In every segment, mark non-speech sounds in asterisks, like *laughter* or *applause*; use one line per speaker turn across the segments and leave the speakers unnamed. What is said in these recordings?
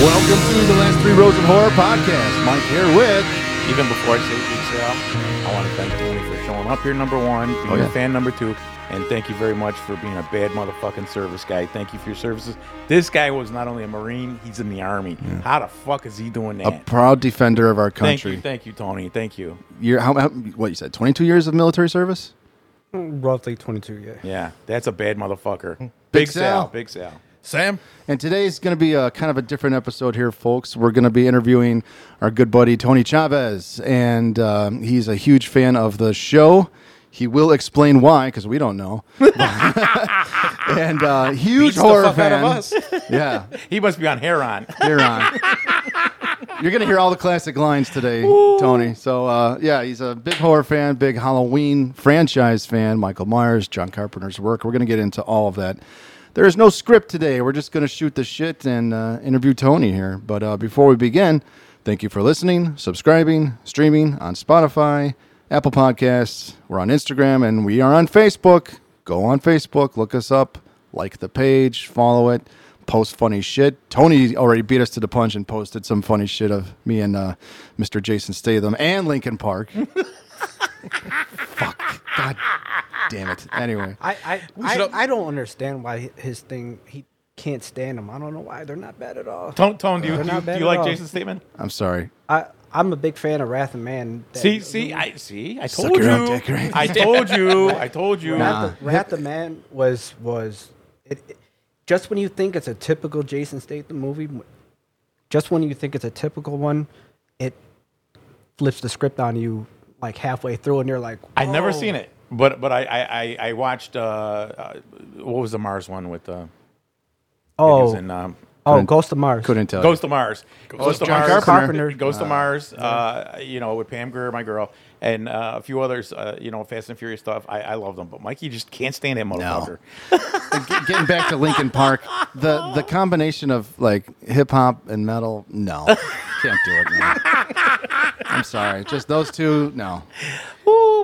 Welcome to the Last Three Rows of Horror podcast. Mike here with.
Even before I say peace out, I want to thank Tony for showing up here, number one, being
Oh, yeah.
a fan, number two, and thank you very much for being a bad motherfucking service guy. Thank you for your services. This guy was not only a Marine, he's in the Army. How the fuck is he doing that?
A proud defender of our
thank
country.
you, thank you, Tony. Thank you.
You're, how, how, what you said, 22 years of military service?
Roughly 22, yeah.
Yeah, that's a bad
Hmm.
motherfucker. Big,
Sal.
Big Sal.
Sam,
And today's going to be a kind of a different episode here, folks. We're going to be interviewing our good buddy Tony Chavez, and um, he's a huge fan of the show. He will explain why, because we don't
*laughs*
know. *laughs* and uh, huge
Beats the
horror
fuck out of
fan.
us.
Yeah,
He must be on Heron.
*laughs*
you're on. You're gonna hear all the classic lines today, Tony. So uh, yeah, he's a big horror fan, big Halloween franchise fan. Michael Myers, John Carpenter's work. We're gonna get into all of that. There is no script today. We're just gonna shoot the shit and uh, interview Tony here. But uh, before we begin, thank you for listening, subscribing, streaming on Spotify, Apple Podcasts. We're on Instagram and we are on Facebook. Go on Facebook, look us up, like the page, follow it post funny shit. Tony already beat us to the punch and posted some funny shit of me and uh, Mr. Jason Statham and Lincoln Park. Fuck. God damn it. Anyway.
I, I,
should-
I, I don't understand why his thing, he can't stand them. I don't know why. They're not bad at all.
Tone, Tone, do you,
They're
do
not
you,
bad
do you
at
like
all.
Jason's statement?
I'm sorry.
I, I'm a big fan of Wrath of Man. That-
See, see, I see. I
Suck
told
your own
you.
dick, right?
I told you. I told you.
Wrath, of, Wrath of Man was, was it, it- just when you think it's a typical Jason Statham movie, just when you think it's a typical one, it flips the script on you like halfway through and you're like,
i would never
"Whoa."
seen it, but but I I, I, I watched uh, uh, what was the Mars one with uh, he was
Oh,
in, um,
oh Ghost of Mars.
Couldn't tell.
Ghost of Mars, Ghost,
Oh,
of
John
Mars,
Carpenter.
Ghost of Mars. Uh, you know, with Pam Grier, my girl, and uh, a few others. Uh, you know, Fast and Furious stuff. I, I love them, but Mikey just can't stand that motherfucker.
you. Get- Getting back to Lincoln Park, the the combination of like hip hop and metal, no. Can't do it, man. I'm sorry. Just those two, no.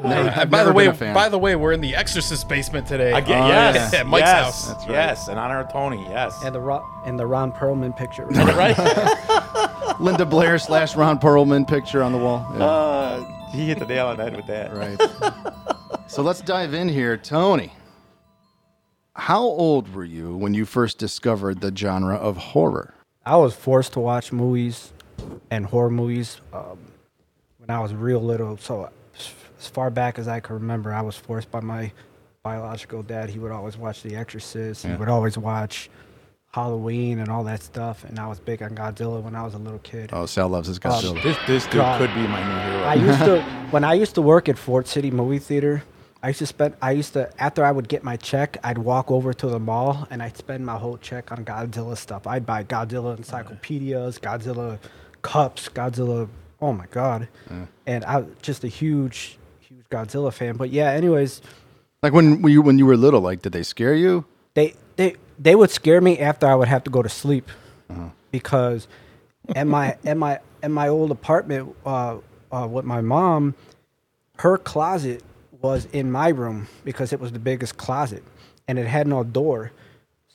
Never-
Uh,
I've
by
never
the
been
way,
a fan.
by the way, we're in the Exorcist basement today.
I get
Oh,
yes,
yeah. At Mike's
yes,
house.
That's right.
Yes, in honor of Tony. Yes,
And the, Ro- and the Ron Perlman picture.
right.
Linda Blair slash Ron Perlman picture on the wall. Yeah.
uh, he hit the nail on the head with that.
Right. *laughs* so let's dive in here, Tony. How old were you when you first discovered the genre of horror?
I was forced to watch movies and horror movies um, when I was real little. So as far back as I can remember, I was forced by my biological dad. He would always watch The Exorcist. He would always watch Halloween and all that stuff. And I was big on Godzilla when I was a little kid. Um,
Oh, Sal loves his Godzilla.
This this dude
God.
could be my new hero.
I used to when I used to work at Fort City Movie Theater. I used to spend. I used to after I would get my check, I'd walk over to the mall and I'd spend my whole check on Godzilla stuff. I'd buy Godzilla encyclopedias, Godzilla cups, Godzilla. Oh my god! And I was just a huge, huge Godzilla fan. But yeah, anyways,
like when were you when you were little, like did they scare you?
they they they would scare me after I would have to go to sleep because in my in my in my old apartment uh, uh, with my mom, her closet was in my room because it was the biggest closet and it had no door.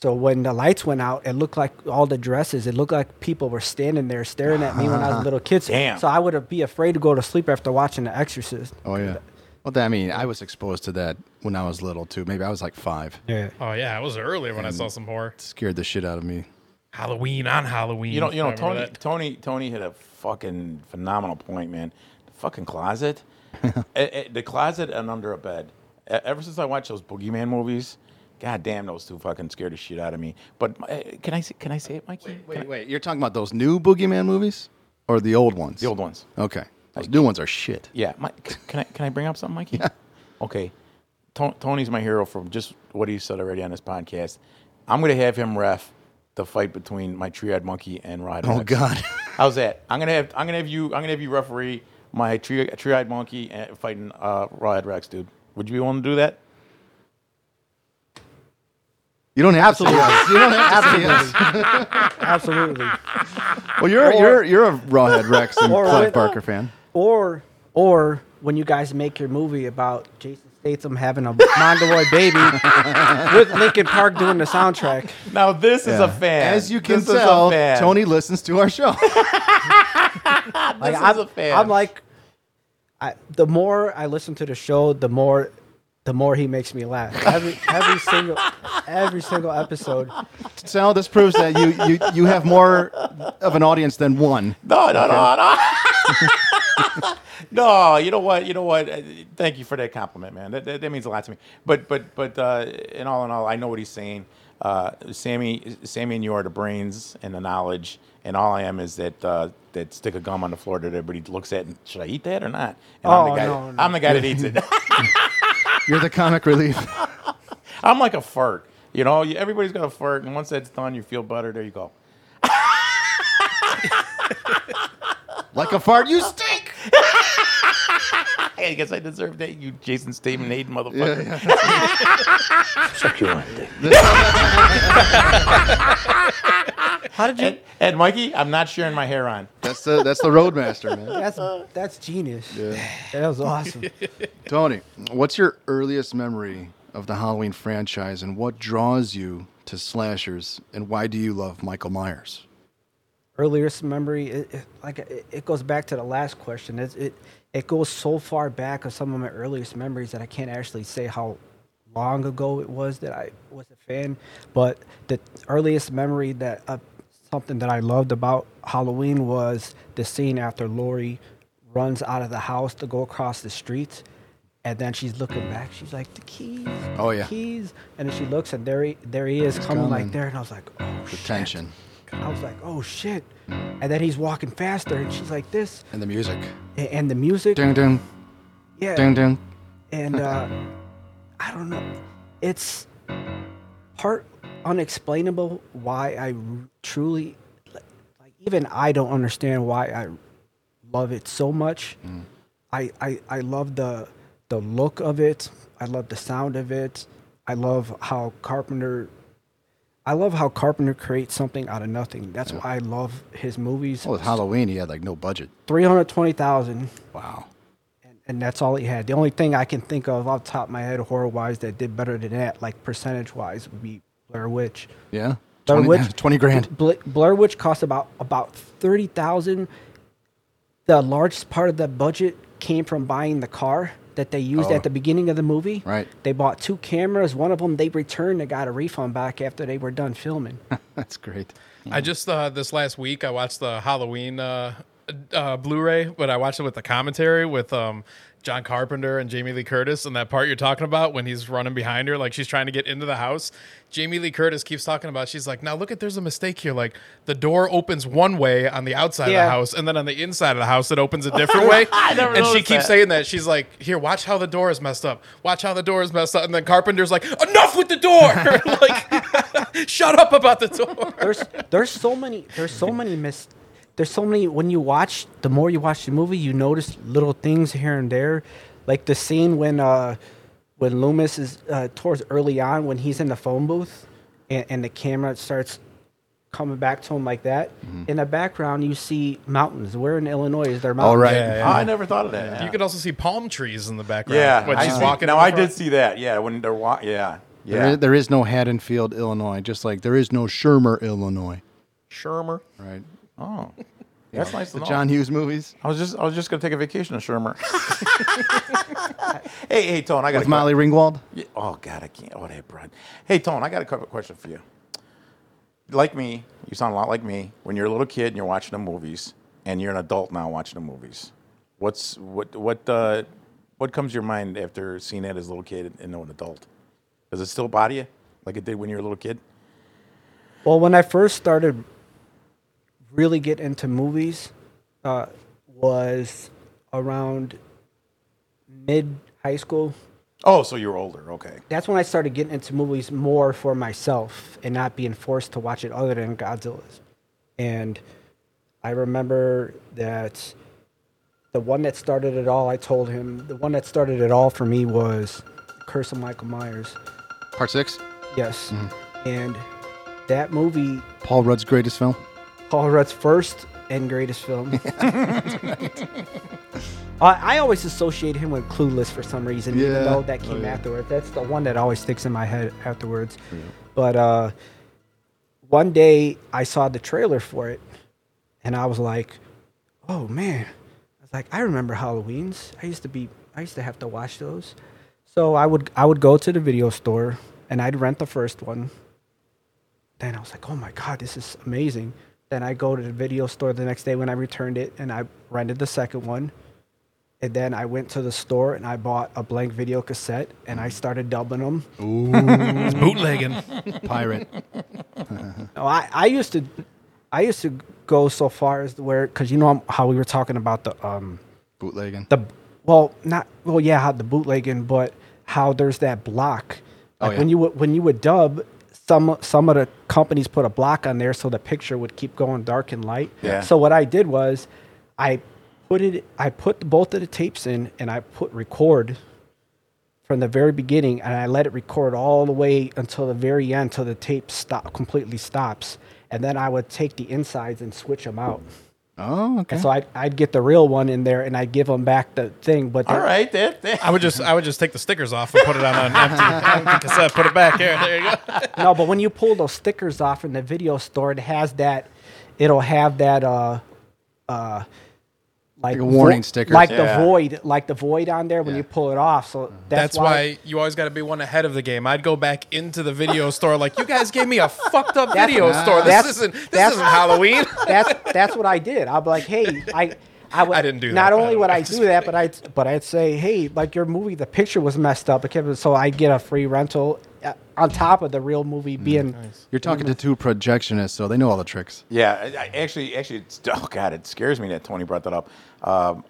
So when the lights went out, it looked like all the dresses. It looked like people were standing there staring at me when I was a little kid. So-
Damn.
So I would be afraid to go to sleep after watching The Exorcist.
Oh yeah. Well, that- I mean, I was exposed to that when I was little too. Maybe I was like five.
Yeah.
Oh yeah, it was earlier when I saw some horror.
Scared the shit out of me.
Halloween on Halloween.
You know, you
I
know,
remember
Tony,
that.
Tony, Tony hit a fucking phenomenal point, man. The fucking
*laughs*
closet, Eh, eh, the closet, and under a bed. E- Ever since I watched those boogeyman movies, god damn, those two fucking scared the shit out of me. But eh, can I say, can I say it, Mikey? Can I-
Wait, wait. You're talking about those new Boogeyman movies or the old ones?
the old ones.
Okay. Those new ones are shit.
Yeah, my, c- can I can I bring up something, Mikey? Okay, To- Tony's my hero from just what he said already on this podcast. I'm gonna have him ref the fight between my triad monkey and Rod.
Oh,
Rex.
God.
how's that? I'm gonna have I'm gonna have you I'm gonna have you referee my tri- triad monkey and fighting uh, Rod Rex, dude. Would you be willing to do that?
You don't have to. yes. You don't have to. say yes.
Absolutely.
Well, you're you're you're a
*laughs*
rawhead Rex and
Or
Clive
with-
Barker fan.
or or when you guys make your movie about Jason Statham having a Mongoloid baby
*laughs*
with Linkin Park doing the soundtrack.
Now *laughs* this is a
Yeah.
fan.
As you can
This is a
tell,
fan.
Tony listens to our show. *laughs*
Like,
This is
I'm,
a fan.
I'm like, I, the more I listen to the show, the more, the more he makes me laugh. Every every single every single episode.
Sal, this proves that you, you, you have more of an audience than one.
No, no, no, no. no, *laughs* you know what? You know what? Uh, Thank you for that compliment, man. That, that, that means a lot to me. But but but uh, in all in all, I know what he's saying. Uh, Sammy, Sammy, and you are the brains and the knowledge, and all I am is that uh, that stick of gum on the floor that everybody looks at. And, Should I eat that or not? And I'm
Oh,
the guy.
no, no.
I'm the guy that eats it.
*laughs*
You're the comic relief. *laughs*
I'm like a fart. You know, You- everybody's got a fart, and once that's done, you feel better. There you go.
Like a fart, you
*laughs*
stink.
I guess I deserve that. You Jason Statham, Aiden, motherfucker.
How did you?
And, and Mikey, I'm not sharing my hair on.
That's the, that's the roadmaster, man.
That's that's genius. That was awesome.
Tony, what's your earliest memory of the Halloween franchise and what draws you to slashers and why do you love Michael Myers?
earliest memory it, it, like it, it goes back to the last question it, it it goes so far back of some of my earliest memories that i can't actually say how long ago it was that i was a fan but the earliest memory that uh, something that i loved about halloween was the scene after lori runs out of the house to go across the street and then she's looking back she's like the keys
Oh,
the
yeah.
keys and then she looks and there he, there he is coming,
coming.
like there and i was like oh
The
shit.
tension
I was like, oh shit. And then he's walking faster and she's like this
and the music.
and, and the music.
Ding, ding,
yeah.
ding, ding.
And uh, I don't know. It's part unexplainable why I r- truly like like, even I don't understand why I love it so much. I, I I love the the look of it. I love the sound of it. I love how Carpenter I love how Carpenter creates something out of nothing. That's why I love his movies.
Well, with Halloween, he had like no budget.
320,000
Wow.
and, and that's all he had. The only thing I can think of off the top of my head, horror wise, that did better than that, like percentage wise, would be Blair Witch.
Yeah.
Blair
20, *laughs* 20 grand.
*laughs* Bla- Blair Witch cost about about thirty thousand. The largest part of the budget came from buying the car that they used
Oh.
at the beginning of the movie.
Right.
They bought two cameras. One of them they returned. They got a refund back after they were done filming.
That's great.
Mm-hmm.
I just uh, this last week I watched the Halloween uh, uh, Blu-ray, but I watched it with the commentary with um, John Carpenter and Jamie Lee Curtis, and that part you're talking about when he's running behind her, like she's trying to get into the house. Jamie Lee Curtis keeps talking about she's like, now look at there's a mistake here, like the door opens one way on the outside of
Yeah.
the house, and then on the inside of the house it opens a
*laughs*
different way.
I never
and she
noticed
keeps
that.
saying that she's like, here, watch how the door is messed up, watch how the door is messed up, and then Carpenter's like, enough with the door, *laughs* like *laughs* shut up about the door.
there's there's so many there's so many mis there's so many when you watch the more you watch the movie you notice little things here and there like the scene when uh when loomis is uh towards early on when he's in the phone booth and, and the camera starts coming back to him like that
Mm-hmm.
in the background you see mountains where in illinois is there mountains
All right. Uh,
Yeah, yeah.
Oh, I never thought of that.
You could also see palm trees in the background.
yeah,
when
I
she's
see-
walking.
No,
in the
I
front.
did see that. Yeah, when they're wa- yeah,
There
yeah.
is- there is no Haddonfield, Illinois, just like there is no Shermer, Illinois.
Shermer.
Right.
Oh, that's nice.
The
to know.
John Hughes movies
I was just I was just gonna take a vacation to
*laughs*
Shermer. hey, hey, Tone, I got
with Molly Ringwald.
Yeah, Oh God, I can't. Oh, that Brad. Hey, Tone, I got a couple question for you. Like me, you sound a lot like me. When you're a little kid and you're watching the movies, and you're an adult now watching the movies, what's what what uh, what comes to your mind after seeing that as a little kid and now an adult? Does it still bother you like it did when you were a little kid?
Well, when I first started really get into movies, uh, was around mid high school.
Oh, so you're older. Okay.
That's when I started getting into movies more for myself and not being forced to watch it other than Godzilla's. And I remember that the one that started it all, I told him, the one that started it all for me was Curse of Michael Myers.
Part six.
Yes. And that movie
Paul Rudd's greatest film. *laughs*
Paul Rudd's first and greatest film. Uh, *laughs* I always associate him with Clueless for some reason,
Yeah.
even though that came
Oh, yeah.
afterwards. That's the one that always sticks in my head afterwards. But uh, one day I saw the trailer for it, and I was like, "Oh man!" I was like, "I remember Halloween's. I used to be. I used to have to watch those." So I would I would go to the video store and I'd rent the first one. Then I was like, "Oh my god, this is amazing." Then I go to the video store the next day when I returned it, and I rented the second one. And then I went to the store and I bought a blank video cassette and I started dubbing them.
It's bootlegging.
*laughs*
Pirate.
Oh, I, I used to, I used to go so far as to where because you know how we were talking about the um
Bootlegging.
the well not well yeah how the bootlegging but how there's that block
Oh,
like
yeah.
when you would when you would dub some some of the companies put a block on there so the picture would keep going dark and light
Yeah.
so what i did was i put it i put both of the tapes in and i put record from the very beginning and i let it record all the way until the very end till the tape stop completely stops and then i would take the insides and switch them out
Oh, okay.
and so I'd, I'd get the real one in there and I'd give them back the thing. But
All
that-
right, that, that-
I would just I would just take the stickers off and put it on
*laughs*
an empty, empty cassette. Put it back here. There you go.
no, but when you pull those stickers off in the video store, it has that, it'll have that, uh, uh, like,
a warning sticker.
sticker, like
Yeah.
the void, like the void on there when you
Yeah. Mm-hmm.
pull it off. So that's,
That's why you always got to be one ahead of the game. I'd go back into the video store like you guys gave me a fucked up
That's-
video store. This
that's-
isn't this
that's-
isn't Halloween.
*laughs*
*laughs*
that's that's what I did. I'm like, hey, I. I, would,
I didn't do
Not
that, by
only
the *laughs*
would
way.
I do that, but I would but I'd say, hey, like your movie, the picture was messed up. It kept, so I get a free rental uh, on top of the real movie
Mm.
being
You're talking to two projectionists, so they know all the tricks.
Yeah, I, I actually, actually, it's, *laughs* oh god, it scares me that Tony brought that up. Um,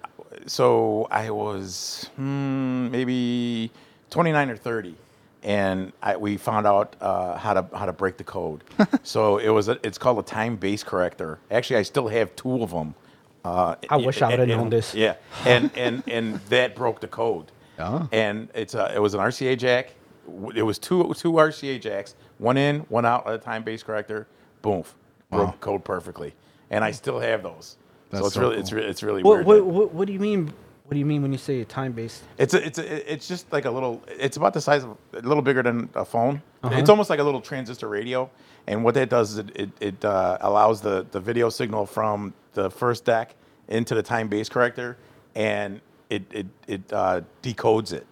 so I was hmm, maybe 29 or 30, and I, we found out uh, how to how to break the
*laughs*
code. so it was a, it's called a time base corrector. Actually, I still have two of them. Uh,
I wish I
and-
would've
and-
known this.
Yeah, and and and that broke the code.
Oh.
And it's a, it was an RCA jack. W- It was two two RCA jacks, one in, one out at a time base corrector. Boom, broke the code perfectly. And I still have those.
That's
so it's
so
really
cool.
it's re- it's really
What,
weird. that-
what, what, what do you mean? What do you mean when you say time based?
It's a, it's a, it's just like a little. It's about the size of a little bigger than a phone.
Uh-huh.
It's almost like a little transistor radio. And what that does is it it, it uh, allows the the video signal from the first deck into the time base corrector, and it it it uh, decodes it,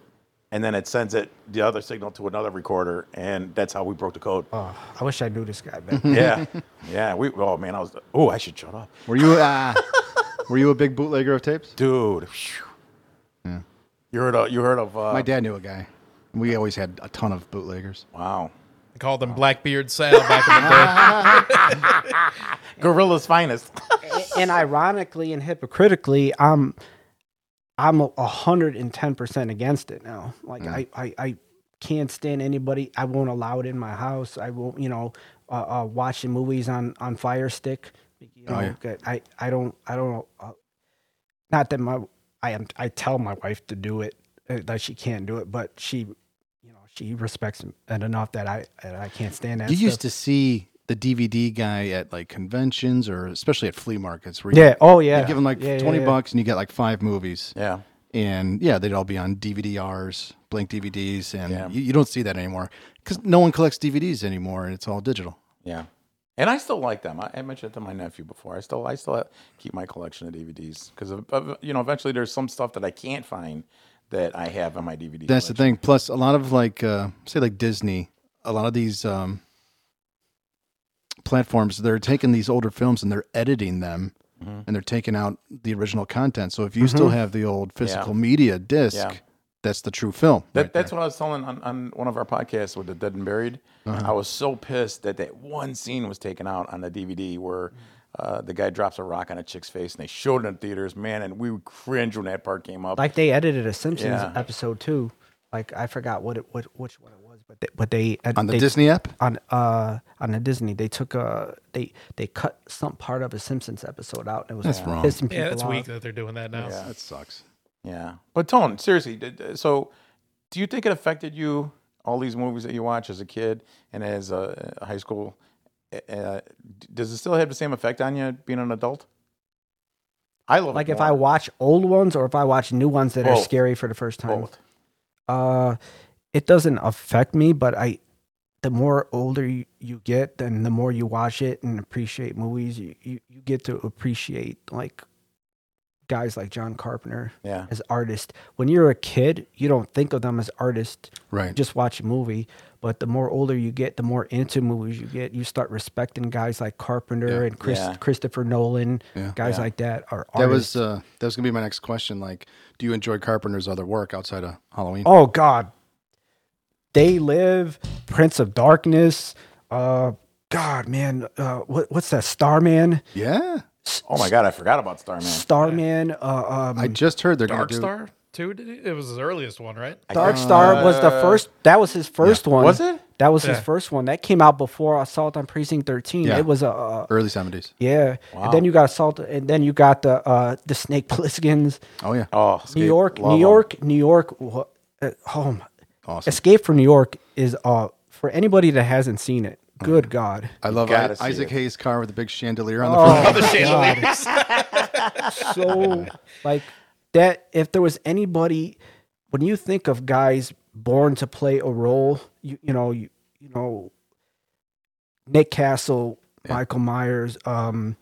and then it sends it the other signal to another recorder, and that's how we broke the code.
Oh, I wish I knew this guy. Man.
*laughs*
Yeah, yeah. We oh man, I was oh I should shut up,
Were you uh, were you a big bootlegger of tapes?
dude. phew. You heard of you heard of uh,
My dad knew a guy. We always had a ton of bootleggers.
Wow.
They called them Blackbeard Sal
*laughs*
back in the day.
*laughs*
Gorilla's finest.
and ironically and hypocritically, I'm I'm a hundred and ten percent against it now. Like
Mm.
I, I I can't stand anybody. I won't allow it in my house. I won't. You know, uh, uh, watching movies on on Fire Stick. You know,
Oh, yeah.
good. I I don't I don't. Uh, not that my I am I tell my wife to do it uh, that she can't do it, but she. you know She respects it enough that I that I can't stand that.
You
stuff.
used to see the DVD guy at like conventions or especially at flea markets where you
Yeah. Oh, yeah.
you give him like
Yeah, yeah,
20
yeah.
bucks and you get like five movies.
Yeah.
And yeah, they'd all be on DVD-Rs, blank DVDs, and
Yeah.
you, you don't see that anymore because no one collects DVDs anymore, and it's all digital.
Yeah. And I still like them. I, I mentioned it to my nephew before. I still, I still have- keep my collection of DVDs because, you know, eventually there's some stuff that I can't find that I have on my DVD.
That's the
collection.
thing. Plus, a lot of like, uh, say, like Disney, a lot of these um, platforms, they're taking these older films and they're editing them
Mm-hmm.
and they're taking out the original content. So if you
Mm-hmm.
still have the old physical media disc,
Yeah.
that's the true film.
That,
right
that's what I was telling on, on one of our podcasts with the Dead and Buried.
Uh-huh.
I was so pissed that that one scene was taken out on the DVD where uh, the guy drops a rock on a chick's face, and they showed it in theaters. Man, and we cringed when that part came up.
like they edited a Simpsons
Yeah.
episode too. Like I forgot what it what which one it was, but they, but they
on the
they,
Disney app.
on uh on the Disney they took uh they they cut some part of a Simpsons episode out and it was
That's
uh,
wrong.
pissing people
Yeah, that's
off.
weak that they're doing that now.
Yeah.
That sucks.
Yeah, but Tone, seriously, d- d- so do you think it affected you all these movies that you watch as a kid and as a a high school? Uh, d- does it still have the same effect on you being an adult? I love it
Like if
more.
I watch old ones or if I watch new ones that are
Both.
scary for the first time.
both.
Uh, it doesn't affect me, but I, the more older you, you get, then the more you watch it and appreciate movies, you, you, you get to appreciate like guys like John Carpenter
Yeah.
as artists. When you're a kid, you don't think of them as artists.
Right.
Just watch a movie. But the more older you get, the more into movies you get. You start respecting guys like Carpenter and Chris,
Yeah.
Christopher Nolan, guys like that are artists.
That was uh, that was gonna be my next question. Like, do you enjoy Carpenter's other work outside of Halloween?
Oh God. They live, Prince of Darkness. Uh God, man, uh what, what's that? Starman?
Yeah,
Oh my god, I forgot about Starman.
Starman, uh um
I just heard they're
Dark
gonna do.
Star too. Did he? It was his earliest one, right?
Dark Star was the first that was his first one.
Was it?
That was his
Yeah.
first one. That came out before Assault on Precinct 13.
Yeah.
It was a, a
Early seventies.
yeah. And then you got Assault and then you got the uh the Snake Plissken's
Oh yeah,
Oh,
New York,
love
New
'em.
York, New York, wa- uh, oh my
awesome.
Escape from New York is uh for anybody that hasn't seen it. Good God,
I love
gotta
I-
see
Isaac
it.
Hayes' car with the big chandelier on the
Oh.
Oh
*laughs*
front.
The chandeliers.
so like that. If there was anybody, when you think of guys born to play a role, you you know you you know Nick Castle, Michael Myers, um,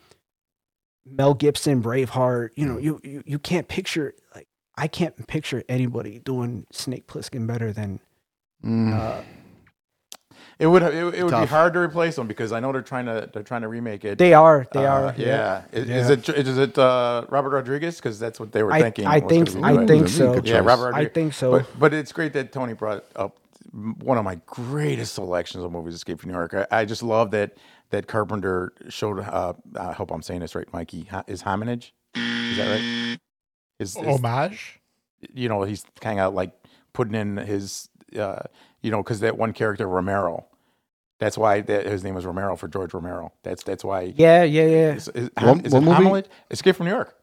Mel Gibson, Braveheart. You know you you, you can't picture like. I can't picture anybody doing Snake Plissken better than
Mm.
uh,
It would it, it would be
Tough.
hard to replace them because I know they're trying to they're trying to remake it.
they are. They
Uh,
are.
Yeah. Is, is it is it uh, Robert Rodriguez? Because that's what they were
I-
thinking.
I
was
think-
gonna be
I
doing it.
think
That'd be a
so.
good
Yeah,
choice.
Robert.
I
Rodriguez.
think so.
But, but it's great that Tony brought up m- one of my greatest selections of movies, Escape from New York. I, I just love that that Carpenter showed. Uh, I hope I'm saying this right, Mikey. ho- Is hominage? Is that right? Is, is-
Oh,
homage.
you know he's kind of like putting in his uh, you know because that one character Romero. That's why that, his name was Romero for George Romero. That's that's why.
Yeah, yeah, yeah.
Is, is,
What-
is
what
it
movie?
Hominid? Escape from New York.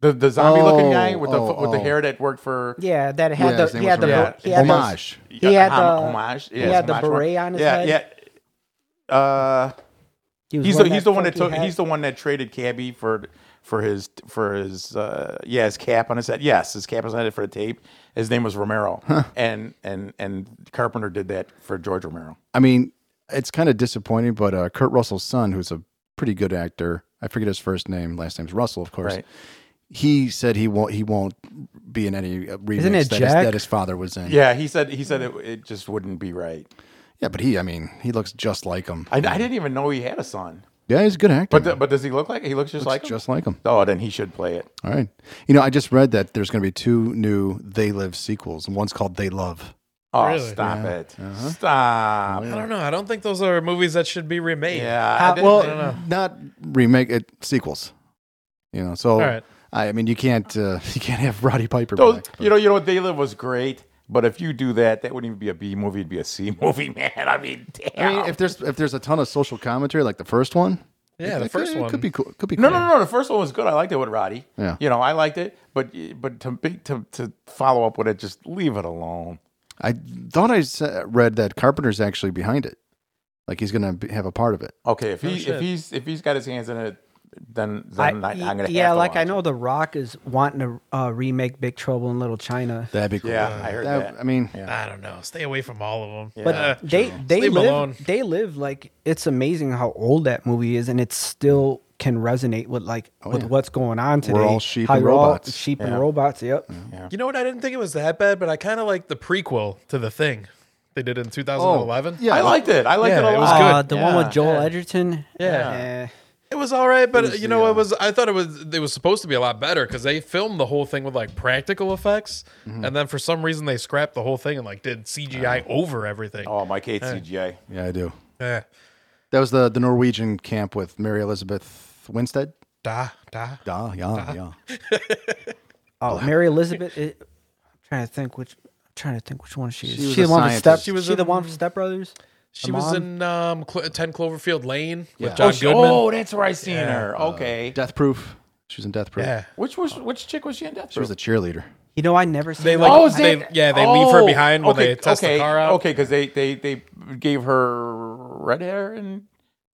The the zombie looking guy
Oh,
with the
oh,
fu- with the
oh.
hair that worked for
Yeah, that had
his
the
name
he
was
had the
Romero.
he had the-
homage.
he had
hom-
the-
homage.
he
Yeah,
had the
homage one.
beret on his
yeah,
head.
Yeah, Uh,
he was
he's the,
wearing
he's the one that
funky
took
hat.
he's the one that traded Cabby for for his for his uh, yeah his cap on his head. Yes, his cap on his head for the tape. His name was Romero, and and and Carpenter did that for George Romero.
I mean, it's kind of disappointing, but uh, Kurt Russell's son, who's a pretty good actor, I forget his first name. Last name's Russell, of course.
Right.
He said he won't. He won't be in any uh, remix
Isn't it
that, his,
Jack?
that his father was in.
Yeah, he said he said it, it just wouldn't be right.
Yeah, but he. I mean, he looks just like him.
I, I didn't even know he had a son.
yeah, he's a good actor.
But th- but does he look like he looks just like him?
just like him.
oh then he should play it.
All right. You know, I just read that there's going to be two new They Live sequels, and one's called They Love.
Oh
Really?
stop it
Uh-huh.
stop.
I don't know. I don't think those are movies that should be remade.
Yeah, I
How-
didn't-
well,
I don't know.
Not remake it sequels. You know, so
All right.
I, I mean, you can't uh, *laughs* you can't have Roddy Piper.
Those,
back, but-
you know, you know, They Live was great, but if you do that, that wouldn't even be a B movie; it'd be a C *laughs* movie, man. I mean,
I
damn.
mean, if there's if there's a ton of social commentary like the first one,
Yeah,
it-
the
it
first
could, it
one.
could be cool. It could be
no,
cool.
no, no, no. The first one was good. I liked it with Roddy.
Yeah.
you know, I liked it, but but to be- to to follow up with it, just leave it alone.
I thought I sa- read that Carpenter's actually behind it, like he's gonna be, have a part of it.
Okay, if he if
shit.
he's if he's got his hands in it, then
I-
then I, am gonna
yeah,
have to
like I
watch
know
it.
The Rock is wanting to uh, remake Big Trouble in Little China,
That'd be cool.
Yeah, I heard that.
I mean,
I don't know. Stay away from all of them.
but
Uh,
they they
Leave 'em
live
alone.
they live like it's amazing how old that movie is, and it still can resonate with like with what's going on today.
Oh, We're all sheep
how
and
you're all
robots.
sheep and robots. Yep.
you know what? I didn't think it was that bad, but I kind of like the prequel to the thing they did in 2011.
yeah,
I liked it. I liked
Yeah,
it a
it
lot.
was good.
Uh, the one
Yeah,
with Joel Edgerton.
Yeah.
Eh.
It was all right, but you know, it was. I thought it was. It was supposed to be a lot better because they filmed the whole thing with like practical effects, and then for some reason they scrapped the whole thing and like did CGI over everything. Eh,
Oh, Mike hates CGI.
yeah, I do.
Yeah.
That was the the Norwegian camp with Mary Elizabeth Winstead.
Da da.
Da, yeah, yeah.
Oh, Mary Elizabeth. It, I'm trying to think which. I'm trying to think which one she is.
She was
the
a
one from
scientist.
Step. She
She
was
was
she the
in-
one from Step Brothers.
She was
mom?
in um, Cl- Ten Cloverfield Lane
Yeah.
with John
Oh, she-
Goodman.
oh, that's where I seen her. *laughs*
Uh,
Okay,
Death Proof. She was in Death Proof.
yeah.
which was which chick was she in Death
She was a cheerleader.
You know, I never. Seen
They
that.
like
Oh, is
they,
that-
yeah, they leave her
oh,
behind when they test
okay,
the car out.
Okay, because they, they they gave her red hair in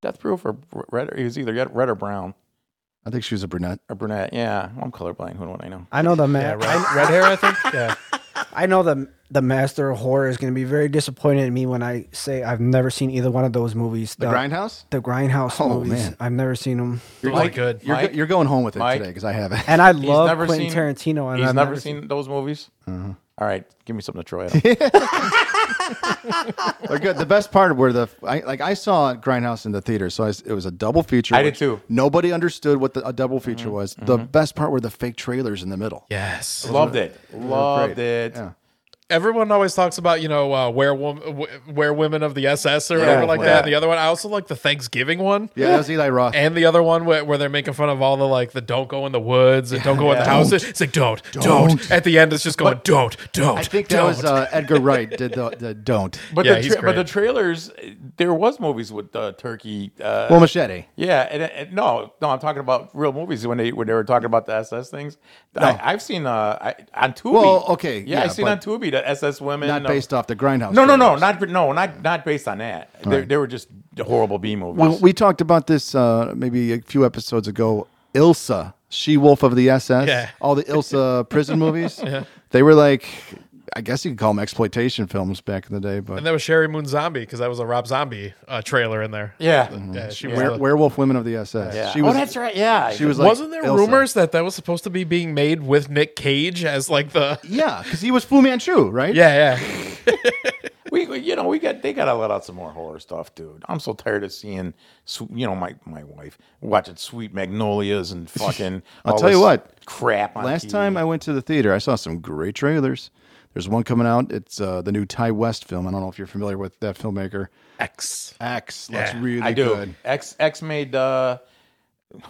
Death Proof or red. It was either red red or brown.
I think she was a brunette.
A brunette, yeah. Well, I'm colorblind. What do I know?
I know the man.
Yeah, red, red hair, I think. Yeah.
*laughs* I know the the master of horror is going to be very disappointed in me when I say I've never seen either one of those movies.
The Grindhouse.
the Grindhouse
Oh,
movies.
man.
I've never seen them,
Those are
Mike,
good.
You're, go-
Mike?
you're going home with it *laughs*
Mike?
today because I haven't.
and I love
never
Quentin
seen-
Tarantino. And
He's
I've Mm-hmm.
never, seen, those movies. All right, give me something to Troy.
*laughs*
Adam.
They're good. The best part were the I, like I saw Grindhouse in the theater, so I s it was a double feature.
I did
which
too. Mm-hmm.
Nobody understood what the, a double feature was. The best part were the fake trailers in the middle.
Yes.
Loved it. Loved it.
Yeah.
Everyone always talks about you know uh, where wom- where women of the SS or whatever like
Yeah.
that. And the other one, I also like the Thanksgiving one.
Yeah, that was Eli
*laughs*
Roth.
*laughs* And the other one where, where they're making fun of all the like the don't go in the woods and don't go in the
Yeah.
houses. It's like don't, don't,
Don't.
At the end, it's just going don't, don't.
I think that
don't.
was uh, Edgar Wright did the, the don't.
But
Yeah,
the
he's
tra- but the
great.
trailers, uh, there was movies with uh, turkey. Uh,
Well, machete.
yeah, and, and no, no, I'm talking about real movies when they when they were talking about the SS things. I, I've seen uh, I, on Tubi.
Well, okay,
yeah,
yeah,
I've seen on
but
Tubi the SS women.
Not
uh,
based off the Grindhouse.
No, no, no,
trailers.
not no, not not based on that. They, they were just horrible B movies.
Well, we talked about this uh, maybe a few episodes ago. Ilsa, She Wolf of the SS,
Yeah.
all the
*laughs*
Ilsa prison movies. They were like, I guess you could call them exploitation films back in the day, but
and that was Sherry Moon Zombie because that was a Rob Zombie uh, trailer in there.
yeah,
Mm-hmm.
Yeah, she was.
Were-
the-
werewolf women of the SS.
yeah.
She was,
oh, that's right. Yeah,
She was like,
Wasn't there
Elsa.
rumors that that was supposed to be being made with Nick Cage as like the
Yeah, because he was Fu Manchu, right?
*laughs* yeah yeah
we, we- you know we got they got to let out some more horror stuff, dude. I'm so tired of seeing sw- you know my my wife watching Sweet Magnolias
*laughs*
and fucking.
I'll
all
tell you
this
what.
crap. On
Last
TV.
time I went to the theater, I saw some great trailers. There's one coming out. It's uh, the new Ty West film. I don't know if you're familiar with that filmmaker.
X.
X looks
Yeah,
really
I do.
good.
X X made. uh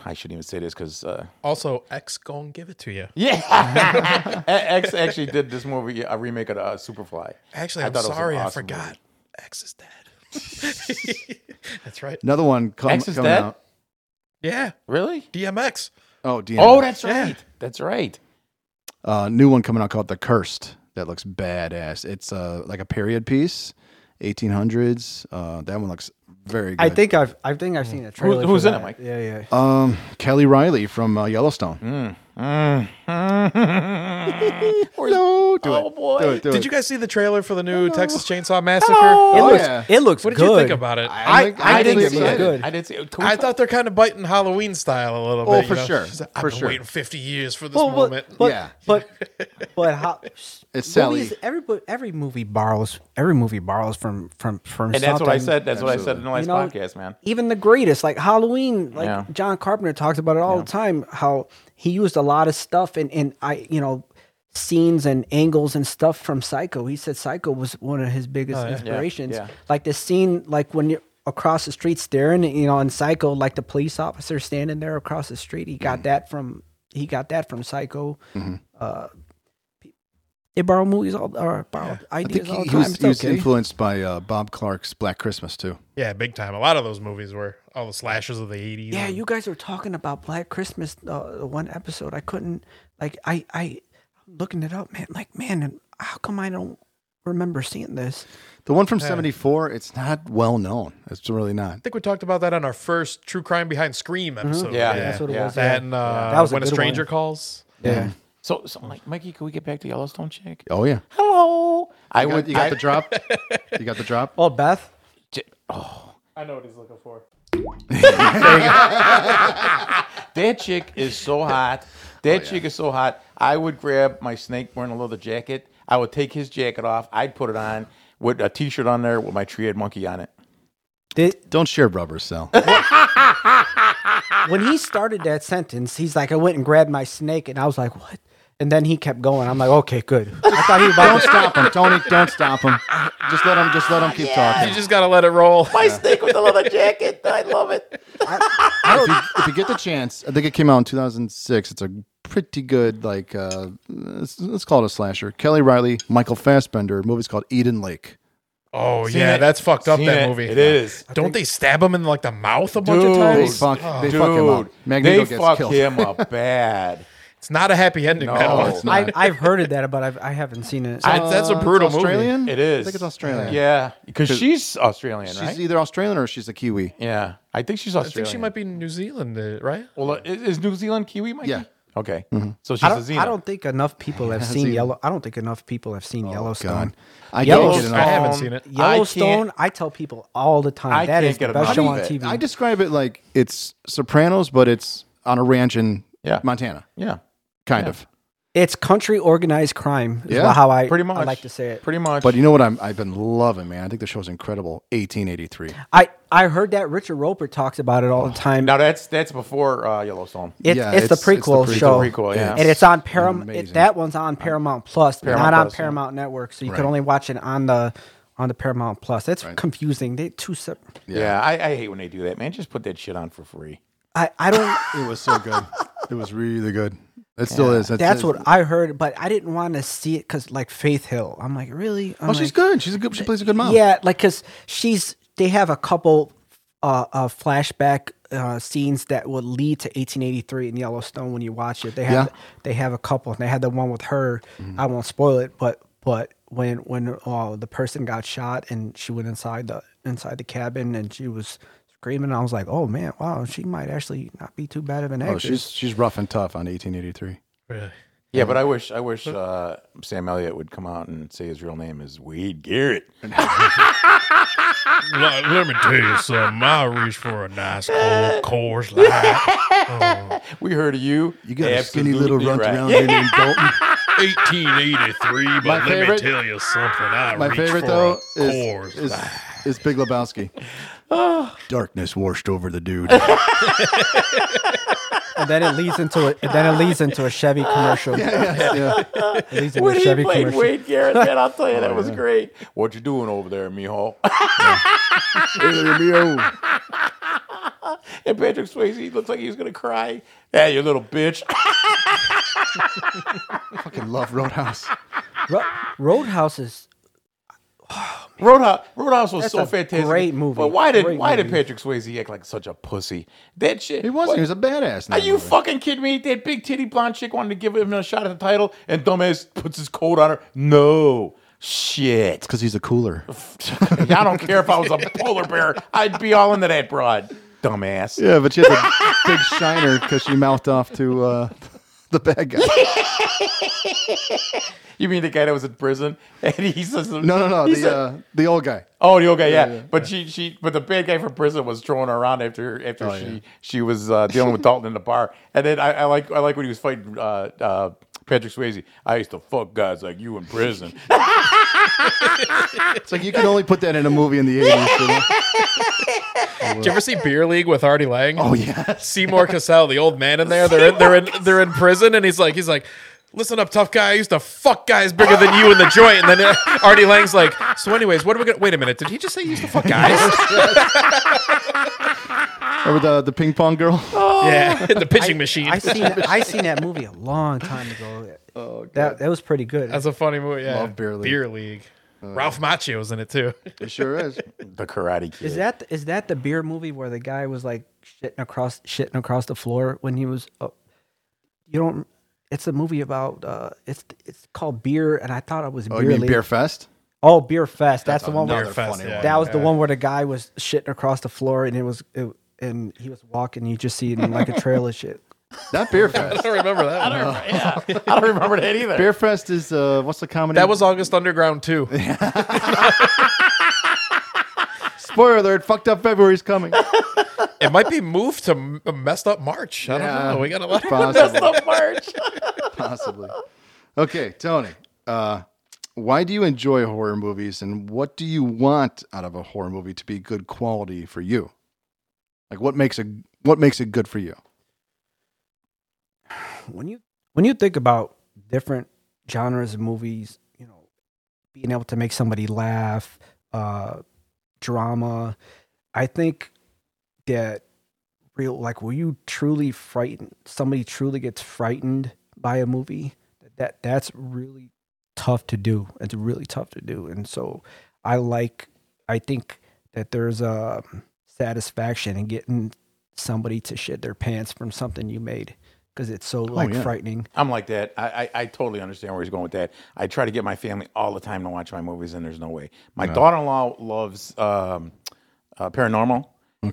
I shouldn't even say this because uh,
Also, X gonna give it to you.
*laughs*
yeah, *laughs* X actually did this movie a remake of uh, Superfly.
Actually,
I
I'm
thought it was an
sorry, I
awesome
forgot.
movie.
X is dead. That's right.
Another one com-
X is
coming
dead?
out.
Yeah,
Really?
DMX.
Oh, DMX.
Oh, that's
Yeah.
right. That's right.
uh, new one coming out called The Cursed. That looks badass. It's uh, like a period piece, 1800s. Uh, that one looks very good.
I think I've I think
Mm.
I've seen a trailer. for
who's in it,
that.
Mike?
Yeah, yeah.
um, Kelly Riley from uh, Yellowstone. no, do
Oh,
it.
boy.
Do it, do
Did
it.
you guys see the trailer for the new Texas Chainsaw Massacre?
It
Oh,
looks
yeah.
it looks
What did
good.
you think about it? I,
I'm,
I,
I'm
didn't
really
see
excited.
it.
good.
I didn't see it. Can we talk-
thought they're kind of biting Halloween style a little
Oh,
bit.
for
you know?
sure.
She's like, I've
For
been
sure.
waiting 50 years for this
Well, but-
moment.
But,
Yeah.
but
*laughs*
but how?
It's
movies-
Sally.
Every every movie borrows. Every movie borrows from from from.
And that's what I
something.
said. That's what I said in the last
You know,
podcast, man.
Even the greatest, like Halloween, like
Yeah.
John Carpenter talks about it all the time. How he used a lot of stuff and and I you know scenes and angles and stuff from Psycho. He said Psycho was one of his biggest inspirations.
yeah.
Like the scene, like when you're across the street staring, you know, in Psycho, like the police officer standing there across the street. He got that from he got that from Psycho. Uh, they borrow movies all or borrow
I
ideas
think he,
all the
he
time.
was,
It's
he was
okay.
influenced by uh, Bob Clark's Black Christmas too.
yeah, big time. A lot of those movies were all the slashes of the 80s.
Yeah,
and-
you guys were talking about Black Christmas uh, the one episode. I couldn't like I I looking it up, man. Like man, and how come I don't remember seeing this?
The one from '74, it's not well known. It's really not.
I think we talked about that on our first True Crime Behind Scream episode.
Yeah,
That's what it
yeah.
was.
That
Yeah.
and uh,
That was a
When a,
good
Stranger
one.
Calls.
yeah.
So, so like, Mikey, can we get back to Yellowstone chick?
Oh yeah,
Hello. I
you got,
went.
you got
I-
the drop. You got the
*laughs*
drop.
Oh, Beth.
j- Oh,
I know what he's looking for.
*laughs* that chick is so hot.
Oh,
That chick is so hot. I would grab my snake wearing a leather jacket. I would take his jacket off. I'd put it on with a T-shirt on there with my tree-head monkey on it.
Did,
Don't share rubber cell.
when he started that sentence, he's like, I went and grabbed my snake, and I was like, what? And then he kept going. I'm like, okay, good. I thought
*laughs*
he was about
don't stop him, Tony. Don't stop him. Just let him. Just let him keep
You
talking.
just got to let it roll.
My snake with a leather jacket. I love it.
If
*laughs*
you, if you get the chance, I think it came out in 2006. It's a pretty good like uh, let's, let's call it a slasher. Kelly Riley, Michael Fassbender. The movie's called Eden Lake.
Oh,
Seen
yeah,
it.
that's fucked up,
Seen
that
it.
movie.
It is.
Don't they stab him in like the mouth a bunch of
Dude.
They
times?
fuck. They fuck him up.
Dude,
Magneto
they
gets
fuck
killed.
him up *laughs* bad.
It's not a happy ending.
No,
that one.
it's not.
I, I've heard of that, but I've, I haven't seen it.
That's- that's a
Uh, it's
brutal movie.
Australian?
It
I
is.
think it's Australian.
Yeah, because she's Australian,
She's
right?
either Australian or she's a Kiwi.
yeah, I think she's
I
Australian.
think she might be New Zealand, uh, right?
Well, i- is New Zealand Kiwi? Mikey?
Yeah. Mm-hmm.
Okay. So she's
I
a
don't,
Xena.
I don't think enough people have seen
seen it.
Yellow. I don't think enough people have seen Yellowstone.
God. I
Yellow-
can't get
I
enough.
haven't seen it.
Oh, I
Yellowstone,
Oh, can't-
I, tell people all the time
I
that
can't
is the
get
best
enough
show
of
on
it.
TV.
I describe it like it's Sopranos, but it's on a ranch in
Yeah.
Montana,
Yeah.
kind of.
it's country organized crime. Is
Yeah,
how I
Pretty much.
I like to say it.
Pretty much.
But you know what? I'm, I've been loving, man. I think the show's incredible. 1883.
I I heard that Richard Roper talks about it all the time.
now that's that's before uh, Yellowstone.
it's,
Yeah,
it's, the
it's- it's the
prequel
prequel.
show,
It's the prequel, yeah.
Oh, and it's on Paramount.
Amazing.
that one's on Paramount Plus,
Paramount
not on
Plus, yeah.
Paramount Network. So you
Right.
can only watch it on the on the Paramount Plus. That's confusing. They two separate.
Yeah, I, I hate when they do that, man. Just put that shit on for free.
I I don't.
It was so good. it was really good. It Oh, still is.
That's what I heard, but I didn't want to see it because like Faith Hill. I'm like, really? I'm
Oh, she's
like,
good. She's a good. She plays a good mom.
Yeah, like because she's they have a couple uh, uh flashback uh scenes that would lead to 1883 in Yellowstone when you watch it. They have
Yeah. Mm-hmm.
they have a couple, and they had the one with her. I won't spoil it, but but when when uh, the person got shot and she went inside the inside the cabin and she was screaming, I was like, oh man, wow, she might actually not be too bad of an
Oh,
actress.
she's she's rough and tough on 1883.
Really?
Yeah, but I wish I wish uh, Sam Elliott would come out and say his real name is Wade Garrett.
let, let me tell you something. I reach for a nice cold
*laughs*
Coors Light.
We heard of you.
You got a skinny little runt
right.
around here named
*laughs*
Dalton.
1883, but
My
let
favorite-
me tell you something. I
My
reach
favorite
for
though
a
is
Coors
is,
Light.
is Big Lebowski.
*sighs* Ah.
Darkness washed over the dude.
*laughs*
and then it leads into it. And then it leads into a Chevy
*laughs*
commercial.
yeah.
It leads into
When
a
he
Chevy
played
commercial.
Wade Garrett, man, I'll tell you
*laughs* Oh,
that was great. What you doing over there, mijo? *laughs*
Either me or-
and Patrick Swayze looks like he's gonna cry. Hey, you little bitch.
fucking love Roadhouse.
Ro- Roadhouse is
Roadhouse, Roadhouse was
That's
so
a
fantastic.
great movie.
But why did
Great
why did
movie.
Patrick Swayze act like such a pussy? That shit.
He wasn't.
what-
He was a badass. in
Are
that
you
movie.
fucking kidding me? That big titty blonde chick wanted to give him a shot at the title, and dumbass puts his coat on her. No shit. *laughs*
Because he's a cooler.
I don't care if I was a polar bear. I'd be all into that broad. Dumbass.
Yeah, but she had *laughs* a big shiner because she mouthed off to uh, *laughs* the bad *laughs* guy.
You mean the guy that was in prison? *laughs* And he says,
No, no, no.
he
The
said-
uh, the old guy.
Oh, the old guy, yeah. But she, she, but the bad guy from prison was throwing her around after, after she,
yeah.
she was uh, dealing with Dalton in the bar. And then I, I like, I like when he was fighting uh, uh, Patrick Swayze. I used to fuck guys like you in prison.
It's like you can only put that in a movie in the eighties.
*laughs* Did you ever see Beer League with Artie Lang?
Oh yes.
Seymour Cassell, the old man in there. They're in, they're in they're in prison, and he's like he's like, listen up, tough guy. I used to fuck guys bigger than you in the joint. And then uh, Artie Lang's like, so anyways, what are we gonna? Wait a minute, did he just say he used to fuck guys?
Remember the the ping pong girl?
*laughs* yeah, the pitching machine. *laughs*
I seen I seen that movie a long time ago. Oh, that that was pretty good.
That's a funny movie. Yeah,
Love Beer League.
Beer League. Ralph Macchio's in it too. *laughs*
It sure is.
the Karate Kid.
is that is that the beer movie where the guy was like shitting across shitting across the floor when he was? Uh, you don't. It's a movie about uh, it's it's called Beer, and I thought it was
Oh,
Beer
you mean
League.
Beer Fest?
Oh, Beer Fest. That's, the one. Where,
another
Fest,
funny
yeah.
one.
that was the one where the guy was shitting across the floor, and it was it, and he was walking. You just see him like a trail of shit.
Not Beer
I *laughs*
Fest.
don't remember that. one.
yeah,
*laughs*
I don't remember that either.
Beer Fest is uh, what's the comedy?
That was August Underground too.
spoiler alert. Fucked up February's coming.
*laughs* It might be moved to m- messed up March. I
Yeah.
don't know. We got a lot. Of- *laughs*
Possibly.
the March.
possibly. Okay, Tony. Uh, why do you enjoy horror movies, and what do you want out of a horror movie to be good quality for you? Like, what makes a what makes it good for you?
when you when you think about different genres of movies, you know, being able to make somebody laugh, uh, drama, I think that real like will you truly frighten somebody truly gets frightened by a movie that that's really tough to do it's really tough to do and so i like i think that there's um, a satisfaction in getting somebody to shed their pants from something you made because it's so like
yeah.
frightening.
I'm like that. I, I, I totally understand where he's going with that. I try to get my family all the time to watch my movies, and there's no way. My daughter-in-law loves um, uh, paranormal.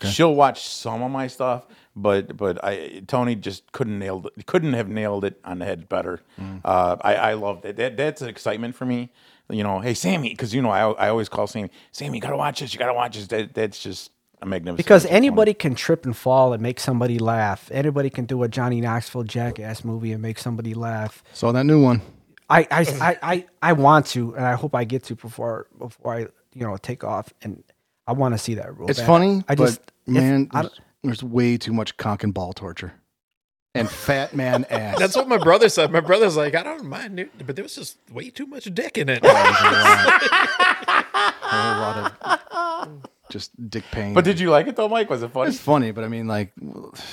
She'll watch some of my stuff, but but I Tony just couldn't nailed couldn't have nailed it on the head better.
Mm.
Uh, I I love that. that. That's an excitement for me. You know, hey Sammy, because you know I, I always call Sammy. Sammy, you gotta watch this. You gotta watch this. That, that's just a magnificent. it's
Because
just wonderful.
anybody can trip and fall and make somebody laugh. Anybody can do a Johnny Knoxville jackass movie and make somebody laugh.
Saw that new one.
I, I, I, I, I want to, and I hope I get to before before I you know take off. And I want to see that. Real
It's
bad.
funny,
I just
but
if-
man,
I
there's, there's way too much cock and ball torture, and fat *laughs* man ass.
That's what my brother said. My brother's like, I don't mind, dude, but there was just way too much dick in it.
a whole lot of *laughs* just dick pain.
But did you like it though, Mike? Was it funny?
It's funny, but I mean, like,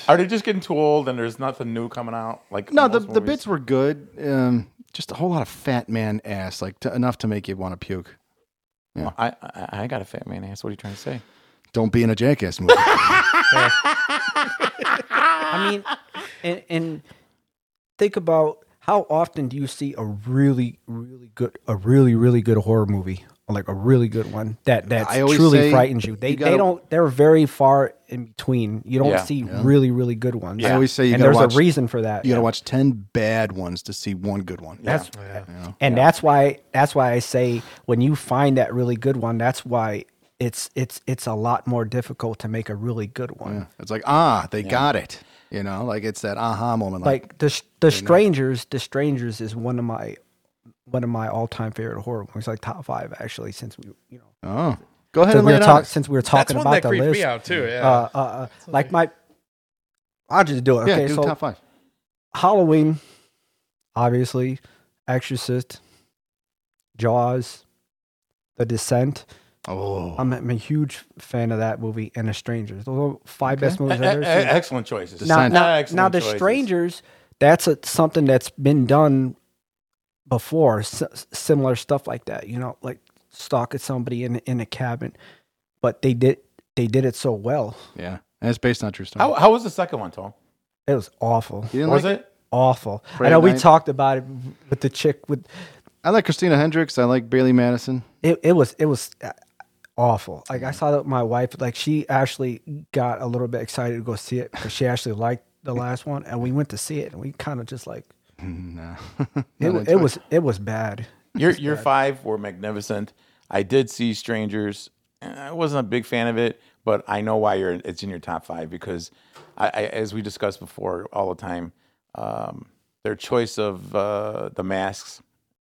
Are they just getting too old and there's nothing new coming out? Like
no, the,
most
the
movies?
bits were good. Um, just a whole lot of fat man ass, like to, enough to make you want to puke.
I, I I got a fat man ass. What are you trying to say?
Don't be in a jackass *laughs* movie.
I mean, and, and think about how often do you see a really, really good, a really, really good horror movie, like a really good one that that
I always
truly
say
frightens you. They
you gotta-
they don't. They're very far in between. You don't
Yeah.
see really, really good ones.
I always say you
and
gotta
there's
watch.
a reason for that.
you gotta watch ten bad ones to see one good one.
That's and that's why that's why I say when you find that really good one, that's why it's it's it's a lot more difficult to make a really good one.
It's like ah, they got it. You know, like it's that aha moment. Like,
Like the the strangers, the strangers is one of my one of my all time favorite horror movies, like top five actually. Since we you know
oh, go ahead
since
and
we
lay
were
it
talk,
out.
since we were
That's
talking
one
about
that
the
creeped
list,
me out too. Yeah.
uh, uh, uh, like my I'll just do it.
Yeah,
okay,
do
so
top five.
Halloween, obviously, Exorcist, Jaws, The Descent.
Oh,
I'm, I'm a huge fan of that movie and The Strangers. Those are five best movies I've
Eh,
ever
eh,
seen.
excellent choices.
Now,
Descent.
now,
Excellent
now The
choices.
Strangers, that's a, something that's been done before, s- similar stuff like that. You know, like stalking somebody in in a cabin, but they did they did it so well.
yeah, and it's based on a true story.
How, how was the second one, Tom?
It was awful,
You didn't
Was
like
it?
awful.
Friday
I know we
night.
talked about it with the chick with
I like Christina Hendricks. I like Bailey Madison.
it, it was it was uh, awful. Like
Mm-hmm.
I saw that my wife like she actually got a little bit excited to go see it because she actually liked
*laughs*
the last one, and we went to see it, and we kind of just like
No,
it, wa- it was it was bad.
Your your five were magnificent. I did see Strangers. and I wasn't a big fan of it, but I know why you're. It's in your top five because, I, I as we discussed before all the time, um, their choice of uh, the masks,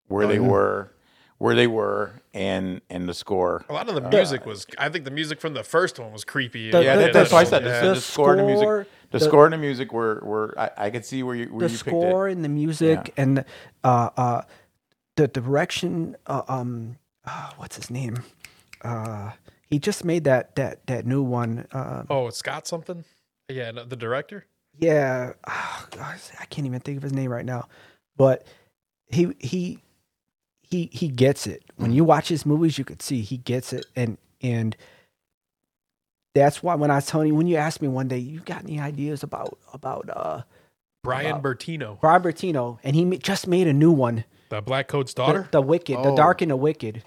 where
Oh,
they were, where they were, and and the score.
a lot of the music was. I think the music from the first one was creepy.
uh, The-
Yeah,
the-
that, that's why I said the,
Yeah.
the, score and the
score,
music. The,
the-
score and the music were were I, I could see where you where
the
you
score and the music and the, uh, uh, the direction. Uh, um, uh, what's his name? Uh, he just made that that that new one. Uh,
Oh, it's Scott something. Yeah, no, the director.
yeah, *sighs* oh, God, I can't even think of his name right now, but he he he he gets it. When you watch his movies, you could see he gets it, and and that's why when I was telling you, when you asked me one day, you got any ideas about about uh,
Brian Bertino,
Robertino, and he ma- just made a new one.
the Black Coat's
the,
daughter.
the Wicked, the
Oh.
Dark and the Wicked.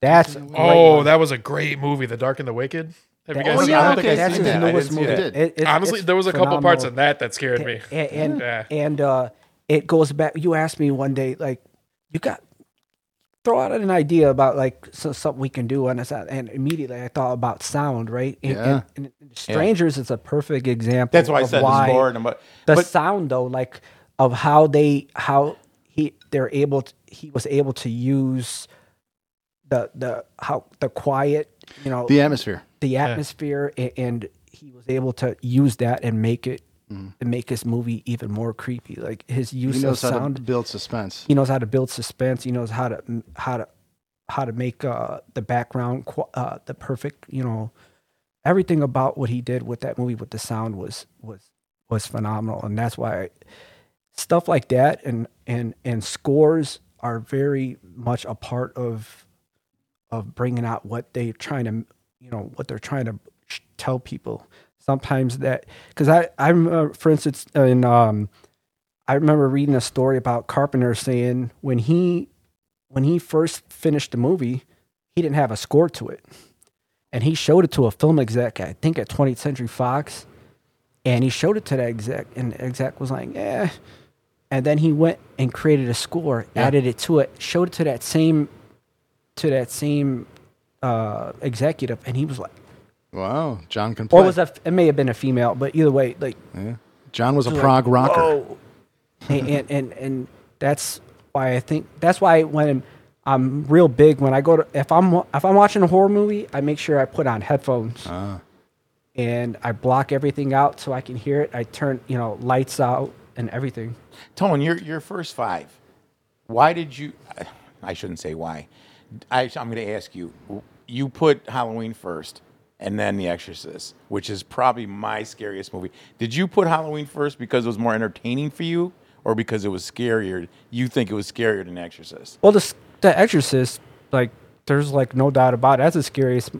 That's a great
oh,
one.
that was a great movie, The Dark and the Wicked. Have you
That-
guys
oh,
seen
yeah,
that?
I don't think I've
that's
seen
his
that. I
newest
didn't see
movie.
that.
It- it's-
Honestly,
it's
there was a couple parts in
phenomenal.
that that scared me.
A- And
Yeah.
and uh, it goes back. You asked me one day, like, you got throw out an idea about like so, something we can do, and I said, and immediately I thought about sound, right? And,
Yeah.
and, and Strangers is a perfect example.
That's why I
of
said
why
the score and but
the
but
sound though like of how they how he they're able to, he was able to use the the how the quiet you know
the
the,
atmosphere.
atmosphere a and he was able to use that and make it and make his movie even more creepy like his use
Mm. He
of
knows how
sound
to build suspense.
he knows how to build suspense he knows how to how to how to make uh the background qu- uh the perfect you know everything about what he did with that movie with the sound was was was phenomenal and that's why stuff like that and and and scores are very much a part of of bringing out what they're trying to you know what they're trying to sh- tell people sometimes that because i i'm uh, for instance in um I remember reading a story about Carpenter saying when he when he first finished the movie, he didn't have a score to it. And he showed it to a film exec, I think at 20th Century Fox, and he showed it to the exec and the exec was like, "Yeah." And then he went and created a score, added it to it, showed it to that same to that same uh, executive, and he was like,
Wow, John can play.
or was that? It may have been a female, but either way, like,
Yeah. John was a prog rocker.
whoa, *laughs* and, and and and that's why I think that's why when I'm real big when I go to if I'm if I'm watching a horror movie, I make sure I put on headphones
Ah.
and I block everything out so I can hear it. I turn you know lights out and everything.
Tone, your your first five. Why did you? I shouldn't say why. I, I'm going to ask you. You put Halloween first, and then The Exorcist, which is probably my scariest movie. Did you put Halloween first because it was more entertaining for you, or because it was scarier? You think it was scarier than Exorcist?
Well, the The Exorcist, like, there's like no doubt about it. That's the scariest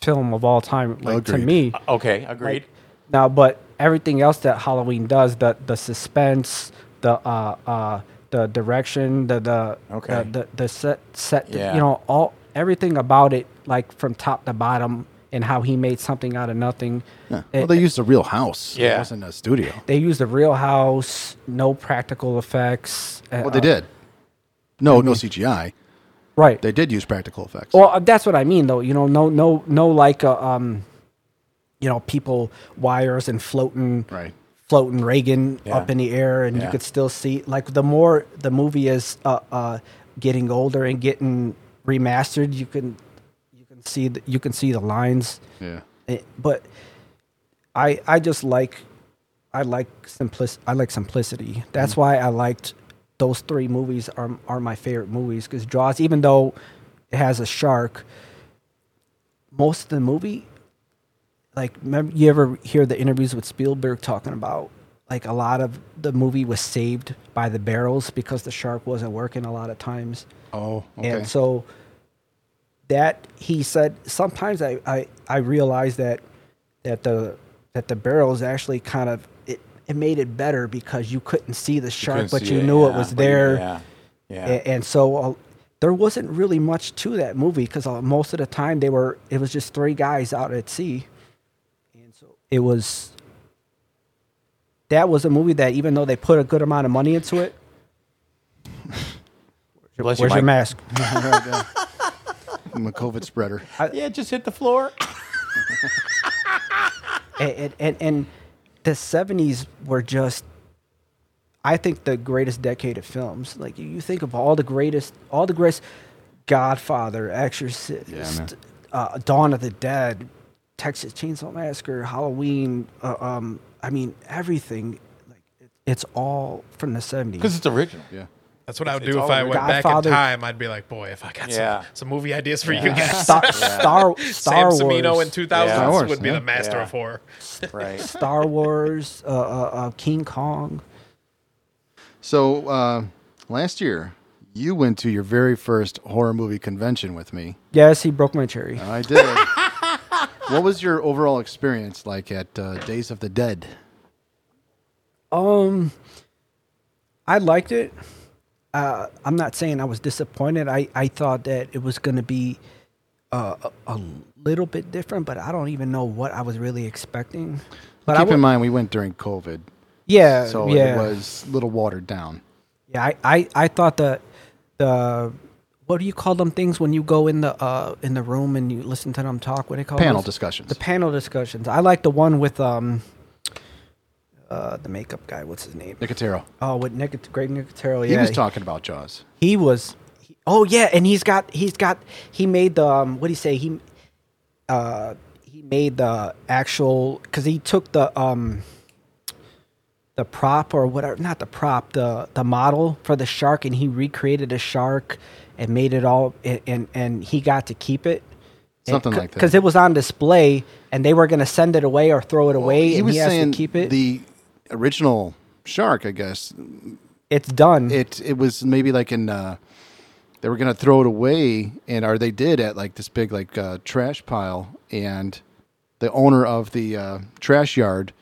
film of all time, like
Agreed.
to me.
Okay, agreed.
Now, but everything else that Halloween does, the the suspense, the uh uh the direction, the the
Okay.
the, the, the set set
Yeah.
you know, all everything about it, like from top to bottom and how he made something out of nothing. It-
Well, they used a real house. It
Yeah.
wasn't a studio.
they used a real house, no practical effects. uh,
Well, they did. No, no CGI.
Right.
They did use practical effects.
Well, uh, that's what I mean, though. You know, no, no, no, like, uh, um, you know, people wires and floating,
Right.
floating Reagan
Yeah.
up in the air, and
Yeah.
you could still see. Like, the more the movie is uh, uh, getting older and getting remastered, you can you can see the, you can see the lines.
yeah.
Eh, but I I just like I like simplic I like simplicity. That's why I liked those three movies are are my favorite movies because Jaws, even though it has a shark, most of the movie, like remember you ever hear the interviews with Spielberg talking about like a lot of the movie was saved by the barrels because the shark wasn't working a lot of times.
Oh, okay.
And
*laughs*
so that he said sometimes I, I, I realized that that the that the barrels actually kind of it, it made it better because you couldn't see the shark
Couldn't
but
see
you knew it
yeah,
was
but-
there.
Yeah, yeah.
A- And, so uh, there wasn't really much to that movie because uh, most of the time they were it was just three guys out at sea. And so it was that was a movie that even though they put a good amount of money into it,
Bless
where's your
Mike.
mask?
I'm a COVID spreader.
Yeah, just hit the floor.
and and, and the seventies were just I think the greatest decade of films. Like you, you think of all the greatest all the greatest Godfather, Exorcist,
man.
uh, Dawn of the Dead, Texas Chainsaw Massacre, Halloween, uh, um I mean everything like it, it's all from the
Because
seventies.
it's original.
Yeah.
That's what I would
It's
do if I
all
went back
Godfather.
in time. I'd be like, boy, if I got
Yeah.
some, some movie ideas for you guys.
Star Star Star
Sam Samino
Wars
in 2000s
Star
Wars,
would be
yeah.
the master
Yeah.
of horror.
*laughs* Right.
Star Wars, uh, uh, uh, King Kong.
So uh, last year, you went to your very first horror movie convention with me.
Yes, he broke my cherry.
I did. *laughs* what was your overall experience like at uh, Days of the Dead?
Um, I liked it. Uh, I'm not saying I was disappointed. I, I thought that it was going to be uh, a, a little bit different, but I don't even know what I was really expecting. But I
Keep
wa-
in mind, we went during COVID,
yeah,
so
yeah,
it was a little watered down.
yeah. I, I, I thought the the what do you call them things when you go in the uh in the room and you listen to them talk? What do they call
Panel
those?
discussions.
The panel discussions. I like the one with um uh the makeup guy. What's his name?
Nicotero.
Oh, with Nick, Greg Nicotero. Yeah,
He was talking about Jaws.
he was he- oh yeah and he's got he's got he made the um, what do you say he uh he made the actual because he took the um the prop or whatever not the prop the the model for the shark and he recreated a shark and made it all and and, and he got to keep it
Something like that.
because it was on display and they were going to send it away or throw it away
he
and
was
he has
saying
to keep it
the original shark, I guess.
it's done
It it was maybe like in uh, they were gonna throw it away, and or they did at like this big like uh, trash pile, and the owner of the uh, trash yard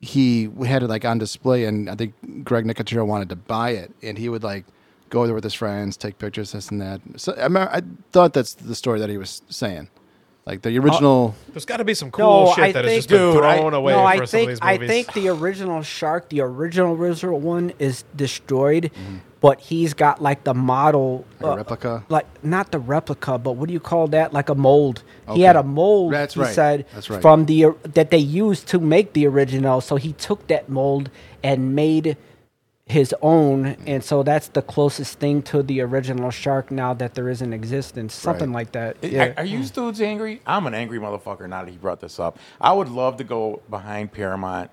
he had it like on display, and I think Greg Nicotero wanted to buy it, and he would like go there with his friends, take pictures, this and that. So I, remember, I thought that's the story that he was saying, like the original.
There's got to be some cool
I
shit that has
think-
just been
Dude, I-
thrown away
no,
for
I
some
think
of these
I
movies.
think the original shark, the original original one, is destroyed, but he's got like the model,
Mm-hmm.
uh,
Like a replica?
like not the replica, but what do you call that? Like a mold. He had
Okay.
a mold.
That's
he
right.
Said,
That's right.
From the or- that they used to make the original, so he took that mold and made his
Mm.
own, and so that's the closest thing to the original shark now that there is in existence. Something
Right.
like that.
I- Are, you dudes angry? I'm an angry motherfucker now that he brought this up. I would love to go behind Paramount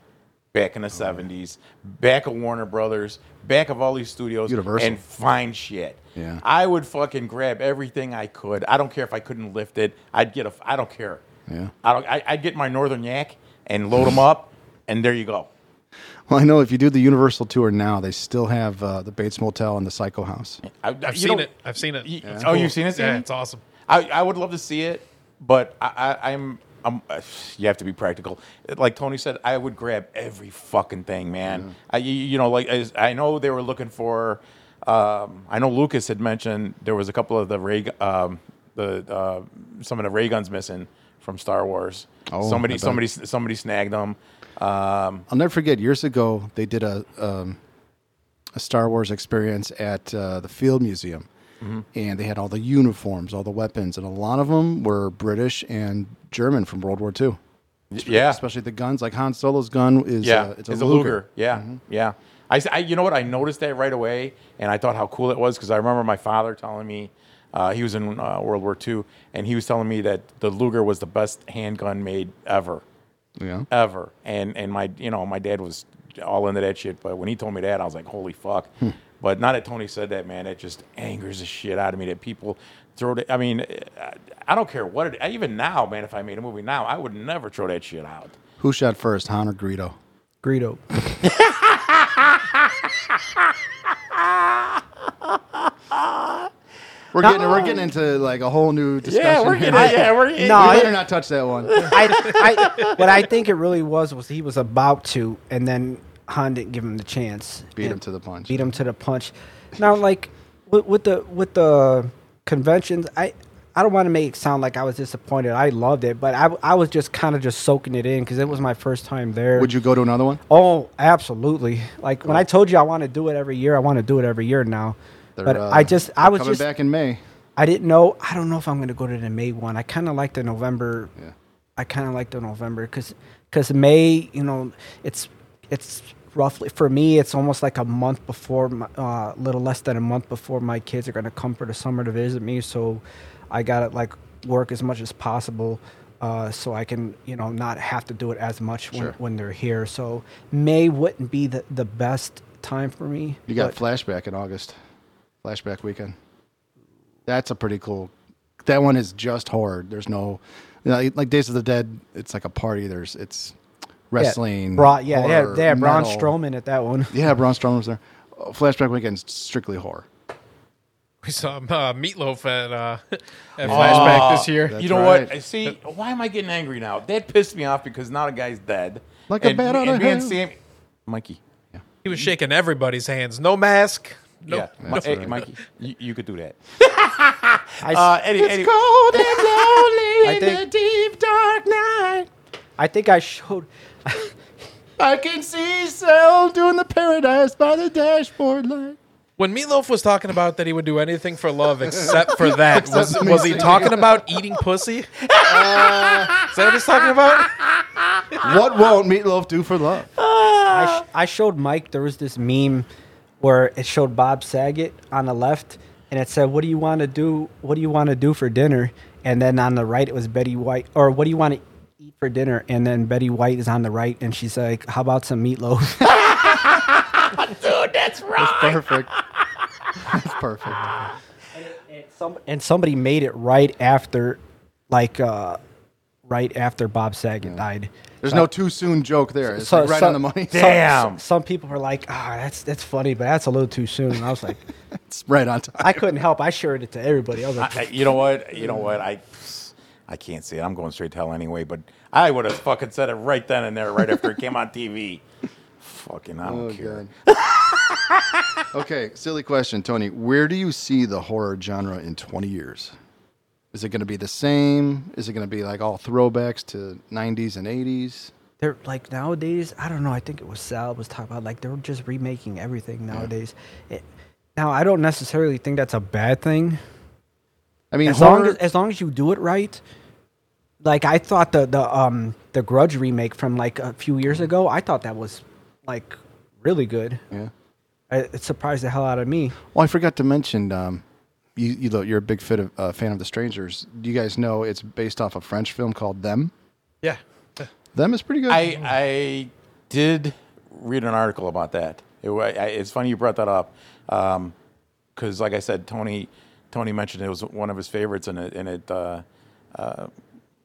back in the 70s, back of Warner Brothers, back of all these studios,
Universal.
and find shit.
Yeah.
I would fucking grab everything I could. I don't care if I couldn't lift it. I'd get a. f- I don't care.
Yeah.
I don't. I, I'd get my Northern Yak and load them up, and there you go.
Well, I know if you do the Universal tour now, they still have uh, the Bates Motel and the Psycho House.
I,
I've seen it. I've seen it.
You-
It's
oh, you've seen it,
Yeah,
Sammy?
it's awesome. *laughs*
I, I would love to see it, but I, I, I'm I'm uh, you have to be practical. Like Tony said, I would grab every fucking thing,
Mm-hmm.
man. I you- you know like as, I know they were looking for. Um, I know Lucas had mentioned there was a couple of the ray gu- um, the uh, some of the ray guns missing from Star Wars.
Oh, I
somebody
bet.
somebody somebody snagged them. Um,
I'll never forget years ago they did a um, a Star Wars experience at uh, the Field Museum,
Mm-hmm.
and they had all the uniforms, all the weapons, and a lot of them were British and German from World War II.
yeah,
Especially the guns, like Han Solo's gun is
Yeah,
uh, it's a
it's
Luger. Mm-hmm.
Yeah, yeah. I, s- I- you know what? I noticed that right away, and I thought how cool it was because I remember my father telling me uh, he was in uh, World War II, and he was telling me that the Luger was the best handgun made ever,
Yeah,
ever. And and my you know my dad was all into that shit, but when he told me that, I was like, holy fuck.
Hmm.
But now that Tony said that, man, it just angers the shit out of me that people throw. The, I mean, I- I don't care what it. Even now, man, if I made a movie now, I would never throw that shit out.
who shot first, Han or Greedo?
Greedo.
We're getting we're getting into like a whole new discussion. here. *laughs*
yeah, we're
We
No,
better
I-
not touch that one.
I, I, what I think it really was was he was about to, and then Han didn't give him the chance.
Beat
And
him to the punch.
Beat him to the punch. Now, like with, with the with the conventions, I I don't want to make it sound like I was disappointed. I loved it, but I I was just kind of just soaking it in because it was my first time there.
Would you go to another one?
Oh, absolutely! Like when I told you I want to do it every year, I want to do it every year now.
They're,
but
uh,
I just I was
coming
just
back in May.
I didn't know. I don't know if I'm going to go to the May one. I kind of like the November.
Yeah.
I kind of like the November because May, you know, it's it's roughly for me. It's almost like a month before, my, uh, little less than a month before my kids are going to come for the summer to visit me. So I got to like work as much as possible. Uh, so I can, you know, not have to do it as much when,
Sure.
when they're here. So May wouldn't be the, the best time for me.
You got flashback in August, flashback weekend. That's a pretty cool. That one is just horror. There's no, you know, like Days of the Dead. It's like a party. There's it's wrestling.
Yeah, Braun, yeah, they
horror,
had, they had Braun
metal.
Strowman at that one.
Yeah, Braun Strowman was there. Oh, Flashback weekend's strictly horror.
We saw uh, Meatloaf at, uh, *laughs* at
Oh,
Flashback this year.
That's
you know
right.
what? I See, why am I getting angry now? That pissed me off because now the guy's dead.
Like a bat out
and
of
me and
hell.
Sam, Mikey.
He was shaking everybody's hands. No mask. No.
Yeah, Mi- hey, Mikey, you, you could do
*laughs*
that.
I,
Uh, any, any,
cold and lonely
I think-
deep dark night.
I think I showed.
I can see Sal doing the paradise by the dashboard light.
When Meatloaf was talking about that he would do anything for love except for that, was,
Except
was he
me.
talking about eating pussy? Is that what he's
*laughs*
talking about?
What won't Meatloaf do for *laughs* love?
I, sh- I showed Mike there was this meme where it showed Bob Saget on the left, and it said, "What do you want to do? What do you want to do for dinner?" And then on the right, it was Betty White, or "What do you want to eat for dinner?" And then Betty White is on the right, and she's like, "How about some meatloaf?" *laughs*
dude, that's right.
Perfect. *laughs* That's perfect.
and, some- and somebody made it right after, like, uh, right after Bob Saget died.
There's no too soon joke there. It's like right on the money.
so-
Damn.
some people were like, "Ah, that's that's funny, but that's a little too soon." And I was like,
*laughs* It's right on time.
*laughs* I couldn't help. I shared it to everybody. I was like,
I- I- you know what? You know what? I I can't see it. I'm going straight to hell anyway. But I would have fucking said it right then and there, right after it came on TV. *laughs* Fucking, I don't
Oh,
care.
God. *laughs* okay, silly question, Tony. Where do you see the horror genre in 20 years? Is it going to be the same? Is it going to be like all throwbacks to 90s and 80s?
They're like nowadays. I don't know. I think it was Sal was talking about like they're just remaking everything nowadays. It, now I don't necessarily think that's a bad thing.
I mean,
as long
horror-
as as long as you do it right. Like I thought the the um the Grudge remake from like a few years ago, I thought that was like really good.
yeah.
I, it surprised the hell out of me.
Well, I forgot to mention. Um, you, you know, you're a big fit of, uh, fan of The Strangers. Do you guys know it's based off a French film called Them?
Yeah.
Them is pretty good.
I I did read an article about that. It, wa- I, it's funny you brought that up, because like I said, Tony Tony mentioned it was one of his favorites, and it and it. Uh, uh,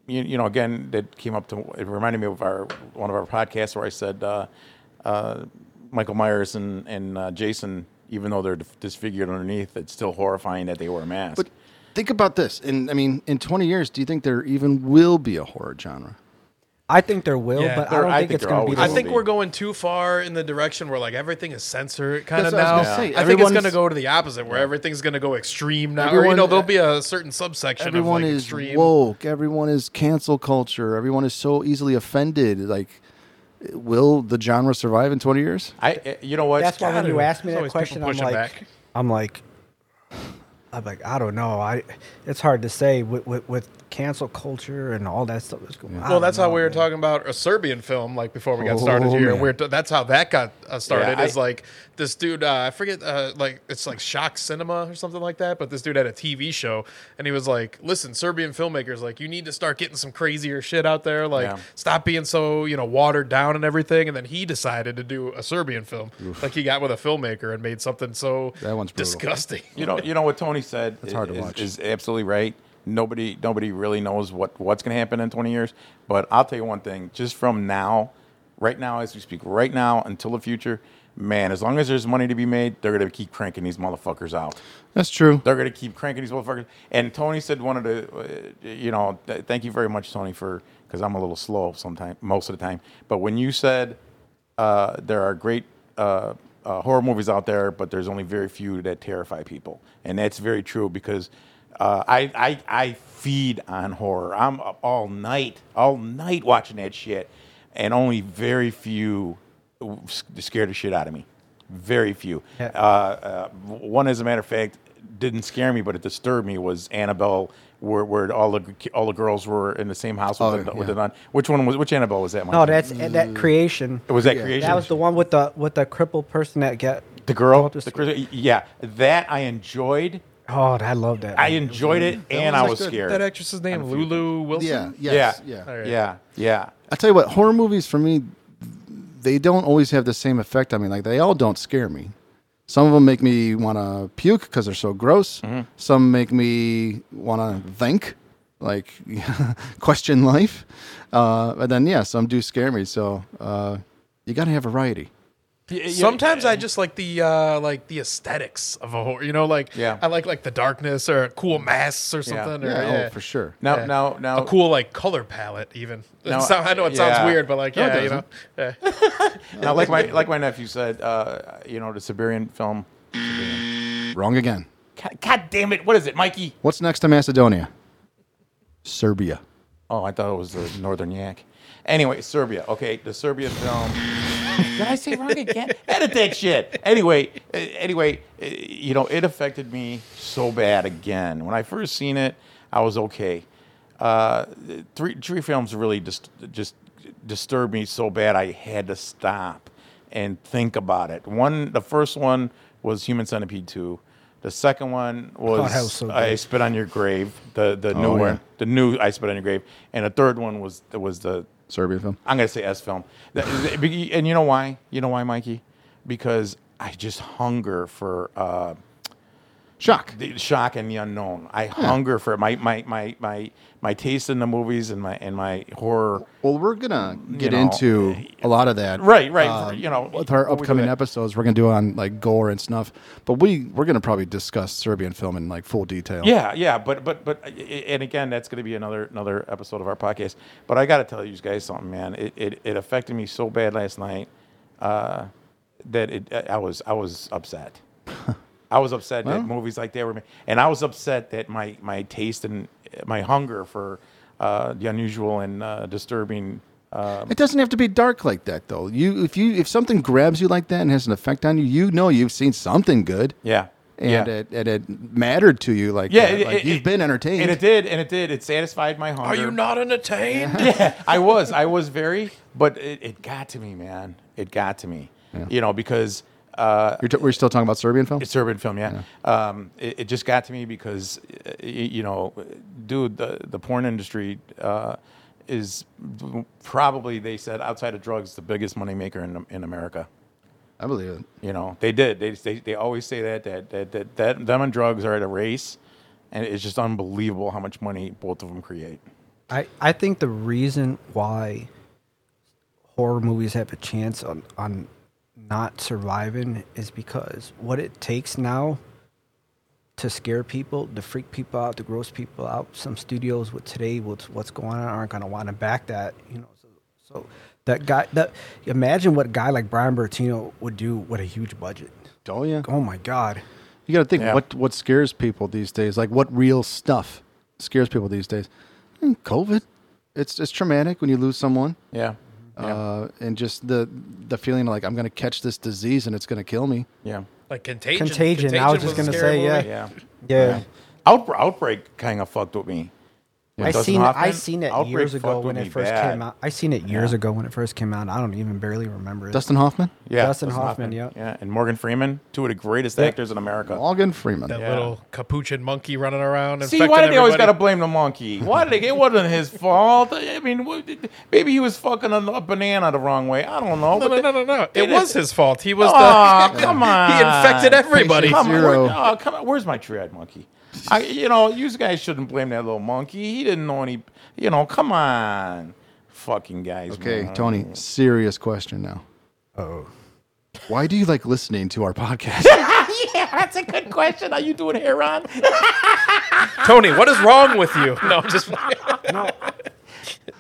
you, you know, again, that came up to it reminded me of our one of our podcasts where I said uh, uh, Michael Myers and and uh, Jason, even though they're disfigured underneath, it's still horrifying that they wear a mask.
but think about this. And I mean, in 20 years, do you think there even will be a horror genre?
I think there will,
Yeah,
but I
there-
don't
I
think,
think
it's
there
going to
always
be. the
I
will
same.
think
be.
we're going too far in the direction where like everything is censored kind of
That's what I
now.
was gonna say.
I think it's
Everyone's-
going to go to the opposite where everything's going to go extreme now. or,
Everyone- e-
you know, there'll be a certain subsection
Everyone
of like
is
extreme.
woke. Everyone is cancel culture. Everyone is so easily offended. Like, will the genre survive in 20 years?
I, eh, you know what?
That's why when you ask me that
There's always people
question, I'm
pushing
like,
back.
I'm like, I'm like, I don't know. I, it's hard to say with with, with cancel culture and all that stuff that's going. on.
Well, that's how we were talking about a Serbian film, like before we got
Oh,
started here.
man.
We're t- that's how that got uh, started.
Yeah,
is
I-
like this dude, uh, I forget, uh, like it's like Shock Cinema or something like that. But this dude had a TV show, and he was like, "Listen, Serbian filmmakers, like you need to start getting some crazier shit out there. Like
Yeah.
stop being so you know watered down and everything." And then he decided to do a Serbian film, like he got with a filmmaker and made something so
That one's brutal.
disgusting.
you know, you know what Tony said. It's
hard to watch.
Is absolutely right. Nobody, nobody really knows what what's going to happen in 20 years. But I'll tell you one thing: just from now, right now, as we speak, right now until the future, man, as long as there's money to be made, they're going to keep cranking these motherfuckers out.
That's true.
They're going to keep cranking these motherfuckers. And Tony said one of the, uh, you know, th- thank you very much, Tony, for because I'm a little slow sometimes, most of the time. But when you said uh, there are great uh, uh, horror movies out there, but there's only very few that terrify people, and that's very true because uh, I, I I feed on horror. I'm up all night, all night watching that shit, and only very few w- s- scared the shit out of me. Very few.
Yeah.
Uh, uh, one, as a matter of fact, didn't scare me, but it disturbed me. Was Annabelle, where, where all the g- all the girls were in the same house with,
Oh,
the, with
yeah.
the nun? Which one was? Which Annabelle was that?
no,
Mike?
that's that creation.
was that creation.
That was the one with the with the crippled person that got.
The girl,
Walter
the
Street.
Chris, yeah, that I enjoyed.
Oh, I love that.
I enjoyed it, and I was scared.
That actress's name, Lulu Wilson.
Yeah.
yeah,
Yes, Oh, yeah.
All right.
yeah, yeah.
I tell you what, horror movies for me, they don't always have the same effect on me. Like they all don't scare me. Some of them make me want to puke because they're so gross.
Mm-hmm.
Some make me want to think, like *laughs* question life. Uh, and then yeah, some do scare me. So uh, you got to have variety.
Sometimes I just like the uh, like the aesthetics of a horror. You know, like
Yeah.
I like like the darkness or cool masks or something. Or,
Yeah,
yeah,
Oh, for sure.
Now,
Yeah.
now, now,
A cool like color palette, even. *laughs*
No,
so, I know it
yeah.
sounds weird, but like
No, it
yeah, you know.
doesn't.
Yeah.
now, like my like my nephew said, uh, you know, the Siberian film.
Wrong again.
God, God damn it! What is it, Mikey?
What's next to Macedonia? Serbia.
Oh, I thought it was the Northern Yak. Anyway, Serbia. Okay, the Serbia film. Did I say wrong again? Edit that shit. Anyway, uh, anyway, uh, you know, it affected me so bad again. When I first seen it, I was okay. Uh, three three films really just just disturbed me so bad I had to stop and think about it. One, the first one was Human Centipede two. The second one was,
that was so
I
good.
spit on your grave. The the new
Oh, yeah.
one the new I Spit on Your Grave, and the third one was was the
Serbia film.
I'm gonna say S film, That- be- and you know why? You know why, Mikey? Because I just hunger for uh,
Shock.
the shock and the unknown. I hunger for it. my my my my my taste in the movies and my and my horror.
Well, we're gonna get
know, eh,
into a lot of that,
Right, right, you know,
Um, with our
when we do
upcoming
that.
episodes. We're gonna do on like gore and stuff, but we we're gonna probably discuss Serbian film in like full detail.
Yeah, yeah, but but but uh, and again, that's going to be another another episode of our podcast. But I got to tell you guys something, man. It, it it affected me so bad last night uh, that it I was I was
*laughs*
upset. I was upset that movies like that were, ma- and I was upset that my my taste and uh, my hunger for uh, the unusual and uh, disturbing. Um,
It doesn't have to be dark like that though. You if you if something grabs you like that and has an effect on you, you know you've seen something good.
yeah,
And
yeah.
it and it mattered to you like
yeah,
that.
it-
like
it-
you've
it-
been entertained.
and it did, and it did. It satisfied my hunger.
Are you not entertained?
yeah, *laughs* I was. I was very, but it, it got to me, man. It got to me. You know, because uh,
You're t- we're still talking about Serbian film?
it's urban film, yeah. Um, it, it just got to me because, uh, y- you know, dude, the, the porn industry uh, is probably, they said, outside of drugs, the biggest moneymaker in, in America.
I believe it.
You know, they did. They, they, they always say that, that, that, that, that them and drugs are at a race. And it's just unbelievable how much money both of them create.
I, I think the reason why horror movies have a chance on, on not surviving is because what it takes now to scare people, to freak people out, to gross people out. Some studios with today, what's what's going on, aren't going to want to back that. You know, so, so that guy, that imagine what a guy like Brian Bertino would do with a huge budget.
Oh yeah.
Oh my God!
You got to think
Yeah.
what what scares people these days. Like what real stuff scares people these days? Hmm, COVID. It's it's traumatic when you lose someone,
Yeah. Yeah.
uh, and just the the feeling like I'm going to catch this disease and it's going to kill me.
yeah.
Like contagion.
Contagion, I was just
a
gonna
scary
say,
movie.
yeah.
Yeah.
Yeah.
Outbreak, outbreak kind of fucked with me.
I
Dustin
seen I
Hoffman,
seen it
Outbreak
years ago
fucked
when
with
it
me
first
bad.
came out. I seen it years ago when it first came out. I don't even barely remember it. *laughs*
Dustin Hoffman,
Yeah,
Dustin Hoffman, yeah.
yeah, and Morgan Freeman, two of the greatest actors in America.
Morgan Freeman.
That
Yeah.
little capuchin monkey running around.
See, why did they always got to
everybody.
blame the monkey? Why did they, it wasn't his fault? I mean, what- maybe he was fucking a, a banana the wrong way. I don't know. but
No,
they-
no, no, no, no.
they-
It was his fault. He was
Aw,
the.
come on.
He infected everybody.
Come on,
Zero.
where- oh, come on. Where's my triad monkey? I, you know, you guys shouldn't blame that little monkey. He didn't know any. You know, come on, fucking guys.
Okay,
man.
Tony. Serious question now.
Oh.
Why do you like listening to our podcast?
*laughs* yeah, that's a good question. Are you doing hair on?
*laughs* Tony, what is wrong with you? No,
*laughs*
I'm just.
All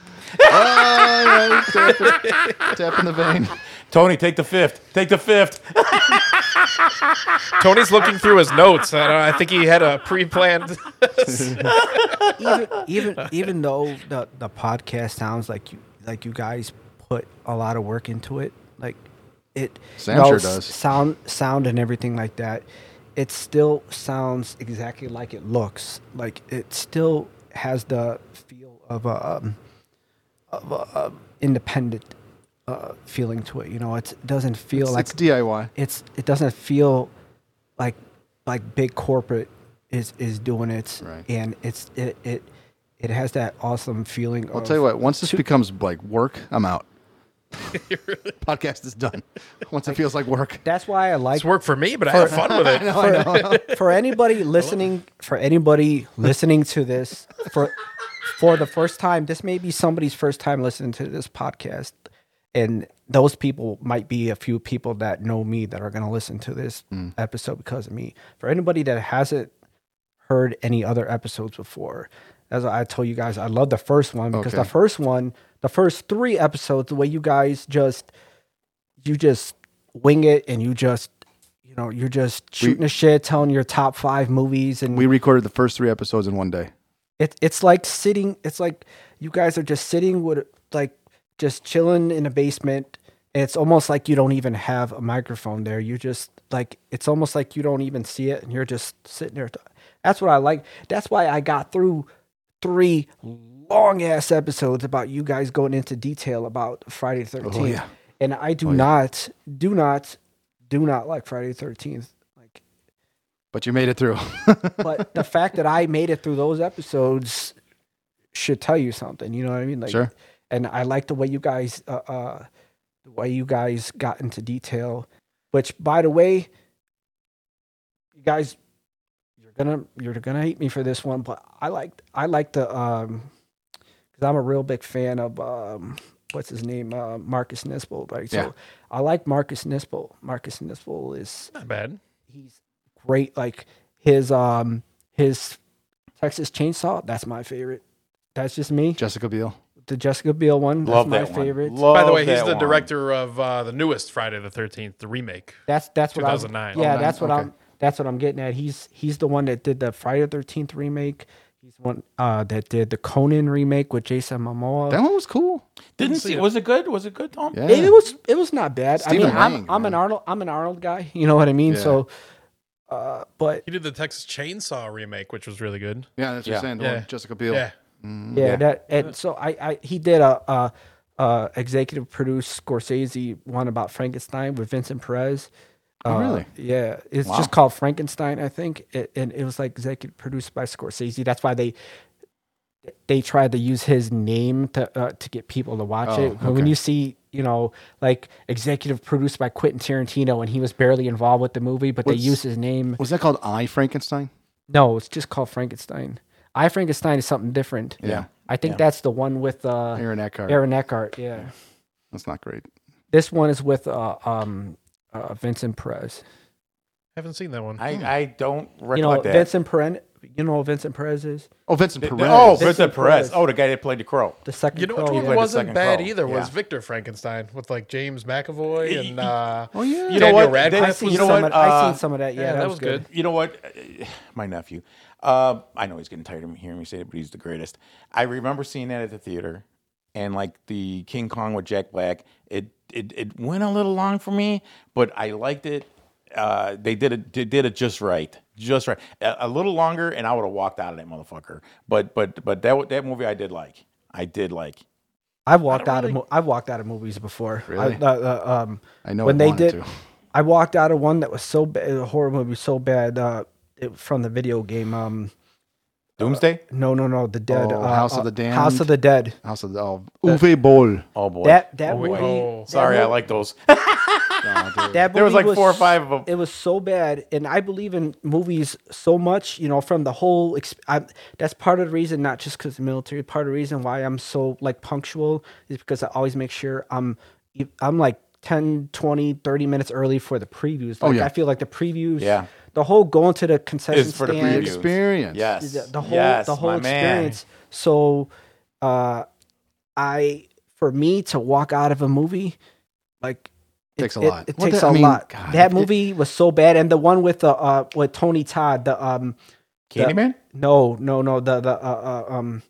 right, tap, it- tap in the vein.
Tony, take the fifth. Take the fifth.
Tony's looking through his notes. I, don't, I think he had a pre-planned. *laughs*
even even even though the the podcast sounds like you like you guys put a lot of work into it, like it
Sam
no,
sure
s-
does.
sound sound and everything like that. It still sounds exactly like it looks. Like it still has the feel of a um, of a, um, independent uh, feeling to it. You know, it doesn't feel
It's,
like
it's DIY.
it's it doesn't feel like like big corporate is is doing it
Right.
and it's it it it has that awesome feeling
I'll tell you what. Once this becomes like work, I'm out. *laughs* podcast is done. Once it feels like work.
that's why i like
It's work for me, but I had
*laughs*
fun with it.
for,
*laughs*
for anybody listening for anybody listening to this for for the first time this may be somebody's first time listening to this podcast and those people might be a few people that know me that are going to listen to this
Hmm.
episode because of me for anybody that hasn't heard any other episodes before as i told you guys i love the first one because the
Okay.
first one the first three episodes the way you guys just you just wing it and you just you know you're just shooting the shit telling your top five movies and
We recorded the first three episodes in one day.
it, it's like sitting it's like you guys are just sitting with like just chilling in a basement and it's almost like you don't even have a microphone there you just like it's almost like you don't even see it and you're just sitting there that's what i like that's why i got through three long ass episodes about you guys going into detail about friday the 13th
Oh, yeah.
and i do not do not do not like friday the 13th like
But you made it through. *laughs*
but the fact that I made it through those episodes should tell you something. You know what I mean? Like,
Sure.
And I like the way you guys, uh, uh, the way you guys got into detail. Which, by the way, you guys gonna you're gonna hate me for this one, but I like I like the um because I'm a real big fan of um what's his name uh, Marcus Nispel right so
Yeah.
I like Marcus Nispel Marcus Nispel is
Not bad.
he's great like his um his Texas Chainsaw that's my favorite that's just me
Jessica Biel.
the Jessica Biel one that's
Love
my
that
favorite
one. Love
By the way, he's
that
the
one.
director of uh, the newest Friday the Thirteenth, the remake.
That's that's what
2009.
I was, yeah,
Oh,
that's what
okay.
I'm that's what I'm getting at. He's he's the one that did the Friday the Thirteenth remake. He's the one uh, that did the Conan remake with Jason Momoa.
That one was cool.
Didn't see. Was it good? Was it good, Tom?
Yeah.
it, it was it was not bad. I
Stephen
mean, I'm,
Lang,
I'm an
man.
Arnold I'm an Arnold guy. *laughs* You know what I mean?
Yeah.
So, uh, but
He did the Texas Chainsaw remake, which was really good.
Yeah, that's
Yeah.
what you're saying. the one
Yeah.
with Jessica Biel.
Yeah.
yeah,
Yeah.
that and so I, I he did a, a, a executive produced Scorsese one about Frankenstein with Vincent Perez. Uh,
Oh, really?
Yeah, it's
Wow.
just called Frankenstein, I think, it, and it was like executive produced by Scorsese. That's why they they tried to use his name to uh, to get people to watch
Oh,
it. But When
okay.
you see, you know, like executive produced by Quentin Tarantino, and he was barely involved with the movie, but
What's-
they used his name.
Was that called I Frankenstein?
No, it's just called Frankenstein. I Frankenstein is something different.
Yeah.
I think that's the one with uh,
Aaron Eckhart.
Aaron Eckhart. Yeah.
That's not great.
This one is with uh, um, uh, Vincent Perez.
Haven't seen that one.
I, I don't recollect
You know
that.
Vincent Perez. You know who Vincent Perez is
Oh, Vincent
Th-
Perez.
th- oh, Vincent,
Vincent
Perez.
Perez.
Oh, the guy that played the crow.
the second.
You know which
Crow,
one
yeah.
played the
wasn't
second
bad
Crow.
either was
Yeah.
Victor Frankenstein with like James
*laughs*
McAvoy and uh,
Oh, yeah.
you know what?
They-
I
Radcliffe
seen
was
you know
some.
what,
Of, I
uh,
seen some of that. Yeah, that, was good.
You know what? *sighs* My nephew. Uh, I know he's getting tired of me hearing me say it, but he's the greatest. I remember seeing that at the theater, and like the King Kong with Jack Black, it it, it went a little long for me, but I liked it. Uh, they did it. They did it just right, just right. A, a little longer, and I would have walked out of that motherfucker. But but but that wa- that movie I did like. I did like.
I've walked out of mo- I've walked out of movies before.
Really?
I, uh, uh, um,
I know
when
I
they
wanted
did.
to.
I walked out of one that was so bad, a horror movie so bad uh, it, from the video game. Um,
Doomsday.
no, no, no, the dead
Oh,
uh,
House of
uh,
the Damned.
House of the Dead.
House of the oh, Uwe Boll.
Oh boy.
That that
Oh, wait.
movie.
Oh.
that
Sorry, I
movie-
like
*laughs*
those.
Oh, dude.
That
There was
movie
like four or five of 'em.
It was so bad, and I believe in movies so much. You know, from the whole. Exp- I, that's part of the reason, not just because the military. Part of the reason why I'm so like punctual is because I always make sure I'm. e, I'm like 10, 20, 30 minutes early for the previews. Like,
yeah.
I feel like the previews.
Oh, Yeah.
The whole going to the concession
Is for the
stand,
previews.
experience. *laughs*
Yes.
the, the whole
Yes,
the whole
my man.
experience. So, uh, I for me to walk out of a movie, like it-
Takes a
it-
lot.
It,
Well,
takes
that- I
a
mean,
lot.
God,
that
it-
movie was so bad, and the one with the uh with Tony Todd, the um
Candyman.
no no no the the uh, uh um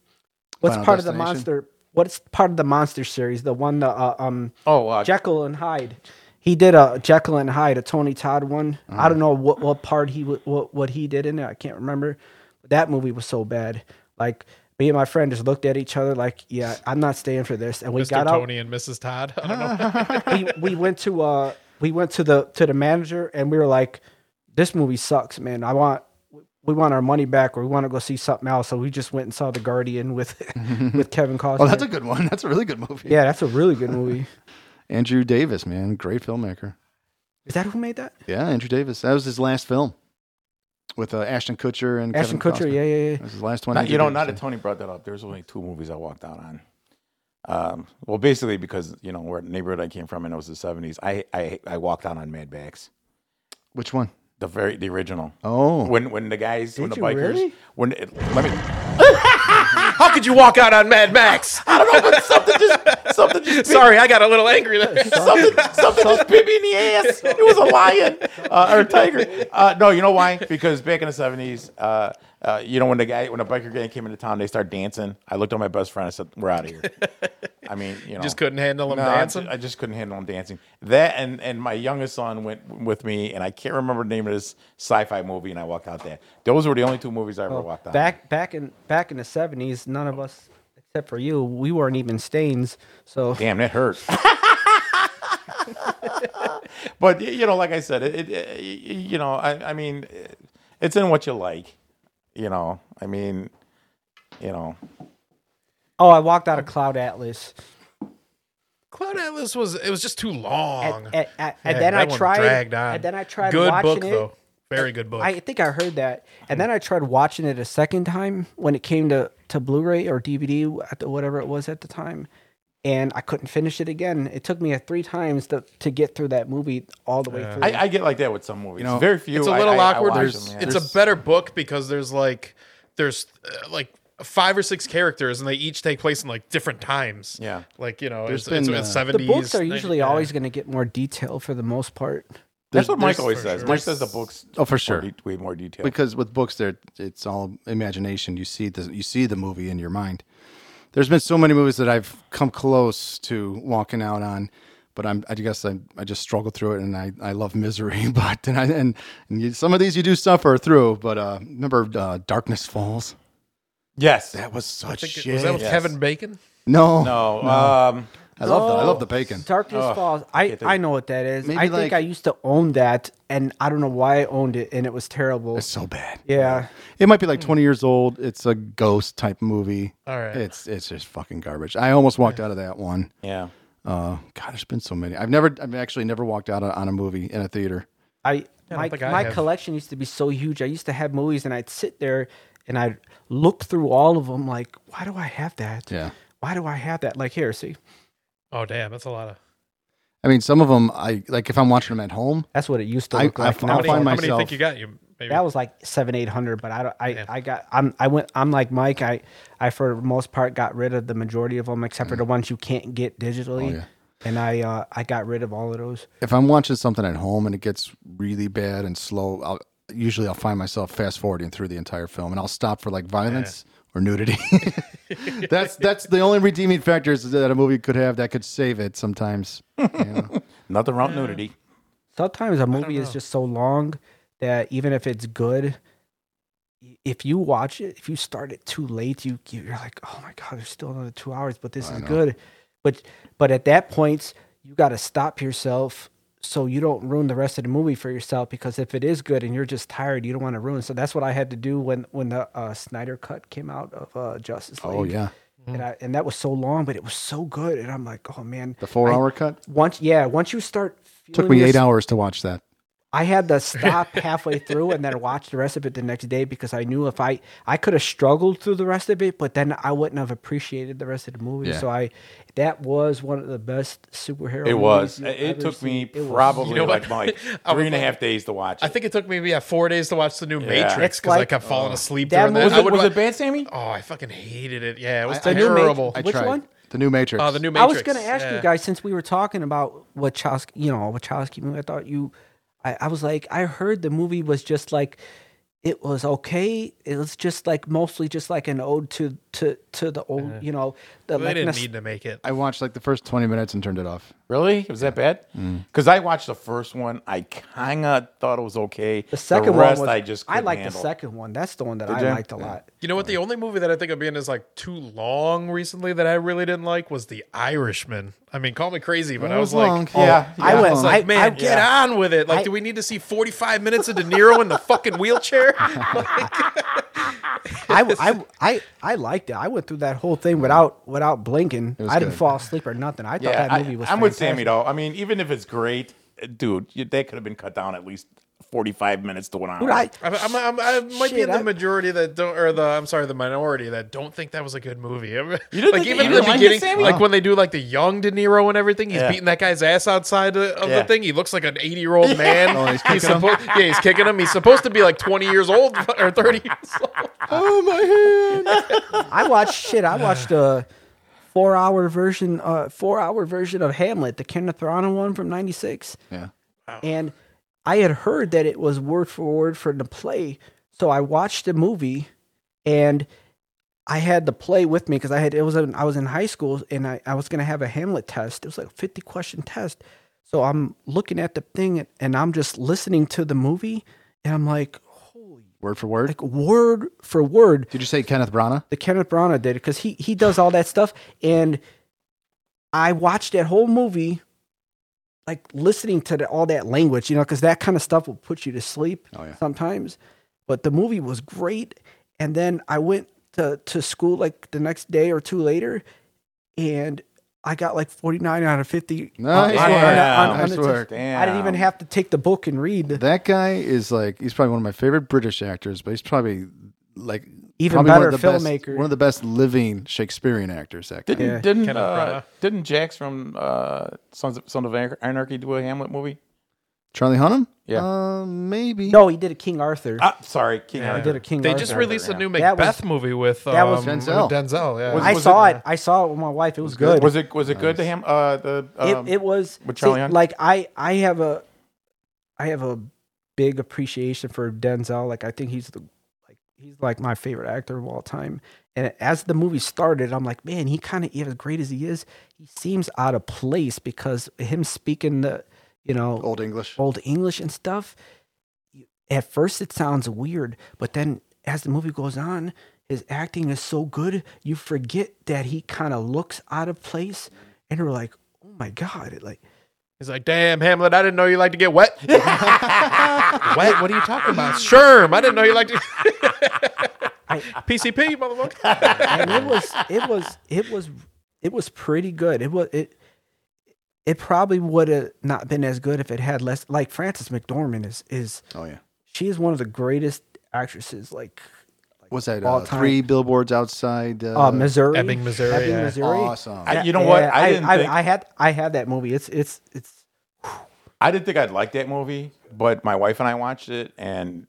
what's
Final
part of the
Destination?
monster? What's part of the monster series? The one the uh, um
Oh, uh,
Jekyll and Hyde. He did a Jekyll and Hyde, a Tony Todd one. I
Mm-hmm.
don't know what, what part he wa- what what he did in it. I can't remember. But that movie was so bad. Like me and my friend just looked at each other like, yeah, I'm not staying for this. And we
Mr.
got out.
Tony and Mrs. Todd. I don't know.
*laughs*
*laughs*
We,
*laughs*
we went to uh we went to the to the manager and we were like, this movie sucks, man. I want we want our money back or we want to go see something else. So we just went and saw The
*laughs*
Guardian with with Kevin Costner.
Oh, that's a good one. That's a really good movie.
yeah, that's a really
*laughs*
good movie.
Andrew Davis, man, great filmmaker.
Is that who made that?
Yeah, Andrew Davis. That was his last film with uh, Ashton Kutcher and
Ashton
Kevin
Kutcher.
Costner.
Yeah, yeah, yeah.
That was his last one.
Not,
Andrew
you know,
Davis
not that
did.
Tony brought that up. There's only two movies I walked out on. Um, well, basically because you know where the neighborhood I came from, and it was the '70s. I I, I walked out on Mad Max,
Which one?
the very the original.
Oh,
When when the guys when the
Did you
bikers
really?
when it, let me *laughs*
How could you walk out on Mad
*laughs*
Max?
I don't know but something just something just
Sorry, I got a little angry
*laughs*
there. *laughs*
something, something just bit me in the ass. It was a lion uh, or a tiger. Uh, no, you know why? Because back in the seventies, uh, uh, you know when the guy when the biker gang came into town, they started dancing. I looked at my best friend. I said, "We're out of here." I mean, you know,
Just couldn't handle them
No, I ju-
dancing.
I, just couldn't handle them dancing. That and and my youngest son went with me, and I can't remember the name of this sci-fi movie. And I walked out there. Those were the only two movies I
Oh,
ever walked out.
back back in back in the seventies, none of us except for you, we weren't even stains. So
Damn, that hurt. but y- you know, like I said, it, it y- you know, I, I mean, it- it's in what you like. You know, I mean, you know,
oh, I walked out of Cloud Atlas,
Cloud Atlas was it was just too
and,
long.
and- and- and
Yeah,
then
that
I
one
tried,
dragged on.
and then I tried
Good
watching
book
it,
though. Very good book.
I think I heard that, and then I tried watching it a second time when it came to to Blu-ray or DVD at the, whatever it was at the time, and I couldn't finish it again. It took me uh, three times to to get through that movie all the way through.
I, I get like that with some movies.
know,
very few.
it's a
I-
little
I- I
awkward.
watch
There's-
them, yeah.
it's a better book because there's like there's uh, like five or six characters and they each take place in like different times.
Yeah.
like you know, it's,
been,
it's,
uh,
it's 70s.
the books are
they-
usually
yeah.
always going to get more detail for the most part.
That's what Mike
there's-
always
for
says.
sure.
Mike says the books.
Oh, for
are
sure.
de- way more detailed.
because with books there it's all imagination you see the you see the movie in your mind there's been so many movies that i've come close to walking out on but i'm i guess i, I just struggled through it and i, I love misery *laughs* but and I, and, and you, some of these you do suffer through but uh remember uh, darkness falls
yes.
that was such
I think it-
shit
Was that with
Yes.
Kevin Bacon?
no
no. Um,
i love the i love the bacon
Darkness Falls. I, I know what that is.
Maybe
I think
like-
I used to own that, and I don't know why I owned it, and it was terrible.
it's so bad
Yeah,
It might be like 20 years old. It's a ghost type movie.
All right.
It's it's just fucking garbage. I almost walked out of that one.
yeah.
Uh, God, there's been so many. I've never, I've actually never walked out on- on a movie in a theater.
I my,
think I
my
have.
collection used to be so huge. I used to have movies, and I'd sit there and I'd look through all of them. Like, why do I have that?
Yeah.
Why do I have that? Like here, see,
Oh damn, that's a lot of.
I mean, some of them, I like if I'm watching them at home.
that's what it used to
I-
look
I
like.
found-
How
I'll
many,
find
how many you
myself.
think you got? You maybe.
that was like seven eight hundred, but I don't. I, I got. I'm. I went. I'm like Mike. I I for the most part got rid of the majority of them, except for the ones you can't get digitally.
Mm. Oh, yeah.
And I uh, I got rid of all of those.
If I'm watching something at home and it gets really bad and slow, I'll usually I'll find myself fast forwarding through the entire film and I'll stop for like violence or *laughs* nudity. that's that's the only redeeming factors that a movie could have that could save it sometimes. you *laughs* know?
Nothing wrong with nudity.
Sometimes a movie is just so long that even if it's good, i- if you watch it, if you start it too late, you you- you're like, oh my god, there's still another two hours, but this is good. But but at that point, you got to stop yourself so you don't ruin the rest of the movie for yourself because if it is good and you're just tired, you don't want to ruin. So that's what I had to do when when the uh, Snyder cut came out of uh, Justice League.
Oh yeah,
and I, and that was so long, but it was so good, and I'm like, oh man,
the four hour cut
once yeah, once you start.
took
feeling
me
yourself-
eight hours to watch that.
I had
*laughs*
to stop halfway through and then watch the rest of it the next day because I knew if I I could have struggled through the rest of it, but then I wouldn't have appreciated the rest of the movie.
Yeah.
So I that was one of the best superhero.
It was.
movies
It,
you've
it
ever
took me
seen. It was-
probably
know
like
what?
Mike
*laughs* I
three and a half days to watch. It.
I think it took me yeah four days to watch the new Matrix
It's
because I
like-
kept falling asleep
That
during that.
was
I
it,
would
Oh. was
wa-
it bad, Sammy?
Oh, I fucking hated it. Yeah, it was
I- I-
new Matrix-
terrible.
I
Which
tried
one?
the new Matrix.
Oh, the new
I
Matrix.
was going to ask
Yeah.
you guys since we were talking about Wachowski, you know, Wachowski movie. I thought you, I, I was like, I heard the movie was just like, it was okay. It was just like mostly just like an ode to to to the old,
Uh-huh.
you know, the
They
like
didn't
nos-
need to make it.
I watched like the first 20 minutes and turned it off.
Really? Was that bad?
Mm.
Because I watched the first one. I kind of thought it was okay.
The second
rest
one was,
I just
I
couldn't
like the
handle.
second one. That's the one that I
you?
liked a lot.
You know what? The only movie that I think of being is like too long recently that I really didn't like was The Irishman. I mean, call me crazy, but I was like,
yeah,
I
yeah.
went-
I was like,
I-
man,
I-
get on with it. Like, do we need to see 45 minutes of De Niro in the
*laughs*
fucking wheelchair?
I, I, I, I liked it. I went through that whole thing without without blinking. I didn't
good.
fall asleep or nothing. I thought
Yeah,
that movie was.
I, am with Sammy
fantastic.
though. I mean, even if it's great, uh, dude, you, that could have been cut down at least 45 minutes to one hour.
Dude, I,
I'm, I'm, I'm, I might be
Shit,
in the
I-
majority that don't, or the I'm sorry, the minority that don't think that was a good movie. *laughs* You like
didn't think-
even
you
in the
didn't like it,
beginning,
Sammy?
like when they do like the young De Niro and everything, he's
Yeah.
beating that guy's ass outside of, of
Yeah.
the thing. He looks like an 80 year old man.
Oh, he's kicking him?
suppo- yeah, he's kicking him. He's supposed to be like 20 years old *laughs* or 30 years old.
Oh my hand!
I watched shit. I watched a four hour version, uh, four hour version of Hamlet, the Kenneth Branagh one from '96.
yeah,
and I had heard that it was word for word for the play. So I watched the movie, and I had the play with me because I had it was in, I was in high school and I, I was gonna have a Hamlet test. It was like a fifty question test. So I'm looking at the thing and, and I'm just listening to the movie, and I'm like,
word for word.
like word for word,
Did you say Kenneth Branagh?
the Kenneth Branagh did it because he he does all that stuff. And I watched that whole movie, like listening to the, all that language, you know, because that kind of stuff will put you to sleep
Oh, yeah.
sometimes. But the movie was great. And then I went to to school like the next day or two later, and I got like 49 out of 50. on-
Nice
on- on-
work.
on- on
Nice
the
work.
test. I didn't even
Damn.
have to take the book and read.
That guy is like he's probably one of my favorite British actors, but he's probably like
Even
probably
better
best-
filmmaker.
one of the best living Shakespearean actors. That guy.
Didn't
Yeah.
didn't
Kenneth
uh,
Branagh.
didn't Jax from uh, Sons of, Son of Anar- Anarchy do a Hamlet movie?
Charlie Hunnam?
Yeah.
Uh, maybe.
No, he did a King Arthur.
Ah, sorry, King
Yeah.
Arthur.
did a King
They
Arthur.
just released a new
That was-
Macbeth movie with um,
that was-
Denzel.
with Denzel. Yeah,
I
was
saw
it-
it, I saw it with my wife. It was good.
Was it was it good to him? Uh, the um,
it, it was
with
see,
Charlie Hunnam?
like I I have a I have a big appreciation for Denzel. Like I think he's the like he's like my favorite actor of all time. And as the movie started, I'm like, man, he kind of as great as he is, he seems out of place because him speaking the you know
Old English.
old English and stuff. you- At first, it sounds weird, but then as the movie goes on, his acting is so good, you forget that he kind of looks out of place, and we're like, "Oh my god!" It like
he's like, "Damn, Hamlet, I didn't know you like to get wet." wet? What are you talking about? Sherm, I didn't know you like to. *laughs* PCP, motherfucker.
*laughs* and it was it was it was it was pretty good. It was it it probably would have not been as good if it had less. Like Frances McDormand is is
Oh yeah.
she is one of the greatest actresses. Like
What's that?
All
Uh,
time.
three billboards outside. Uh,
uh, Missouri,
Ebbing, Missouri,
Ebbing,
yeah.
Missouri.
Awesome.
I- you know what?
Yeah,
I didn't
I,
think-
I had I had that movie. It's it's it's
I didn't think I'd like that movie, but my wife and I watched it, and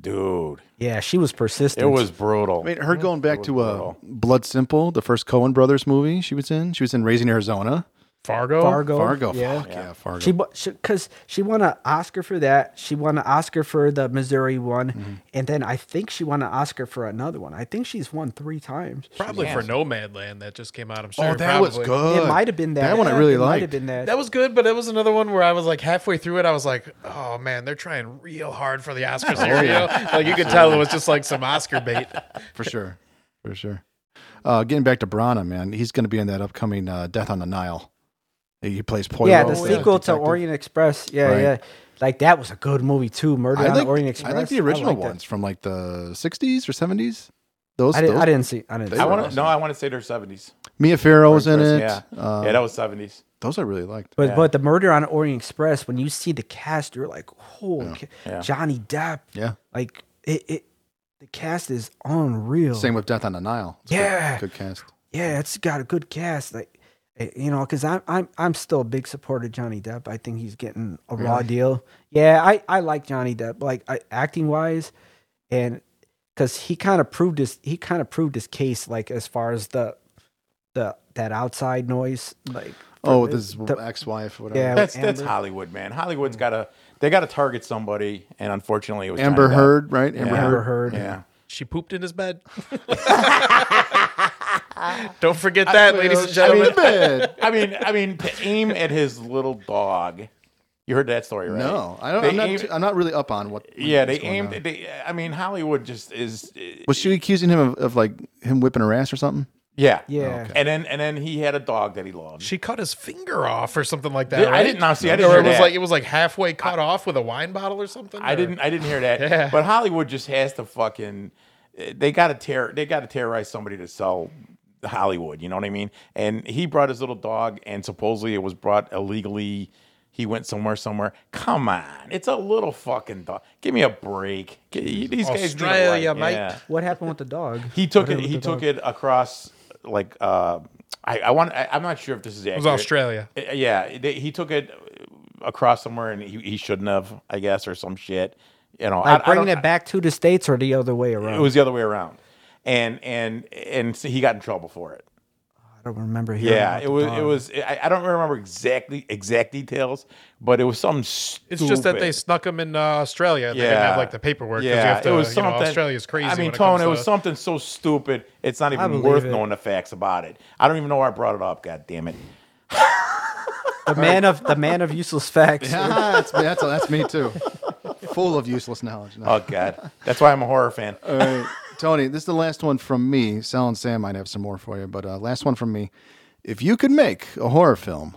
dude,
yeah. She was persistent.
it was brutal.
I mean, her going back to uh,
brutal.
Blood Simple, the first Cohen Brothers movie she was in. She was in Raising Arizona.
Fargo.
Fargo.
Fargo.
Yeah.
Fuck yeah, Fargo.
She because she, won an Oscar for that. She won an Oscar for the Missouri one,
Mm-hmm.
and then I think she won an Oscar for another one. I think she's won three times.
Probably for Nomadland that just came out. I'm sure.
oh, that was
probably.
good.
It might have been that.
That one I really
it Might
liked.
have been that.
That was good, but it was another one where I was like halfway through it, I was like, "Oh man, they're trying real hard for the Oscars
*laughs*
here." you know? Like you could tell it was just like some Oscar bait.
for sure, for sure. Uh, getting back to Brana, man, he's going to be in that upcoming uh, Death on the Nile. He plays Poirot.
yeah, the
uh,
sequel to
detective.
Orient Express. Yeah,
Right.
yeah. Like that was a good movie too. Murder
I
on
like,
the Orient Express.
I like the original
liked it.
ones from like the '60s or '70s. Those,
I didn't,
those-
I didn't see. I didn't.
They
see
I
were
it.
want to
awesome.
no, I want to say they're seventies.
Mia Farrow was in it.
Yeah,
Uh,
yeah, that was seventies.
those I really liked.
But
Yeah.
but the murder on Orient Express, when you see the cast, you're like, holy ca-
Yeah.
Johnny Depp.
Yeah.
Like it, it the cast is unreal.
Same with Death on the Nile. It's a good-
Yeah.
good cast.
Yeah, it's got a good cast. Like eh, you know, because I'm I'm I'm still a big supporter of Johnny Depp. I think he's getting a raw deal. Yeah, I, I like Johnny Depp, like I, acting wise, and because he kind of proved his he kind of proved his case, like as far as the the that outside noise, like
Oh,
it-
this is
the-
ex-wife, whatever.
Yeah.
That's
Amber-
that's Hollywood, man. Hollywood's got to they got to target somebody, and unfortunately, it was
Amber
Johnny Depp.
Heard, right? Amber
Yeah.
Amber
Heard.
Heard.
Yeah,
She pooped in
*laughs*
his bed. Don't forget that, ladies and gentlemen.
Bed.
I mean, I mean, to aim at his little dog. You heard that story, right?
No, I don't.
They
I'm not,
aim-
too- I'm not really up on what.
yeah, they
what's going
aimed.
on.
They, I mean, Hollywood just is.
Was she accusing him of, of like him whipping her ass or *laughs* something?
Yeah,
Yeah. Okay.
And then and then he had a dog that he loved.
She cut his finger off or something like that.
Did- I
right?
didn't- no, see, I
Or
didn't hear
it was
that.
like it was like halfway cut off with a wine bottle or something.
I
or-
didn't. I didn't hear that.
Yeah.
But Hollywood just has to fucking. They got to tear. They got to terrorize somebody to sell Hollywood. You know what I mean? And he brought his little dog, and supposedly it was brought illegally. He went somewhere, somewhere. Come on, it's a little fucking dog. Give me a break. G- These guys need a
Australia,
life.
mate.
What happened with the dog?
He took
What
it. He
happened with the
took
dog?
it across like. uh I, I want. I, I'm not sure if this is accurate.
It was Australia.
Uh, Yeah, they, he took it across somewhere, and he, he shouldn't have, I guess, or some shit. You know, I-
Like
I
bringing
don't-
it back to the states or the other way around.
It was the other way around, and and and so he got in trouble for it.
I don't remember. Hearing
Yeah,
about
it
the
was
dog.
it was. I, I don't remember exactly exact details, but it was some.
It's just that they snuck him in uh, Australia. and They didn't have like the paperwork. 'cause you have to,
it was
you know,
something.
Australia's crazy.
I mean,
when it
Tone,
comes
it,
to-
was something so stupid. It's not even
believe
worth
it.
knowing the facts about it. I don't even know why I brought it up. God damn it!
the man of the man of useless facts.
Ah, that's, me- that's that's me too. Full of useless knowledge. No.
Oh God, that's why I'm a horror fan.
All right. Tony, this is the last one from me. Sal and Sam might have some more for you, but uh, last one from me. If you could make a horror film,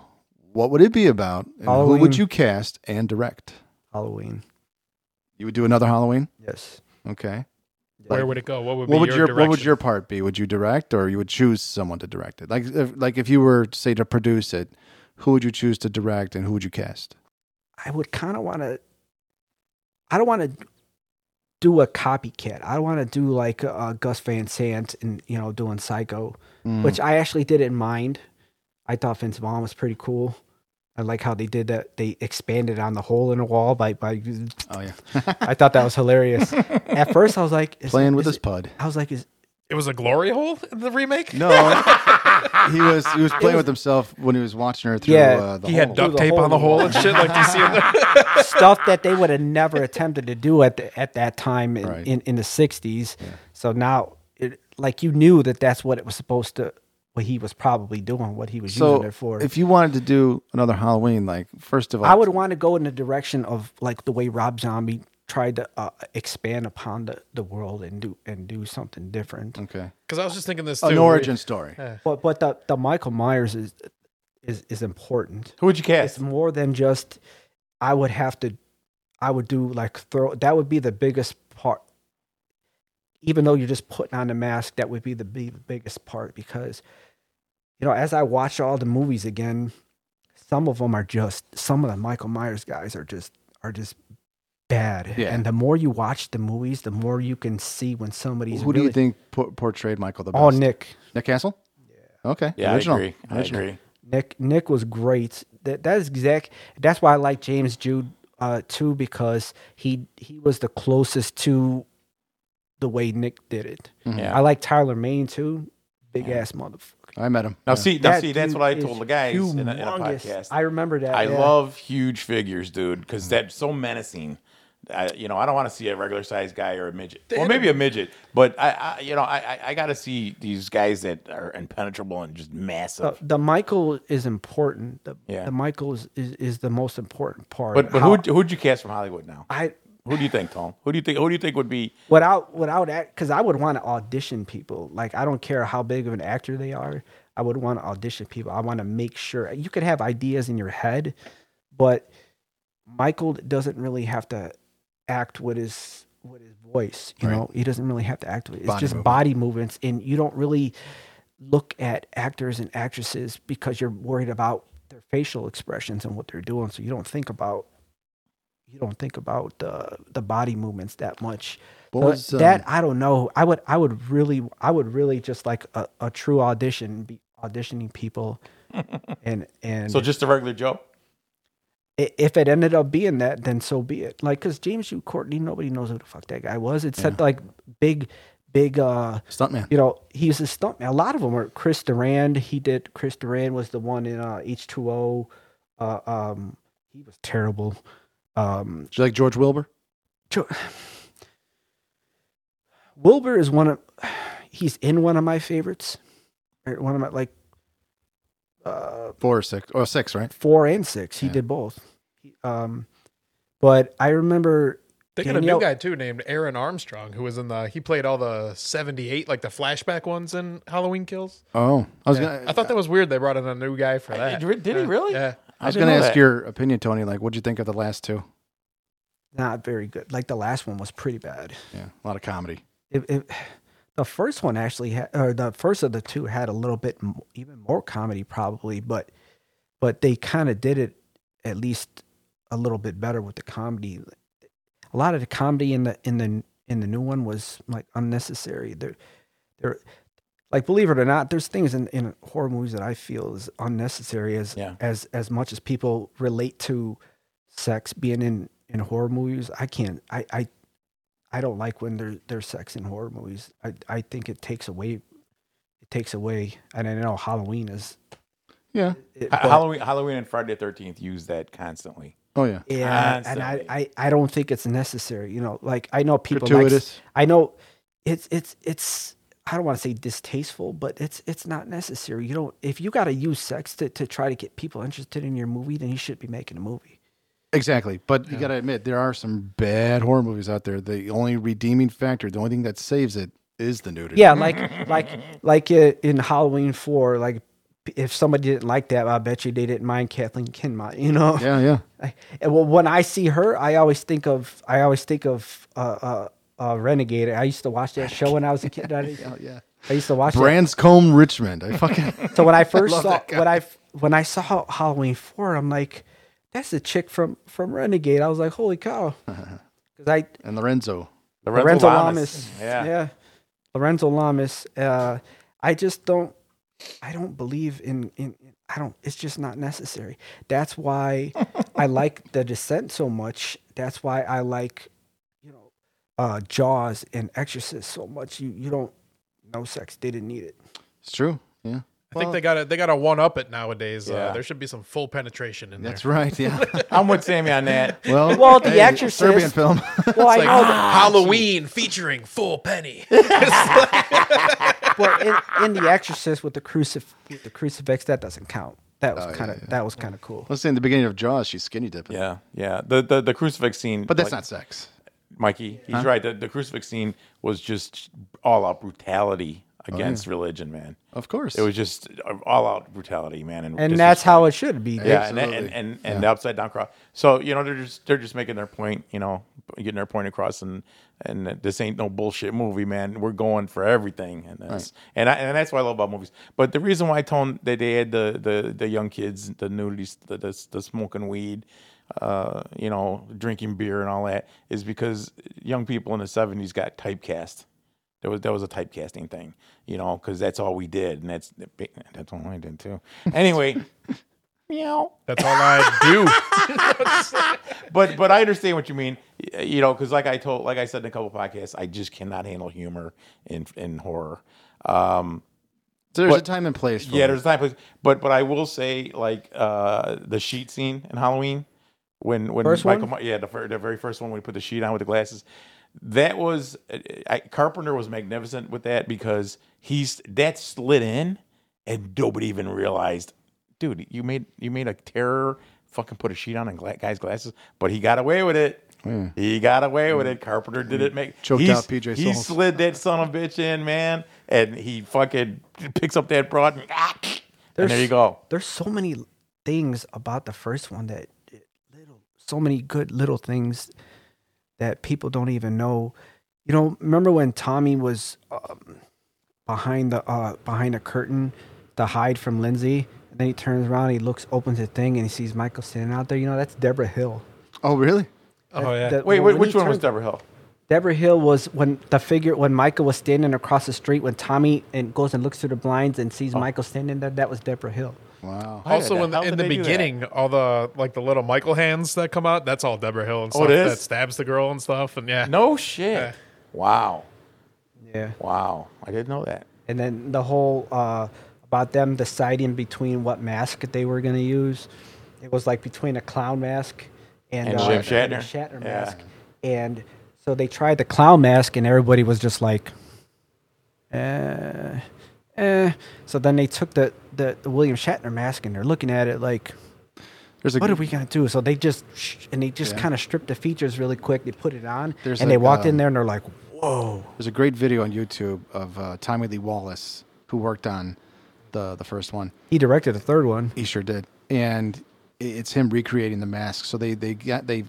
what would it be about, and who
Halloween.
would you cast and direct?
Halloween.
You would do another Halloween.
Yes.
Okay.
Where would it go? What would be
What would
your,
your,
direction?
what would your part be? Would you direct, or you would choose someone to direct it? Like if, like if you were say to produce it, who would you choose to direct, and who would you cast?
I would kind of want to. I don't want to do a copycat. I want to do like uh, Gus Van Sant and you know doing Psycho,
Hmm.
which I actually didn't mind. I thought Vince Vaughn was pretty cool. I like how they did that. They expanded on the hole in the wall by by.
Oh *laughs* yeah,
I thought that was
*laughs*
hilarious. At first, I was like, is-
playing with
is
his
it-
pud.
I was like, is
It was a glory hole in the remake.
No, he was he was playing with himself when he was watching her through.
Yeah.
uh, the
He had
hole.
duct
the
tape
hole
on the
in the
hole
wall.
and shit like you see in there. *laughs*
stuff that they would have never attempted to do at the, at that time in,
Right.
in, in the 60s. So now it like you knew that that's what it was supposed to what he was probably doing, what he was
So
using it for.
if you wanted to do another Halloween, like first of all,
I would want to go in the direction of like the way Rob Zombie tried to uh, expand upon the, the world and do and do something different.
okay
Because I was just thinking this too.
an origin story.
But but the, the Michael Myers is is is important.
Who would you
it's
cast?
more than just I would have to I would do like throw that would be the biggest part even though you're just putting on the mask that would be the, be the biggest part because you know as I watch all the movies again some of them are just some of the Michael Myers guys are just are just bad
Yeah.
and the more you watch the movies the more you can see when somebody's
Who do you
really-
think por- portrayed Michael the best?
oh Nick
Nick Castle. Yeah. Okay.
Yeah,
Original.
I agree. I
Original.
agree.
Nick Nick was great. That that is exact. That's why I like James Jude uh, too because he he was the closest to the way Nick did it.
Mm-hmm.
Yeah.
I like Tyler Maine too. Big ass motherfucker.
I met him.
now
Yeah.
see, now
That
see, that's
dude
what I
is
told the guys in a, in a
humongous.
podcast.
I remember that.
I
yeah.
love huge figures, dude, because that's so menacing. I, you know, I don't want to see a regular sized guy or a midget. well, maybe a midget, but I, I you know, I, I, I got to see these guys that are impenetrable and just massive.
the, the Michael is important. The,
Yeah.
the Michael is, is, is the most important part.
but but
How-
who who'd you cast from Hollywood now?
I
Who do you think, Tom? Who do you think? Who do you think would be?
without without act because I would want to audition people. Like I don't care how big of an actor they are. I would want to audition people. I want to make sure you could have ideas in your head, but Michael doesn't really have to act with his with his voice. You know, he doesn't really have to act with it's
Body
just
movement.
body movements, and you don't really look at actors and actresses because you're worried about their facial expressions and what they're doing. So you don't think about you don't think about the the body movements that much.
What
So
was,
Uh, that
um,
I don't know. I would I would really I would really just like a, a true audition be
*laughs*
auditioning people and and
So just a regular Joe.
i- if it ended up being that, then so be it. Like, cause James U. Courtney, nobody knows who the fuck that guy was. It's said like big, big, uh,
stuntman.
you know, he's a stuntman. A lot of them are Chris Durand. He did Chris Durand was the one in uh, H2O. Uh, um, he was terrible. Um,
Do you like George Wilbur?
Jo- Wilbur is one of he's in one of my favorites. Or One of my like uh,
Four or six or six, right?
four and six. He
Yeah.
did both. He, um, but I remember
They got a new
Danielle-
guy too named Aaron Armstrong who was in the. He played all the '78 like the flashback ones in Halloween Kills.
Oh, I was
Yeah.
gonna.
I thought that was weird. They brought in a new guy for that.
Did, did he
Yeah.
really?
Yeah.
I was
didn't
gonna
know
ask
that.
your opinion, Tony. Like, what'd you think of the last two?
not very good. Like the last one was pretty bad.
Yeah, a lot of comedy.
It, it, the first one actually, had, or the first of the two had a little bit m- even more comedy probably, but but they kind of did it at least a little bit better with the comedy. A lot of the comedy in the in the in the new one was like unnecessary. There, there, like believe it or not, there's things in, in horror movies that I feel is unnecessary as
Yeah.
as as much as people relate to sex being in in horror movies. I can't. I I, I don't like when there there's sex in horror movies. I I think it takes away. It takes away, and I know Halloween is.
Yeah.
It,
Ha-
but-
Halloween, Halloween, and Friday the Thirteenth use that constantly.
Oh yeah.
Yeah, and I,
Constantly.
I, I don't think it's necessary. You know, like I know people like,
Gratuitous.
I know it's it's it's I don't want to say distasteful, but it's it's not necessary. You don't if you got to use sex to, to try to get people interested in your movie, then you should be making a movie.
Exactly. But you got to admit, there are some bad horror movies out there. The only redeeming factor, the only thing that saves it is the nudity.
Yeah, like like like uh, in Halloween four, like if somebody didn't like that, I bet you they didn't mind Kathleen Kinmont. You know, *laughs*
Yeah, yeah.
I, and well, when I see her, I always think of I always think of uh, uh, uh, Renegade. I used to watch that show when I was a kid. I, used-
Oh, yeah.
I used to watch that.
Branscombe Richmond. I fucking *laughs*
So when I first
love
saw
that guy.
when I when I saw Halloween four, I'm like, that's the chick from from Renegade. I was like, holy
*laughs*
cow, because I
and Lorenzo.
Lorenzo Lamas,
Yeah.
yeah, Lorenzo Lamas. Uh, I just don't, I don't believe in in. I don't. It's just not necessary. That's why I like The Descent so much. That's why I like, you know, uh, Jaws and Exorcist so much. You you don't. No sex. They didn't need it.
It's true. Yeah.
I think they got to they got to one up it nowadays.
Yeah.
Uh, there should be some full penetration in
That's
there.
right. *laughs* Yeah.
I'm with Sammy on that.
Well,
Well, The
it's a
Exorcist-
Serbian *laughs* film.
Well, I
Like
know.
*laughs*
Ah,
*gasps* Halloween featuring full penny.
*laughs*
well, in, in The Exorcist with the crucif with the crucifix, that doesn't count. That was kind of that was kind of cool.
Let's say in the beginning of Jaws, she's skinny dipping.
Yeah, yeah. The the, the crucifix scene,
But that's
like-
not sex.
Mikey. He's right. The, the crucifix scene was just all out brutality against religion, man.
Oh, Of course.
It was just uh, all out brutality, man. And,
And that's
disrespect.
how it should be.
Yeah, and, and
Absolutely.
and, and the upside down cross. So you know they're just they're just making their point, you know, getting their point across, and and this ain't no bullshit movie, man. We're going for everything, and that's and I, and that's what I love about movies. But the reason why I told that they had the the the young kids, the nudities, the the, the smoking weed, uh, you know, drinking beer and all that, is because young people in the seventies got typecast. There was that was a typecasting thing, you know, because that's all we did, and that's that's all I did too. Anyway, *laughs* meow
That's all I
*laughs*
do.
but but I understand what you mean. y- You know, because like I told, like I said in a couple podcasts, I just cannot handle humor in in horror. Um,
So there's a
What-
time and place for
yeah,
it.
there's not, but but I will say like uh, the sheet scene in Halloween when when
First
Michael,
one?
Ma- yeah, the, fir- the very first one when we put the sheet on with the glasses. That was I, Carpenter was magnificent with that because he's that slid in and nobody even realized, dude, you made you made a terror fucking put a sheet on and gla- guy's glasses, but he got away with it.
Hmm.
He got away with it. Carpenter did it. Make
Choked
he's-
out PJ
He
Souls.
slid that son of a bitch in, man, and he fucking picks up that broad and, ah, and there you go.
There's so many things about the first one that little, so many good little things that people don't even know. You know, remember when Tommy was um, behind the uh, behind a curtain to hide from Lindsay, and then he turns around, he looks, opens the thing, and he sees Michael standing out there. You know, that's Deborah Hill.
Oh, really?
Oh yeah.
That-
Wait, wait
when he
which one was
turns-
Deborah Hill?
Deborah Hill was when the figure when Michael was standing across the street when Tommy and goes and looks through the blinds and
Oh.
sees Michael standing there. That was Deborah Hill.
Wow.
also, in
How
the, in
did they
the
do that?
beginning, all the like the little Michael hands that come out, that's all Deborah Hill and
Oh,
stuff
it is?
that stabs the girl and stuff. And yeah,
No shit. Wow.
Yeah.
Wow. I didn't know that.
And then the whole uh, about them deciding between what mask they were going to use. It was like between a clown mask and,
And
uh,
Jim
and a
Shatner.
Shatner
Yeah.
mask. And so they tried the clown mask, and everybody was just like, eh, eh. So then they took the, the, the William Shatner mask, and they're looking at it like,
There's a
what are we gonna do? So they just sh- and they just
Yeah.
kind of stripped the features really quick. They put it on,
There's
and
like,
they walked in
um,
there and they're like, "Whoa!"
There's a great video on YouTube of uh, Tommy Lee Wallace, who worked on the the first one.
He directed the third one.
He sure did, and i- it's him recreating the mask. So they they got they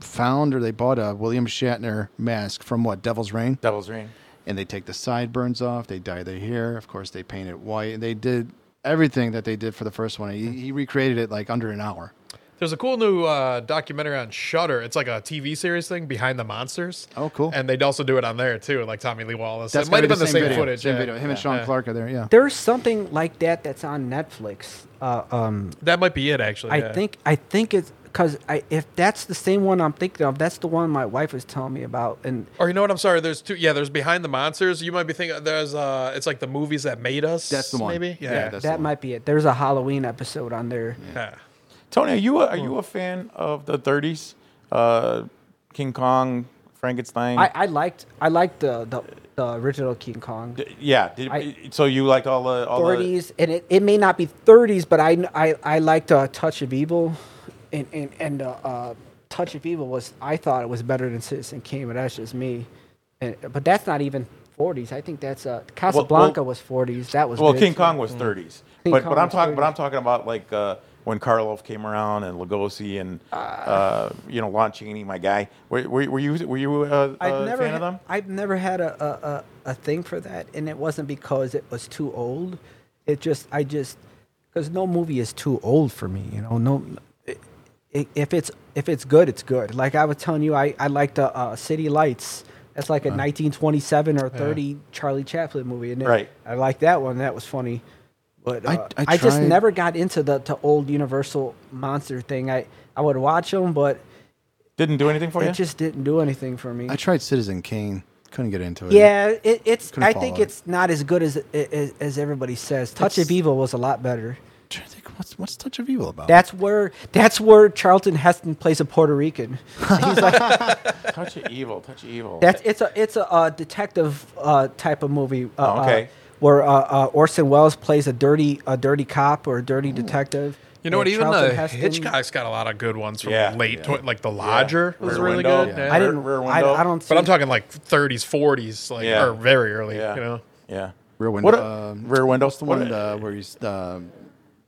found or they bought a William Shatner mask from what Devil's Reign,
Devil's Ring.
and they take the sideburns off, they dye their hair, of course they paint it white, and they did everything that they did for the first one. He, he recreated it like under an hour.
There's a cool new uh, documentary on Shutter. It's like a TV series thing, Behind the Monsters.
Oh, cool.
And they'd also do it on there too, like Tommy Lee Wallace.
That's
it might
gotta be
have been the same,
video,
footage.
Same
yeah.
video. Him and Sean
Yeah.
Clark are there. Yeah.
There's something like that that's on Netflix. Uh, um,
That might be it, actually.
I
yeah.
think I think it's because I if that's the same one I'm thinking of, that's the one my wife was telling me about. And
Or Oh, you know what? I'm sorry. There's two. Yeah, there's Behind the Monsters. You might be thinking there's uh, it's like the movies that made us.
That's the one.
Maybe.
Yeah,
Yeah.
that's- the
that
one.
might be it. There's a Halloween episode on there.
Yeah.
Tony, are you a, are you a fan of the 30s? Uh, King Kong, Frankenstein.
I, I liked I liked the, the the original King Kong.
D- yeah. Did,
I-
so you liked all the all the,
40s, and it, it may not be 30s, but I I, I liked uh, Touch of Evil, and and and uh, uh, Touch of Evil was I thought it was better than Citizen Kane, but that's just me. And, but that's not even 40s. I think that's uh, Casablanca was 40s. That was
Well,
good.
King Kong was 30s,
Mm. King
but
Kong
but I'm
was
talking but
30s.
I'm talking about like uh, when Karloff came around and Lugosi and uh,
Ah.
you know Loncini, my guy. Were, were, were you were you uh, a
never
fan
ha-
of them?
I've never had a, a, a, a thing for that, and it wasn't because it was too old. It just I just because no movie is too old for me. You know, no. i- i- If it's if it's good, it's good. Like I was telling you, I I liked uh, uh, City Lights. That's like a 1927 or 30 Charlie Chaplin movie, and it-
Right.
I like that one. That was funny. But uh,
I-
I,
I
just
tried-
never got into the to old Universal monster thing. I, I would watch them, but
Didn't do anything for
it
you.
just didn't do anything for me.
I tried Citizen Kane. Couldn't get into it.
Yeah, it, it's.
Couldn't
I think
follow it.
it's not as good as as, as everybody says. Touch
It's-
of Evil was a lot better.
I'm trying to think, what's what's Touch of Evil about?
That's where that's where Charlton Heston plays a Puerto Rican. He's like
touch of evil, touch of evil.
that's it's a it's a uh, detective uh, type of movie. Uh,
Oh, okay.
uh, where uh, uh, Orson Welles plays a dirty a dirty cop or a dirty detective.
You know
and
what? Even
Charlton
the
Heston-
Hitchcock's got a lot of good ones from
Yeah.
late,
Yeah.
twen- like The Lodger was
Rear
really
Window.
good.
Yeah.
Yeah.
I didn't.
Rear
I,
Window.
I don't. See,
but I'm talking like 30s, 40s, like
Yeah.
or very early.
yeah,
You know,
yeah.
Rear Window.
What a,
um,
rear windows.
the one
what a-
uh, where he's uh,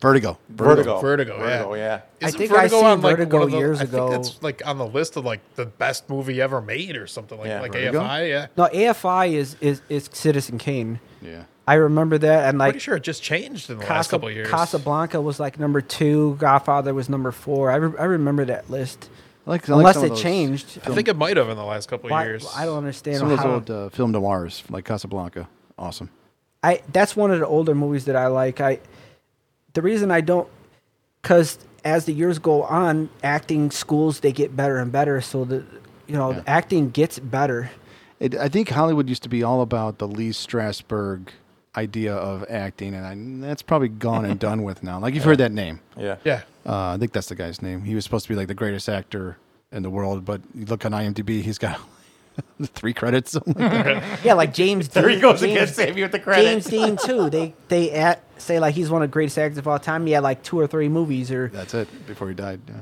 Vertigo.
Vertigo.
Vertigo, yeah.
yeah.
I
Isn't
think I seen Vertigo
one of the-
years
I think
ago.
that's like on the list of like the best movie ever made or something like
Yeah,
like
Vertigo?
AFI. Yeah,
no, AFI is is is Citizen Kane.
Yeah.
I remember that and like
pretty sure it just changed in the last
Casa-
couple of years.
Casablanca was like number two. Godfather was number four. I, re- I remember that list.
I like, I like
Unless
some of
it
those-
changed.
I think it might have in the last couple of
Why-
years.
I don't understand
Some of those
how.
old uh, film noirs like Casablanca. Awesome.
I that's one of the older movies that I like. I the reason I don't because as the years go on, acting schools they get better and better. So the you know the acting gets better.
It, I think Hollywood used to be all about the Lee Strasberg idea of acting, and I, that's probably gone and done with now. Like you've heard that name.
Yeah.
Yeah,
Uh, I think that's the guy's name. He was supposed to be like the greatest actor in the world, but you look on IMDb, he's got *laughs* three credits. *laughs* something like that.
Yeah, like
*laughs*
James.
*laughs* There he
Dean-
goes
James-
again, save you with the credits.
James Dean too. They they at, say like he's one of the greatest actors of all time. He had like two or three movies or
that's it. Before he died. Yeah.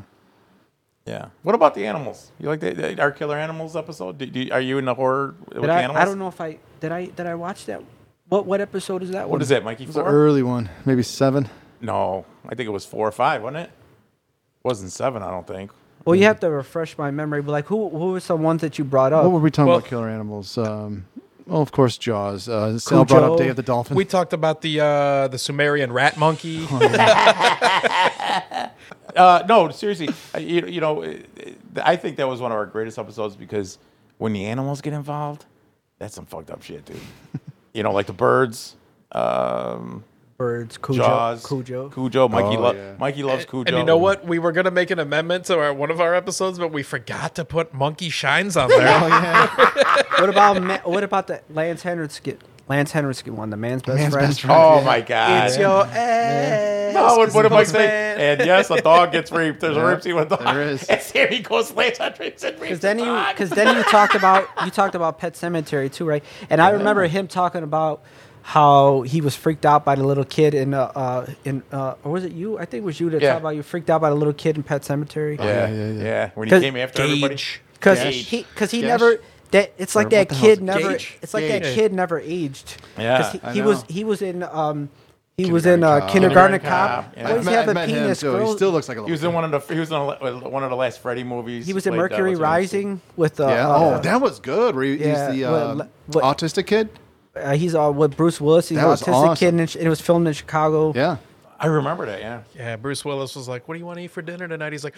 Yeah. What about the animals? You like the, the- our killer animals episode? Do, do, are you in the horror with
Did
the
I,
animals?
I don't know if I did I did I watch that. What what episode is that?
What is that, Mikey?
It was an
Four?
early one, maybe seven.
No, I think it was four or five, wasn't it? Wasn't seven, I don't think.
Well, you have to refresh my memory. But like, who who were some ones that you brought up?
What were we talking
Well-
about? Killer animals. Um, well, of course, Jaws. Uh, Sal brought up
Cujo.
Day of the Dolphin.
we talked about the uh, the Sumerian
*laughs*
rat monkey.
Uh, no, seriously, I- you, you know, uh, I think that was one of our greatest episodes because when the animals get involved, that's some fucked
*laughs*
up shit, dude. you know, like the birds, um,
Birds, Cujo,
Jaws,
Cujo.
Cujo. Mikey,
Oh,
lo-
yeah.
Mikey loves Cujo.
And you know what? We were gonna make an amendment to our, one of our episodes, but we forgot to put Monkey Shines on there.
*laughs* *laughs* Oh, yeah.
what about Ma- what about the Lance Henriksen? Lance Henriksen one, the man's best
Man's
friend.
best friend.
Oh my god!
It's your ass.
No, what, what am I
Christmas
saying? And yes, a dog gets raped. There's
Yeah,
a rape scene with a dog.
there
*laughs*
is.
And here he goes, lays on rapes and rapes
Because then
the
you,
dog.
because then you talked about you talked about Pet Cemetery too, right? And I remember him talking about how he was freaked out by the little kid in uh, uh in uh or was it you? I think it was you that
Yeah.
talked about you freaked out by the little kid in Pet Cemetery.
yeah,
yeah,
yeah,
yeah.
yeah, When he
'Cause
came after
Gage.
Because
Gage.
he, because he
Gage.
never that it's like
Or what
that
the hell's
kid
it?
never
Gage?
it's like that
Gage.
kid never aged. 'Cause
Yeah,
he,
I
he was
know.
he was in um he was in
Kindergarten
uh,
Cop.
kindergarten,
Kindergarten
cop.
Cop, yeah.
Always
I've met,
have a
I've met him
penis.
too.
girl.
He still looks like a little.
He was in one of the he was in a, uh, one of the last Freddy movies.
He was in
Played, uh,
Mercury
what's her name?
Rising with uh,
Yeah.
uh,
oh, that was good. Where he,
yeah,
he's the
well,
uh,
le- what-
autistic kid.
uh, he's uh, with Bruce Willis. He's
That
an
was
autistic
awesome.
kid, and it- it was filmed in Chicago.
Yeah.
I remember that. Yeah.
Yeah, Bruce Willis was like, "What do you want to eat for dinner
*laughs*
tonight?" He's like,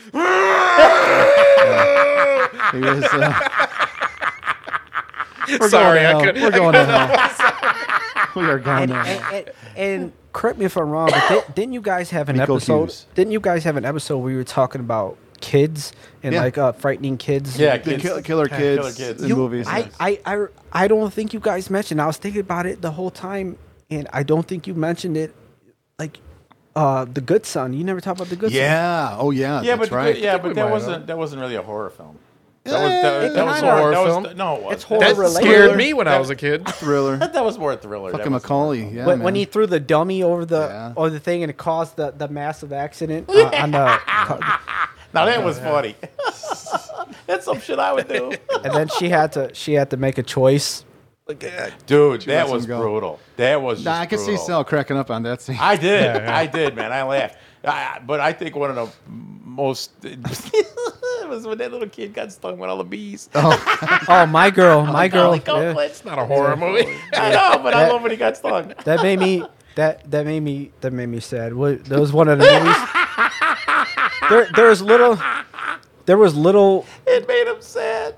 He was. Uh, *laughs* we're
*laughs* Sorry, I
going to hell.
couldn't-
We're
*laughs*
going to hell. we are going
And,
to hell.
and, and, and correct me if I'm wrong, but di- didn't you guys have an
Nico
episode?
Hughes.
Didn't you guys have an episode where you were talking about kids and
Yeah.
like uh, frightening kids?
Yeah.
The
kids.
kill, killer
Yeah,
kids,
killer kids.
in
You-
movies.
I, I, I, I don't think you guys mentioned. I was thinking about it the whole time, and I don't think you mentioned it. Like, uh, the Good Son. You never talk about the Good
yeah. Oh yeah.
Yeah,
that's
but
right.
yeah,
think
but
we might
that
have.
wasn't that wasn't really a horror film. That was
Eh,
that,
it
that was
kinda-
horror. That
horror
was,
film.
no, it
It's
wasn't.
"That
horror related.
scared me when I was a kid."
*laughs* *laughs* Thriller.
*laughs* That, that was more a thriller.
Fucking
That was-
Macaulay. Yeah.
Son. When, when
man.
he threw the dummy over the
Yeah.
over the thing and it caused the, the massive accident uh, on the,
Now that was
*laughs*
funny. *laughs* That's some shit I would do.
and then she had to she had to make a choice.
uh,
Dude,
lets
that
him
was
go.
brutal. That was.
Nah,
just
I could see
brutal.
Sal cracking up on that scene.
I did. I did, man. I laughed. I, I- but I think one of the most *laughs* was when that little kid got stung with all the bees.
Oh, my girl, my girl.
Golly, go
yeah.
Blitz.
It's not a horror movie.
*laughs* I know, but I love when he got *laughs* stung.
That made me. That that made me. That made me sad. What, that was one of the movies. There, there was little. There was little.
It made him sad.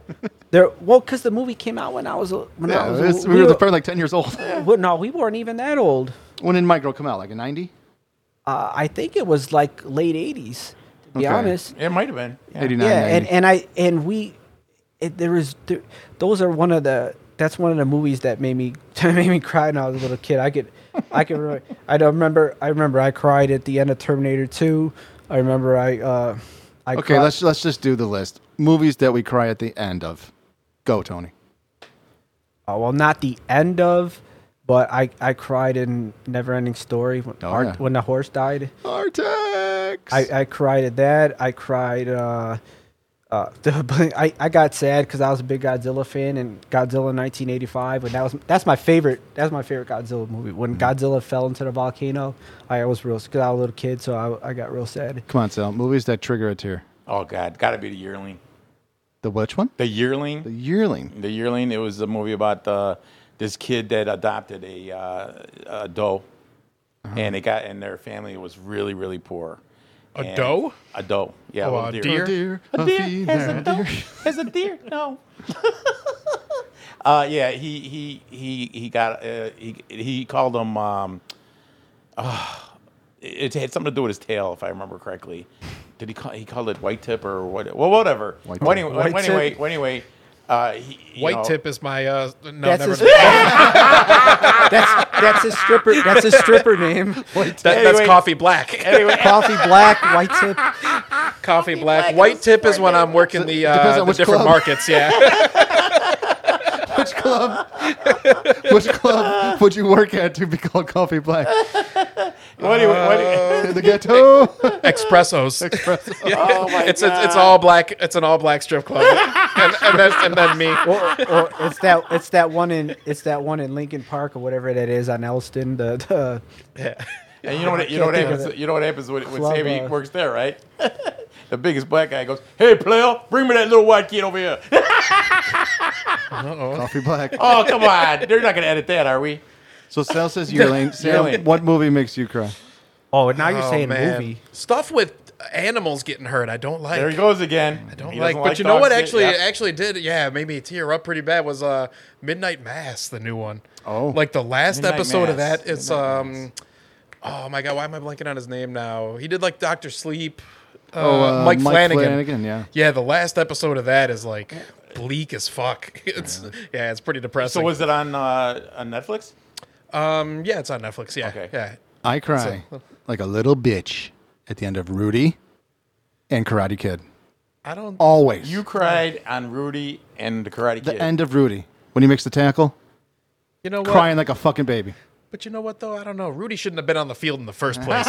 There. Well, because the movie came out when I was. a- When I
Yeah,
was.
it's-
a-
we were probably like ten years old. *laughs*
well, no, we weren't even that old.
when did Micro come out? Like in ninety?
Uh, I think it was like late '80s. To
Okay.
be honest.
*laughs* It might have been. Yeah.
Eighty nine.
Yeah, and, and I and we, it, there was there, those are one of the that's one of the movies that made me *laughs* that made me cry when I was a little kid. I could, I could remember. I don't remember. I remember I cried at the end of Terminator Two. I remember I. uh I
okay,
cried.
let's let's just do the list. Movies that we cry at the end of. Go, Tony.
Uh, well, not the end of, but I I cried in Neverending Story when,
Oh,
Ar-
yeah.
when the horse died.
Artex.
I, I cried at that. I cried. Uh, uh, *laughs* the, I, I got sad because I was a big Godzilla fan and Godzilla 1985. When that was that's my favorite. That's my favorite Godzilla movie.
Mm-hmm.
When Godzilla fell into the volcano, I was real because I was a little kid, so I, I got real sad.
Come on, Sal. Movies that trigger a tear.
Oh God, gotta be the yearling.
The which one?
The yearling.
The Yearling.
The Yearling. It was a movie about uh, this kid that adopted a, uh, a doe,
Uh-huh.
and it got and their family was really really poor.
A
And-
doe?
A doe. Yeah.
Oh,
well,
a deer?
Deer,
A deer has a
female
doe.
deer.
Has a deer. No. uh, yeah. He he he he got uh, he he called him. Um, *sighs* it had something to do with his tail, if I remember correctly. Did he call? He called it white tip or what? Well, whatever.
White
well,
tip.
anyway,
White
anyway,
tip.
well, anyway, uh, he, you
White
know-
Tip is my uh no
That's
never
*laughs*
his, *laughs* that's that's a stripper. That's a stripper name.
that, that's
Anyway.
*laughs*
coffee black.
Anyway, *laughs*
Coffee black, white tip.
coffee black.
black
White
is
tip is
my
when
name.
I'm working the,
depends
uh,
on
the
which
different
club. *laughs*
markets. Yeah,
Which club? Which club would you work at to be called Coffee Black?
Well, anyway, what-
Uh,
In the ghetto. *laughs*
espressos. Yeah. *laughs*
Oh my
it's
God.
it's all black. It's an all black strip club, and, and then and then me.
Or, or it's that it's that one in it's that one in Lincoln Park or whatever that is on Elston. The, the
and you know what you
can't
know what
think of
happens
it.
you know what happens when, when
Club,
Sammy
uh,
works there, right? *laughs* the biggest black guy goes, "Hey, player, bring me that little white kid over here." *laughs*
Coffee Black.
oh, come on, they're not gonna edit that, are we?
So Sal says Yearling. Sam,
Yearling.
what movie makes you cry?
oh, now you're
Oh,
saying
man.
movie.
stuff with animals getting hurt. I don't like.
There he goes again.
don't
He
like,
doesn't
but you know
dog
what?
shit.
Actually, it
Yeah.
actually did. Yeah, it made me tear up pretty bad. Was uh, Midnight Mass, the new one.
Oh.
like the last
Midnight
episode of
Mass.
that. It's
Midnight
um, oh my god, why am I blanking on his name now? He did like Doctor Sleep. Uh,
Oh, uh,
Mike, Flanagan.
yeah.
Yeah, the last episode of that is like bleak as fuck. *laughs* It's yeah, it's pretty depressing.
so was it on uh, on Netflix?
um, yeah, it's on Netflix. Yeah,
Okay.
yeah.
I cry like a little bitch at the end of Rudy and Karate Kid.
I don't.
Always.
You cried on Rudy and the Karate
the
Kid.
end of Rudy when he makes the tackle,
You know what?
crying like a fucking baby.
But you know what though? I don't know. Rudy shouldn't have been on the field in
*laughs*
the first place.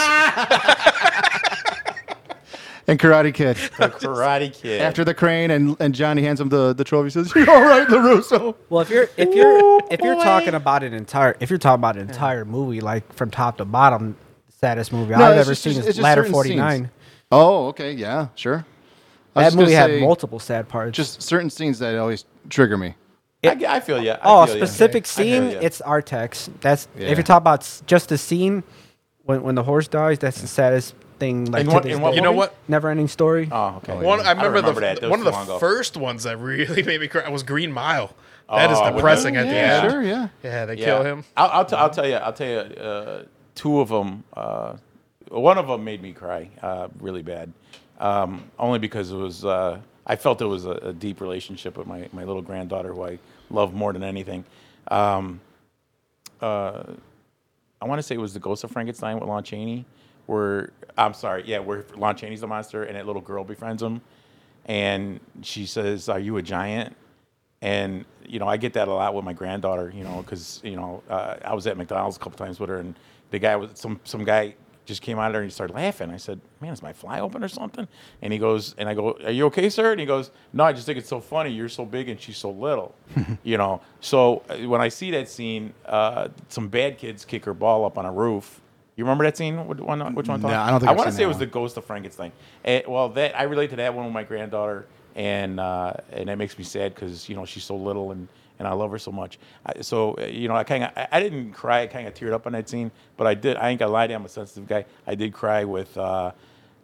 And Karate
*laughs*
Kid
the Karate Kid.
after the crane and, and Johnny hands him the, the trophy says, "You're all right, Larusso."
Well, if you're if you're if you're talking about an entire if you're talking about an entire movie like from top to bottom, the saddest movie
No,
I've
it's
ever
just-
seen
it's
is
just
Ladder
certain
Forty Nine.
scenes. Oh, okay, yeah, sure. I was
That
just gonna
movie had
say,
multiple sad parts.
just certain scenes that always trigger me.
I, I feel you. I
oh, a
feel ya.
specific
I feel
scene.
ya.
It's Artex. That's
Yeah.
if you're talking about s- just the scene when when the horse dies. That's the saddest thing. Like
In
to
what-
this
in what
day.
you know what?
Never ending story.
Oh, okay.
One, I remember, the,
that. That was
one of the
too long ago.
first ones that really *laughs* made me cry was Green Mile. That is
Oh, with the-
depressing at the
yeah,
end.
sure, yeah.
Yeah, they kill him. Mm-hmm.
I'll, I'll, t- I'll tell you. I'll tell you. Uh, two of them. Uh, one of them made me cry uh, really bad, um, only because it was. Uh, I felt it was a, a deep relationship with my, my little granddaughter, who I love more than anything. Um, uh, I want to say it was the Ghost of Frankenstein with Lon Chaney. Where I'm sorry, yeah, where Lon Chaney's the monster, and that little girl befriends him, and she says, "Are you a giant?" and you know i get that a lot with my granddaughter you know because you know uh, i was at mcdonald's a couple times with her and the guy was some some guy just came out of there and he started laughing i said man is my fly open or something and he goes and i go are you okay sir and he goes no i just think it's so funny you're so big and she's
*laughs*
so little you know so uh, when i see that scene uh, some bad kids kick her ball up on a roof You remember that scene? Which one? Which one? I'm
No,
talking-
I don't think
I
I've
want to
seen that
say it was
one.
the Ghost of Frankenstein. Eh, well, that I relate to that one with my granddaughter, and uh, and that makes me sad because you know she's so little and. And I love her so much. I, so eh, you know, I kind of I, I didn't cry. I kind of teared up on that scene, but I did. I ain't gonna lie to you. I'm a sensitive guy. I did cry with uh,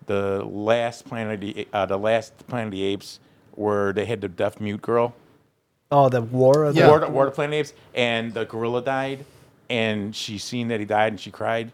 the last Planet of the uh, the last Planet of the Apes, where they had the deaf mute girl.
Oh, the war of the
Yeah.
War, War of the Planet Apes, and the gorilla died, and she seen that he died, and she cried.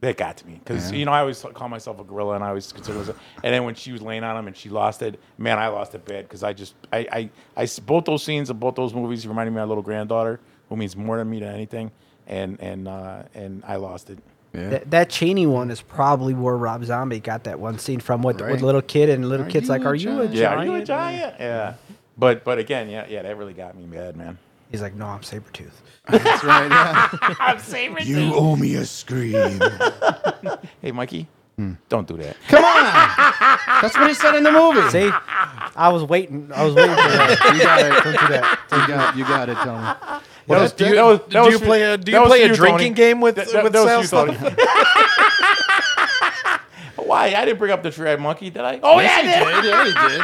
That got to me because you know I always call myself a gorilla, and I always consider myself. And then when she was laying on him and she lost it, man, I lost it bad because I just I, I I s- both those scenes of both those movies reminded me of my little granddaughter who means more to me than anything, and and uh, and I lost it.
Yeah.
That, that Cheney one is probably where Rob Zombie got that one scene from with,
Right.
with little kid and little
Are
kid's
you
like,
a
"Are you a
giant?"
giant?"
Yeah, are you a giant? Yeah, but but again, yeah, yeah, that really got me bad, man.
He's like, "No, I'm Sabretooth.
That's right. Yeah.
I'm saving
you owe me a scream.
Hey, Mikey, don't do that.
Come on. That's what he said in the
*laughs*
movie.
See, I was waiting. I was waiting
*laughs*
for that.
You got it.
Don't do that.
You got, you got it, Tony.
That was-
do you,
that was- that
do
was
you
for-
play a do
that
you
was
play
for
a
Tony.
drinking game with
That- that-
with
that was
Sal
you, Tony.
stuff?
*laughs* Why? I didn't bring up the triad monkey, did I? Oh yeah, I did. *laughs*
Yeah, yeah, he did.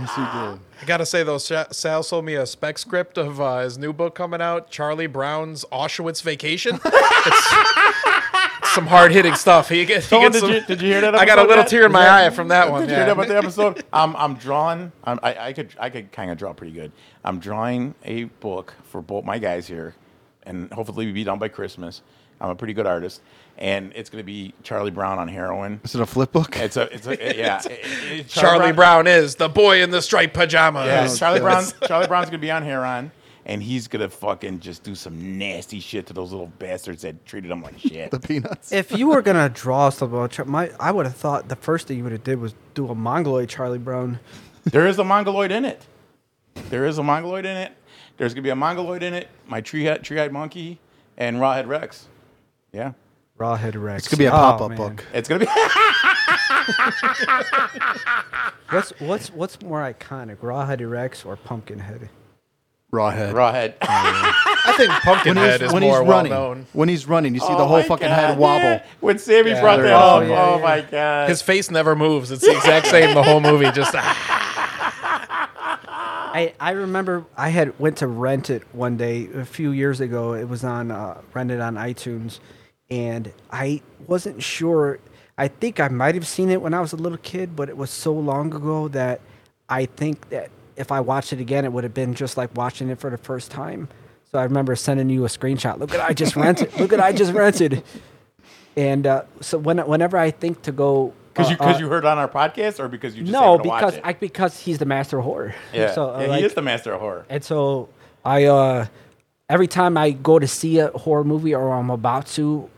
Yes, he did.
I gotta say though, Sa- Sal sold me a spec script of uh, his new book coming out, Charlie Brown's Auschwitz Vacation. *laughs* it's, it's some hard hitting stuff. He, get- he
Tony,
gets
did
some-
you- did you hear that
I got a
episode
little
yet?
tear in
Is
my
that-
eye from that one.
Did you hear
yeah.
about the episode? I'm I'm drawing. I'm, I I could I could kind of draw pretty good. I'm drawing a book for both my guys here, and hopefully we be done by Christmas. I'm a pretty good artist, and it's gonna be Charlie Brown on heroin.
Is it a flip book?
It's a it's a *laughs* yeah. it- it- it's
Charlie Brown is the boy in the striped pajamas.
Yeah, Charlie
God.
Brown's Charlie Brown's gonna be on Heron, and he's gonna fucking just do some nasty shit to those little bastards that treated him like
*laughs*
shit.
the peanuts.
If you were gonna draw something, about Char- my I would have thought the first thing you would have did was do a mongoloid Charlie Brown.
there is a mongoloid in it. There is a mongoloid in it. There's gonna be a mongoloid in it. My tree head, tree-eyed monkey and rawhead Rex. Yeah,
Rawhead Rex.
It's gonna be a
Oh,
pop up
man.
book.
it's gonna be. *laughs*
What's what's what's more iconic, Rawhead Rex or Pumpkinhead?
Rawhead.
Rawhead.
I think Pumpkinhead
*laughs*
is
when he's
more well
running,
known.
when he's running, you see
Oh
the whole
my
fucking
God,
head wobble.
yeah. When Sammy
Yeah,
brought
there
that
it is.
up,
Oh,
oh,
yeah,
yeah.
my god!
His face never moves. It's the exact same the whole movie. Just ah.
I, I remember I had went to rent it one day a few years ago. It was on uh, rented on iTunes, and I wasn't sure. I think I might have seen it when I was a little kid, but it was so long ago that I think that if I watched it again, it would have been just like watching it for the first time. So I remember sending you a screenshot. Look at I just rented. Look at I just rented. And uh, so when, whenever I think to go,
Because you
uh, uh,
because you heard on our podcast, or because you just
no,
happened to watch
because
it?
I because he's the master of horror.
yeah,
*laughs* So uh,
yeah
like-
he is the master of horror.
and so I uh every time I go to see a horror movie or I'm about to,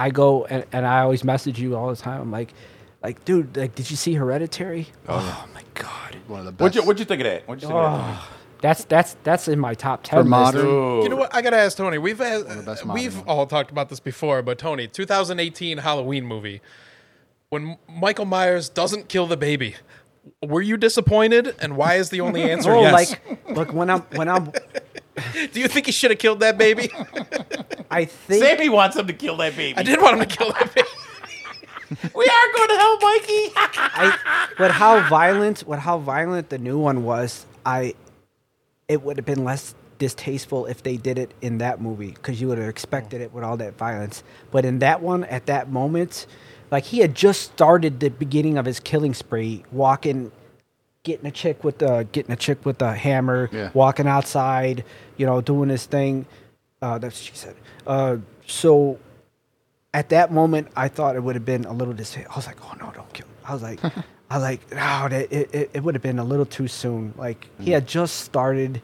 I go and, and I always message you all the time. I'm like, like, dude, like did you see Hereditary? Oh, my god.
One of the best.
What'd you what'd you think of that? What'd you think of that? Tony?
That's that's that's in my top ten.
Oh. For
list.
modern,
You know what? I gotta ask Tony. We've
best
asked,
modern
we've
ones.
all talked about this before, but Tony, 2018 Halloween movie, when Michael Myers doesn't kill the baby, were you disappointed? And why is the only answer
Oh,
yes?
like look when I'm when I'm
*laughs* Do you think he should have killed that baby? *laughs*
*laughs*
I think
Sammy wants him to kill that baby.
I did want him to kill that baby.
We are going to hell, Mikey.
I but how violent what how violent the new one was, I it would have been less distasteful if they did it in that movie because you would have expected it with all that violence. But in that one, at that moment, like he had just started the beginning of his killing spree, walking, getting a chick with the getting a chick with the hammer,
Yeah.
walking outside, you know, doing his thing. Uh, that's what she said. Uh, so at that moment, I thought it would have been a little dis. I was like, oh no, don't kill. him." I
*laughs*
was like, I was like, no, that, it, it, it would have been a little too soon. Like he
Mm.
had just started.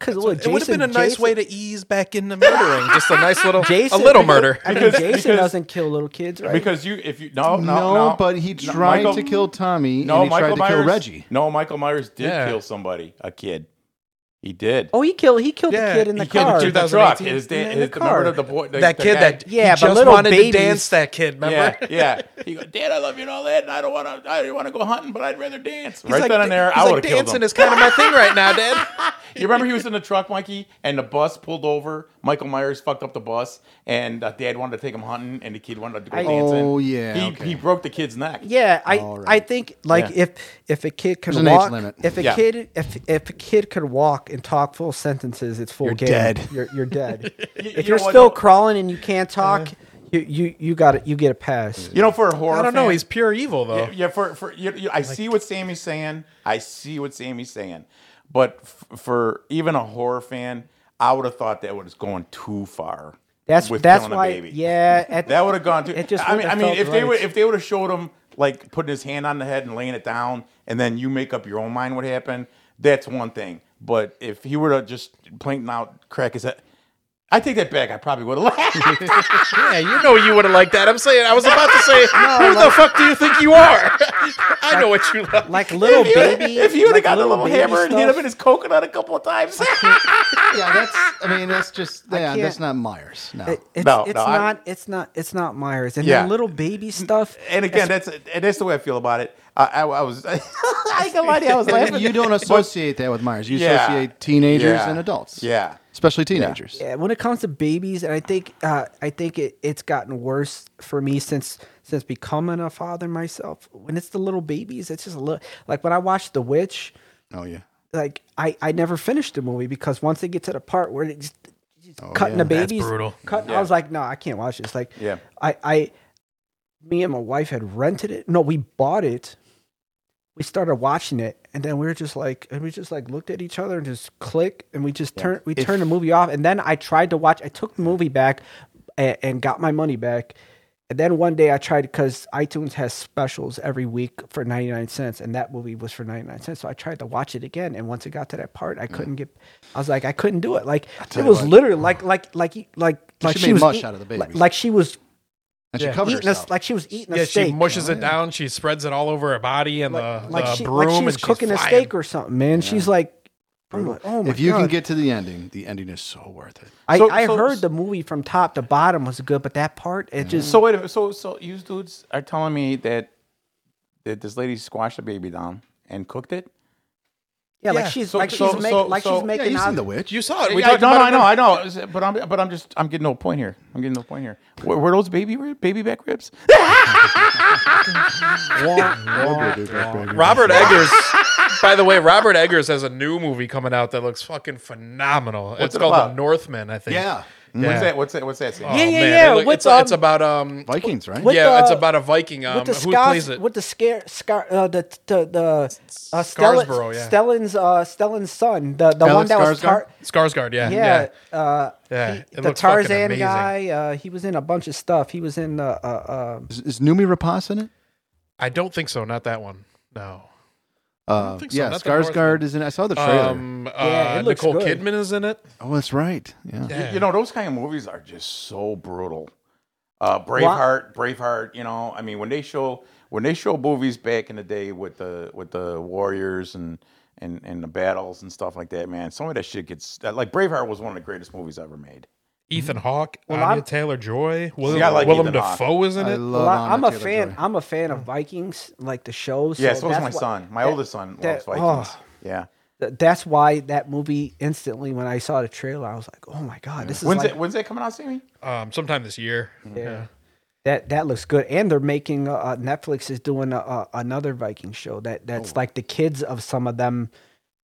Because
it would have been a nice way to ease back into murdering. Just a nice little, a
*laughs*
little murder.
I mean,
Because-
Jason
because-
doesn't kill little kids, right?
Because you, if you, no, no,
no,
no,
but he tried
Michael-
to kill Tommy and he tried to kill
Myers- *laughs*
Reggie.
No, Michael Myers did
Yeah.
kill somebody, a kid. He did.
oh, he killed. He killed
Yeah,
the kid in the
he killed
car.
the, the
2018
truck. His, da-
in
his,
the
the remember
car.
the boy, the,
that
the
kid
guy-
that
Yeah,
he
but
just
little
wanted
babies-
to dance. That kid, remember?
Yeah,
*laughs*
*laughs* yeah. He goes, Dad, I love you and all that, and I don't want to. I don't want to go hunting, but I'd rather dance.
He's
right
like,
then and there,
he's
I
like,
would have killed
dancing
him.
*laughs* is kind of my thing right now, Dad.
you remember he was in the truck, Mikey, and the bus pulled over. Michael Myers fucked up the bus, and uh, Dad wanted to take him hunting, and the kid wanted to go
I-
dancing.
Oh, yeah,
he,
okay.
he broke the kid's neck.
Yeah, I
All right.
I think like
Yeah.
if if a kid can
There's an age
walk,
limit.
if a
Yeah.
kid if if a kid could walk and talk full sentences, it's full. You're
dead.
You're you're dead.
*laughs* you
if you're
know what, Uh-huh.
still
though?
crawling and you can't talk, you you you got it. You get a pass.
You know, for a horror.
I don't know.
fan-
He's pure evil though.
Yeah, yeah, for for you, you, I see what Sammy's saying. I see what Sammy's saying, but f- for even a horror fan, I would have thought that was going too far.
That's
with
that's
killing a
why.
baby.
Yeah,
*laughs*
at,
that would have gone too.
It just
I mean,
wouldn't
I
have
mean,
felt
if they
right.
would, if they would have showed him like putting his hand on the head and laying it down, and then you make up your own mind what happened, that's one thing. But if he were to just plain out crack his head, I take that back. I probably would have *laughs* laughed.
Yeah, you know you would have liked that. I'm saying I was about to
*laughs*
say, who the fuck do you think you are? *laughs* I know what you like.
like
Oh,
little baby.
if you would have
like
got the little
baby
hammer and hit him
stuff.
in his coconut a couple of *laughs* times.
yeah,
*laughs*
that's. I mean, that's just. Yeah,
can't-
that's not Myers. No.
It- it's,
No,
it's
no, I-
not it's not it's not Myers and
Yeah.
then little baby stuff.
and again, that's and that's the way I feel about it. I, I, I was, *laughs* I can't lie to you,
*laughs*
I was laughing.
you don't associate that with Myers. You
Yeah.
associate teenagers
Yeah.
and adults.
Yeah.
Especially teenagers.
Yeah, when it comes to babies, and I think uh, I think it, it's gotten worse for me since since becoming a father myself. When it's the little babies, it's just a little like when I watched The Witch,
Oh yeah.
like I, I never finished the movie because once they get to the part where they just, just cutting the
That's
babies,
brutal.
Cut, I was like, no, I can't watch this. Like,
Yeah.
I, I, me and my wife had rented it. No, we bought it. We started watching it, and then we were just like, and we just like looked at each other and just click, and we just turned, we turned the movie off. And then I tried to watch. I took the movie back, and, and got my money back. And then one day I tried because iTunes has specials every week for 99 cents, and that movie was for 99 cents. So I tried to watch it again, and once it got to that part,
Mm.
I couldn't get. I was like, I couldn't do it. Like it was literally like like like like like,
she
she
made
was
mush
eat-
out of the
like-
baby.
Like she was
And she
Yeah.
covered
eating a,
herself.
like she was eating
Yeah,
a steak.
she mushes it down. She spreads it all over her body and the,
like,
the
she,
broom.
like she was
and she's
cooking a
flying.
steak or something, man. She's like, I'm like, oh my
if you
God.
can get to the ending, the ending is so worth it.
I,
So-
I
so-
heard the movie from top to bottom was good, but that part it just
So wait a minute. So so you dudes are telling me that that this lady squashed a baby down and cooked it?
yeah,
yeah.
like she's
So-
like
so-
she's
so-
making like
so-
she's
yeah,
Yeah,
making
you seen
out-
the witch? *laughs*
You saw it. We
Yeah,
talked
no,
about
I
it
know, I
then.
know. Is it- But I'm but I'm just I'm getting no point here. I'm getting no point here. Were, were those baby ri- baby back ribs?
*laughs*
*laughs*
Robert Eggers. By the way, Robert Eggers has a new movie coming out that looks fucking phenomenal. it's
it
called
about?
The Northman, I think.
Yeah.
What's that? What's that? What's that? Scene?
Oh,
yeah,
man,
yeah,
it look-
with,
it's, a- it's
um,
about um.
Vikings, right?
With
yeah,
the-
it's about a Viking. Um,
with the
who
Scots-
plays it?
With the scare, scar, uh, the the the uh, Stellan,
Scarsborough, yeah.
Stellan's uh, Stellan's son, the the one
Alex
that was
Skarsgård?
tar-
Skarsgård. Yeah.
yeah, Uh,
Yeah,
he-
it
the
looks fucking
Tarzan
amazing.
guy. Uh, he was in a bunch of stuff. He was in the uh, uh,
Is, is Numi Rapace in it?
I don't think so. Not that one. No.
Uh,
think so,
yeah,
not the
Skarsgård
Northman.
is in it. I saw the trailer.
Um.
Yeah,
uh,
it looks
Nicole
good.
Kidman is in it.
oh, that's right. Yeah.
You- You know those kind of movies are just so brutal. Uh, Braveheart, Braveheart. You know, I mean, when they show when they show movies back in the day with the with the warriors and and and the battles and stuff like that, man, some of that shit gets that- like Braveheart was one of the greatest movies ever made.
Ethan Hawke,
I'm-
Anya Taylor Joy, Willem,
I like
Willem
Ethan Hawke.
Dafoe is in
I
it.
love.
Well, I- I'm
Anna
a
Taylor-Joy.
fan. I'm a fan of Vikings, like the shows.
Yeah, so was
that's
my
why-
son. My
that-
oldest son loves
that-
Vikings.
oh.
Yeah.
th- That's why that movie instantly, when I saw the trailer, I was like, "Oh my god, this is
When's
like,
it? When's that coming out, Sammy?
um, sometime this year.
Yeah. That that looks good, and they're making uh, uh, Netflix is doing a, a, another Viking show
Oh,
that that's like the kids of some of them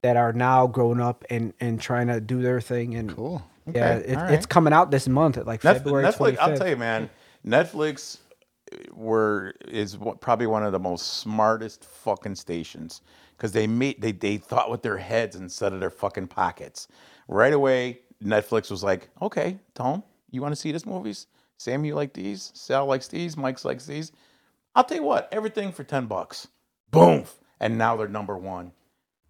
that are now grown up and and trying to do their thing. And
Cool.
yeah,
Okay,
it,
all
it's
right.
coming out this month at like
Netf-
February
Netflix,
twenty
I'll tell
fifth.
you, man. Netflix were is what, probably one of the most smartest fucking stations because they made they they thought with their heads instead of their fucking pockets. Right away, Netflix was like, "Okay, Tom, you want to see these movies? Sam, you like these? Sal likes these. Mike's likes these. I'll tell you what, everything for ten bucks. Boom! And now they're number one."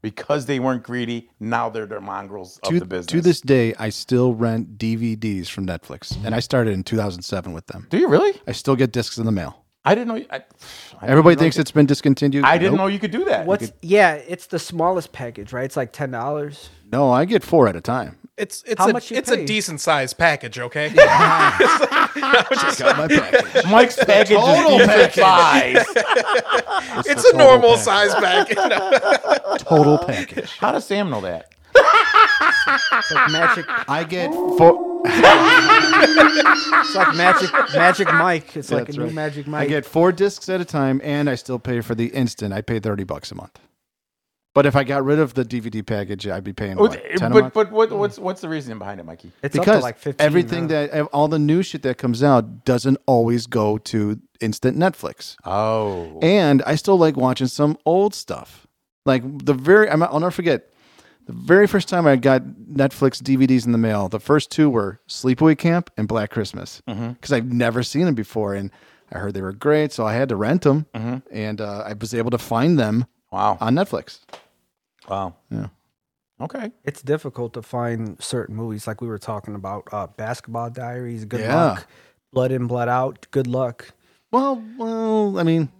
Because they weren't greedy, now they're the mongrels of
To,
the business.
to this day, I still rent DVDs from Netflix, and I started in 2007 with them.
do you really?
I still get discs in the mail.
I didn't know. You, I, I didn't
Everybody
know
thinks
you-
it's been discontinued.
I didn't
Nope.
know you could do that.
What's yeah? It's the smallest package, right? It's like ten dollars.
No, I get four at a time.
It's it's
How
a
much you
it's
pay?
a decent sized package, okay? *laughs*
Got
*laughs*
my package.
Mike's package
total
is decent *laughs* size.
it's a normal size package. *laughs* No.
Total package.
How does Sam know that?
It's like magic.
I get four.
*laughs* It's like Magic Magic Mike. It's like a
That's
new
right.
Magic Mike.
I get four discs at a time, and I still pay for the instant. I pay thirty bucks a month. But if I got rid of the DVD package, I'd be paying what,
Oh, But-
ten a
but
month.
but what, what's what's the reasoning behind it, Mikey?
it's up
because
to like 15
everything
huh?
that all the new shit that comes out doesn't always go to instant Netflix.
Oh,
And I still like watching some old stuff. Like the very, I'm, I'll never forget the very first time I got Netflix DVDs in the mail. The first two were Sleepaway Camp and Black Christmas because I've never seen them before, and I heard they were great, so I had to rent them, and uh, I was able to find them
wow,
on Netflix.
wow,
Yeah.
okay,
it's difficult to find certain movies like we were talking about uh, Basketball Diaries, Good
Yeah.
Luck, Blood In Blood Out, Good Luck.
Well, well, I mean,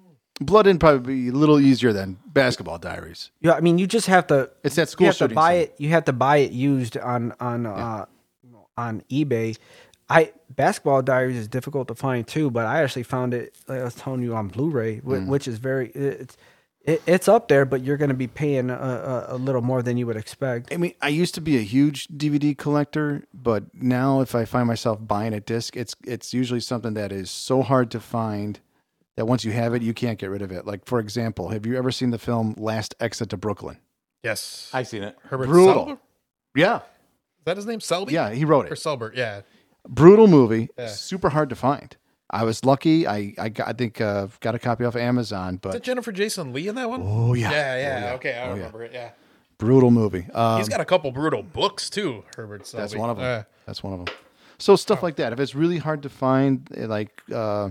Blood In probably be a little easier than Basketball Diaries.
Yeah, I mean you just have to
It's that
you
school
have to
shooting.
buy
scene.
it. You have to buy it used on on uh, on eBay. I Basketball Diaries is difficult to find too, but I actually found it. Like I was telling you on Blu-ray, whi-
Mm.
which is very it's it, it's up there, but you're going to be paying a, a, a little more than you would expect.
I mean, I used to be a huge DVD collector, but now if I find myself buying a disc, it's it's usually something that is so hard to find that once you have it, you can't get rid of it. Like for example, have you ever seen the film Last Exit to Brooklyn?
Yes.
I've seen it.
Herbert
Brutal.
Selber? Is
Yeah,
that his name? Selby?
yeah, he wrote
Or
it.
Selbert, yeah.
Brutal movie,
Yeah.
super hard to find. I was lucky. I I, got, I think uh, got a copy off Amazon,
Is
but
that Jennifer Jason Lee in that one?
oh yeah,
yeah, yeah, Okay, I remember it. Yeah.
brutal movie. Um,
He's got a couple brutal books too, Herbert Selby. Uh,
That's one of them.
Yeah.
That's one of them. So
Oh.
stuff like that. If it's really hard to find, eh, like uh,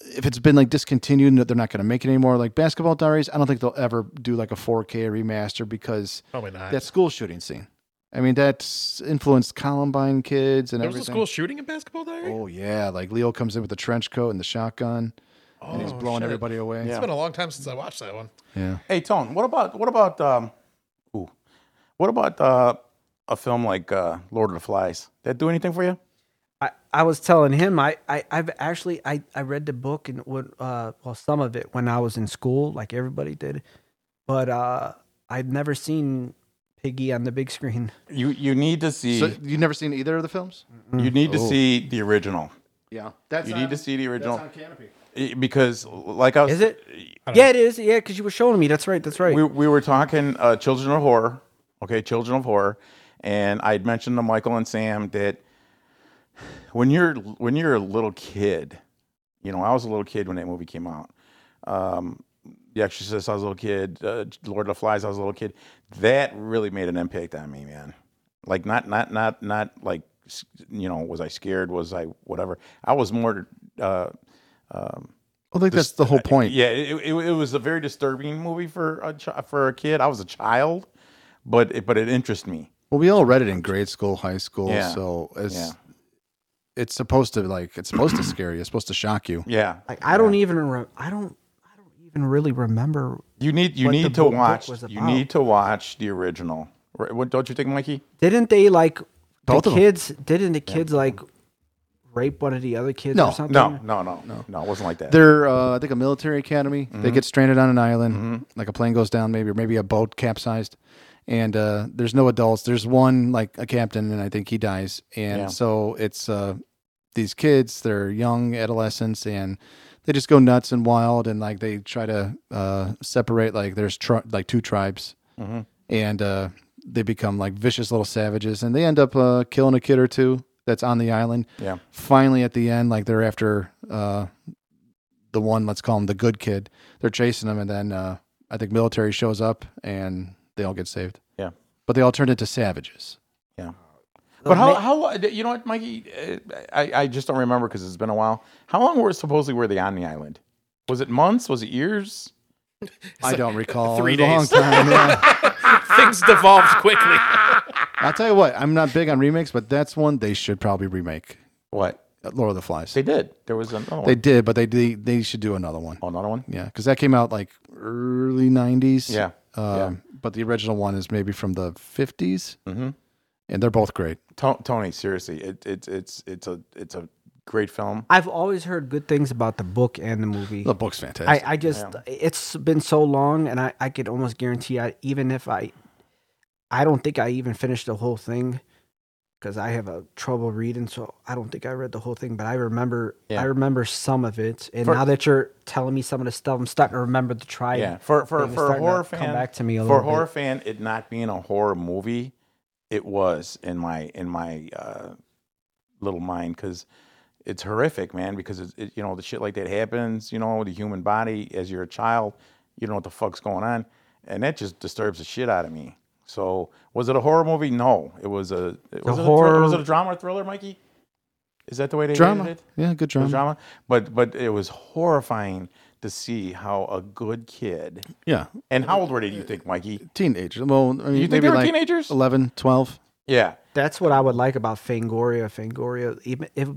if it's been like discontinued, and they're not going to make it anymore. Like Basketball Diaries, I don't think they'll ever do like a 4K remaster because
Probably not.
that school shooting scene. I mean, that's influenced Columbine kids and
there was a
everything.
school shooting in Basketball Diary?
oh yeah, like Leo comes in with the trench coat and the shotgun, and he's
Oh,
blowing
shit.
everybody away.
It's been a long time since I watched that one.
yeah.
Hey Tone, what about what about um, ooh, what about uh, a film like uh, Lord of the Flies? That do anything for you?
I, I was telling him I, I I've actually I, I read the book and what uh well some of it when I was in school like everybody did, but uh I've never seen Piggy on the
*laughs*
big screen.
You you need to see
So mm, you've never seen either of the films?
you need to see the original
Yeah, that's
You need to see the original.
Canopy.
Eh, because like I was
Is it? Yeah, it is. Yeah, because you were showing me. That's right. That's right.
we, we were talking uh, children of horror okay children of horror and i'd mentioned to michael and sam that when you're when you're a little kid you know i was a little kid when that movie came out um, the exorcist i was a little kid uh, lord of the flies i was a little kid that really made an impact on me man like not not not not like s- you know was i scared was i whatever i was more uh,
I think that's the whole point.
yeah, it, it, it was a very disturbing movie for a chi- for a kid. I was a child, but it, but it interested me.
Well, we all read it in grade school, high school,
Yeah.
so it's
Yeah.
it's supposed to like it's supposed to scare you. It's supposed to shock you.
Yeah,
like I don't even. Re- I don't. I don't even really remember.
you need you
What the
need to
book- book
watch
was
you
about.
need to watch the original. Right, What don't you think, Mikey?
Didn't they like
Both
the
of 'em.
kids? Didn't the kids like rape one of the other kids
No,
or something?
No, no, no, no, no. It wasn't like that.
They're uh, I think a military academy. They get stranded on an island, like a plane goes down, maybe or maybe a boat capsized, and uh, there's no adults. There's one like a captain, and I think he dies. And
Yeah.
so it's uh, these kids. They're young adolescents, and they just go nuts and wild, and like they try to uh, separate. Like there's tri- like two tribes.
Mhm.
and uh, they become like vicious little savages, and they end up uh, killing a kid or two that's on the island.
Yeah.
Finally, at the end, like they're after uh, the one, let's call him the good kid. They're chasing him, and then uh, I think military shows up, and they all get saved.
Yeah.
But they all turned into savages.
Yeah. But how,
ma-
how uh, you know what, Mikey? Eh, I, I just don't remember because it's been a while. How long were supposedly were they on the island? Was it months? Was it years?
I don't
*laughs*
recall.
three
It was
days.
A long time. yeah.
*laughs* Things devolved quickly.
I'll tell you what. I'm not big on remakes, but that's one they should probably remake.
What
Uh, Lord of the Flies.
they did? There was another
They
one.
did, but they they, they should do another one.
Oh, another one.
Yeah, because that came out like early '90s.
Yeah, yeah.
Um, But the original one is maybe from the '50s, mm-hmm. and they're both great.
To- Tony, seriously, it, it, it's it's a it's a great film.
I've always heard good things about the book and the movie.
The book's fantastic.
I, I just it's been so long, and I I could almost guarantee I even if I I don't think I even finished the whole thing, because I have a trouble reading, so I don't think I read the whole thing, but I remember
Yeah.
I remember some of it. And
For-
now that you're telling me some of the stuff, I'm starting to remember the try.
Yeah, for for
thing is
for a
starting to
horror
come
fan,
back to me a
for
little bit.
horror fan, it not being a horror movie, it was in my in my uh, little mind because it's horrific, man. Because it's, it, you know the shit like that happens. You know the human body as you're a child, you don't know what the fuck's going on, and that just disturbs the shit out of me. So was it a horror movie? No, it was a it was, it a, thr-
horror-
was it a drama or thriller, Mikey? Is that the way they rated
Drama.
it?
Yeah, good
It
drama.
was drama. But but it was horrifying to see how a good kid.
Yeah.
And how old were they? Do you think, Mikey?
Teenagers. Well, I mean,
You think
maybe
they were
like
teenagers?
11, 12.
Yeah,
That's what I would like about Fangoria. Fangoria, even if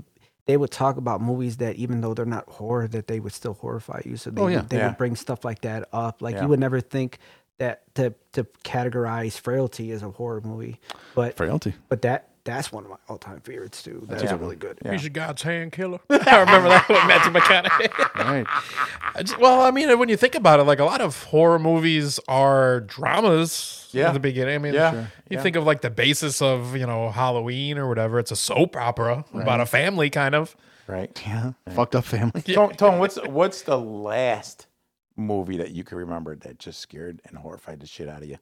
they would talk about movies that even though they're not horror, that they would still horrify you. So they,
Oh,
would-
yeah.
they
Yeah.
would bring stuff like that up. Like
Yeah.
you would never think that to to categorize Frailty as a horror movie, but
Frailty.
but that that's one of my all time favorites too. That's
Yeah.
really good.
Yeah.
*laughs* He's a God's hand killer. *laughs* I remember that with Matthew McConaughey.
All right.
*laughs* I just- well, I mean, when you think about it, like a lot of horror movies are dramas.
Yeah.
In the beginning, I mean,
Yeah.
you
Sure.
think of like the basis of you know Halloween or whatever. It's a soap opera about a family, kind of.
right.
Yeah. Fucked up family.
Tone, Tone, what's what's the last movie that you can remember that just scared and horrified the shit out of you?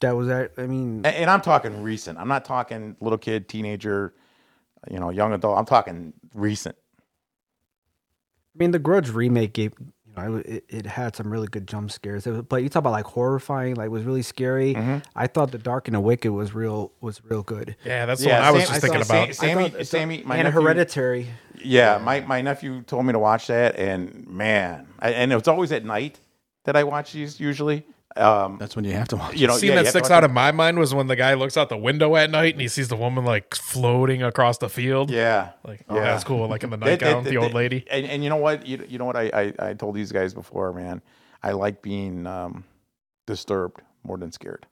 That was that. I mean,
And, and I'm talking recent. I'm not talking little kid, teenager, you know, young adult. I'm talking recent.
I mean, the Grudge remake gave you know I w- it, it had some really good jump scares. It was- but you talk about like horrifying, like was really scary. I thought The Dark and the Wicked was real was real good.
Yeah, that's
Yeah,
the one I was
same-
just
I
thinking
saw-
about.
same- Sammy-
I thought-
Sammy, my
and
nephew-
Hereditary.
Yeah, my, my nephew told me to watch that, and man, I, and it's always at night that I watch these usually. Um,
That's when you have to watch.
you know,
The scene
yeah, you have
that
to
sticks
watch
out
it.
in my mind was when the guy looks out the window at night and he sees the woman like floating across the field.
Yeah,
Like, oh,
Yeah.
that's cool. Like in the
That- that-
nightgown,
that-
the old
that-
lady.
And, and you know what? You, you know what? I, I I told these guys before, man. I like being um, disturbed more than scared.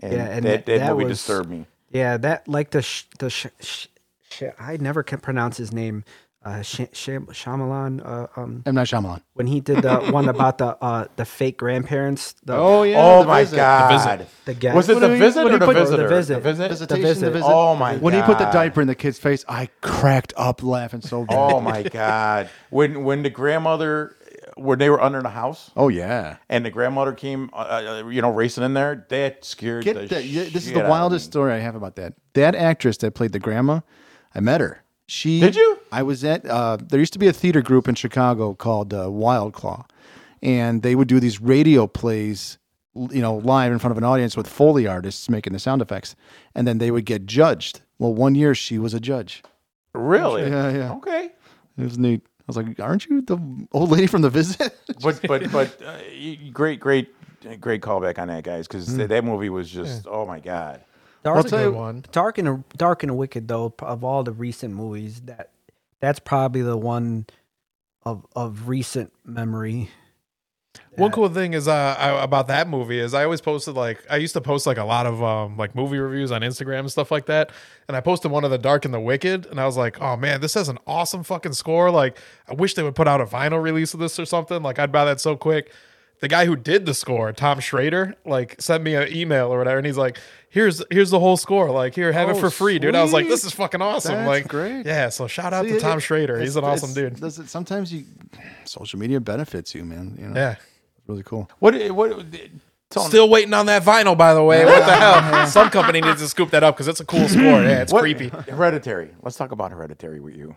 And
Yeah, and
that,
that-
that,
that
movie
was-
disturbed me.
Yeah, that like the sh- the sh- sh- sh- I never can pronounce his name. Uh, sh- Sham- Shyamalan. Uh, um,
M. Night Shyamalan.
when he
*laughs*
did the one about the uh the fake grandparents. The,
yeah.
oh my god!
The guest.
Was it
What
the
do we-
visit
what do
or
you
the
put- or the
visitor?
visit.
The visit.
Visitation,
visit.
the visit.
Oh my god!
When he put the diaper in the kid's face, I cracked up laughing so bad. *laughs*
Oh my god! When when the grandmother, when they were under the house.
Oh, yeah.
And the grandmother came, uh, uh, you know, racing in there. That scared
Get
the
that. yeah, This is
shit
the
out of
wildest
me.
story I have about that. That actress that played the grandma, I met her. She
Did you?
I was at. Uh, there used to be a theater group in Chicago called uh, Wild Claw, and they would do these radio plays, l- you know, live in front of an audience with foley artists making the sound effects, and then they would get judged. Well, one year she was a judge.
Really?
Yeah, yeah.
Okay.
It was neat. I was like, "Aren't you the old lady from the visit?"
*laughs* but but but uh, y- y- great great great callback on that guys because that movie was just oh my god
Dark,
I'll tell you-
one.
Dark and Dark and Wicked though of all the recent movies that that's probably the one of of recent memory.
One cool thing is uh, I, about that movie is I always posted like I used to post like a lot of um, like movie reviews on Instagram and stuff like that, and I posted one of the Dark and the Wicked, and I was like, oh man, this has an awesome fucking score. Like I wish they would put out a vinyl release of this or something. Like I'd buy that so quick. The guy who did the score, Tom Schrader, like sent me an email or whatever, and he's like, "Here's here's the whole score. Like here, have it
Oh,
for free, dude." I was like,
sweet.
"This is fucking awesome!"
That's
like
great.
Yeah, so shout out to
*laughs* See,
Tom
it-
Schrader. He's an
it's-
awesome
it's-
dude.
does it- sometimes you, social media benefits you, man. You know,
Yeah.
really cool.
what what Tony,
Still waiting on that vinyl, by the way. What the hell? Some company needs to scoop that up because it's a cool score. Yeah, it's
what- *laughs*
creepy.
hereditary let's talk about hereditary with you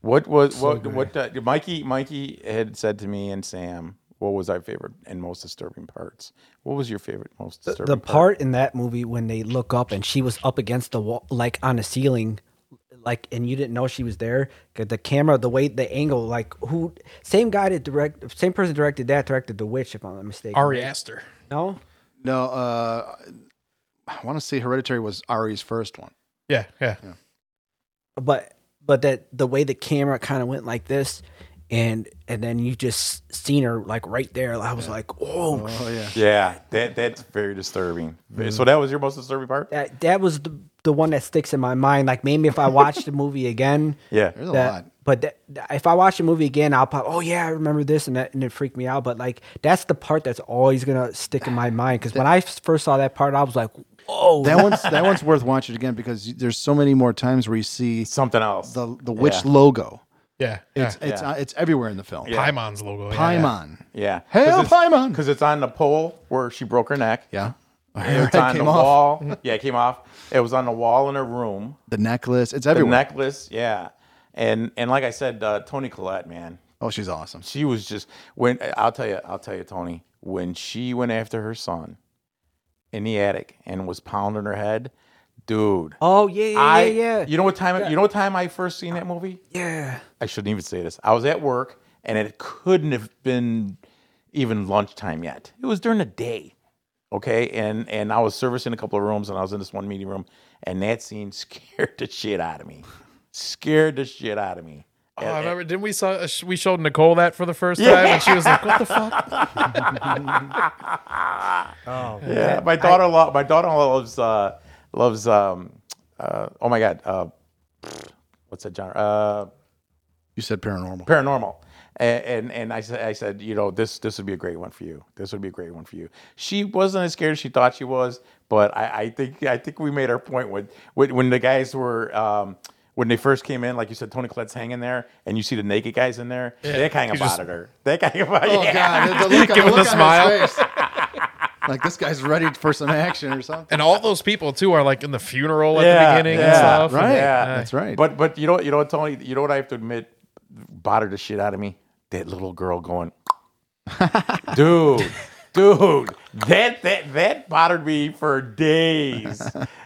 what was what what uh, Mikey Mikey had said to me and Sam what was our favorite and most disturbing parts what was your favorite most disturbing
The part in that movie when they look up and she was up against the wall, like on the ceiling, like, and you didn't know she was there. 'Cause The camera, the way, the angle, like, who, same guy that direct, same person directed that, directed The Witch, if I'm not mistaken.
Ari Aster.
No?
No, uh, I want to say Hereditary was Ari's first one.
Yeah, yeah.
but but that the way the camera kind of went like this and and then you just seen her like right there i was like oh,
Oh yeah,
yeah that that's very disturbing so that was your most disturbing part
that that was the, the one that sticks in my mind like maybe if i watch the movie again
yeah
there's a
that-
lot.
but that, that- if i watch the movie again i'll pop oh yeah i remember this and that and it freaked me *sighs* out but like that's the part that's always gonna stick in my mind because when i f- first saw that part i was like
Oh, *laughs* that one's that one's worth watching again because y- there's so many more times where you see
Something else.
the the witch
Yeah.
logo.
Yeah. yeah.
It's it's
Yeah.
uh, it's everywhere in the film.
Yeah.
Paimon's logo. yeah, yeah.
Paimon.
yeah.
Hail Paimon!
Because it's on the pole where she broke her neck.
Yeah.
*laughs* It was
It
on
came
the
off.
wall.
*laughs*
Yeah, it came off. It was on the wall in her room.
The necklace. It's
The
everywhere.
necklace. Yeah. And and like I said, uh, Tony Collette, man,
oh, she's awesome.
she was just when I'll tell you, I'll tell you, Tony, when she went after her son in the attic and was pounding her head, dude.
Oh yeah, yeah,
I
yeah, yeah.
you know what time you know what time I first seen that movie?
*laughs* yeah.
I shouldn't even say this. I was at work and it couldn't have been even lunchtime yet. It was during the day. Okay. And and I was servicing a couple of rooms and I was in this one meeting room and that scene *laughs* scared the shit out of me. Scared the shit out of me.
Oh, I remember. Didn't we saw uh, sh- we showed Nicole that for the first time, and she was like, "What the fuck?"
Yeah. My daughter in law my daughter in law loves uh loves um uh oh my god, uh what's that genre? Uh
You said paranormal.
paranormal. And, and and I said I said you know this this would be a great one for you. This would be a great one for you. She wasn't as scared as she thought she was, but I, I think I think we made our point when when, when the guys were um, when they first came in, like you said, Tony Collette's hanging there, and you see the naked guys in there. That kind of
You just-
bothered her. That kind of bothered.
Oh God! The, the look,
Give
the
him the
look on
smile.
his face. like this guy's ready for some action or something.
And all those people too are like in the funeral at
Yeah,
the beginning
yeah,
and stuff.
Right.
Yeah.
That's right.
But but you know what- you know what Tony you know what I have to admit bothered the shit out of me that little girl going, *laughs* dude, dude, that that that bothered me for *laughs* days.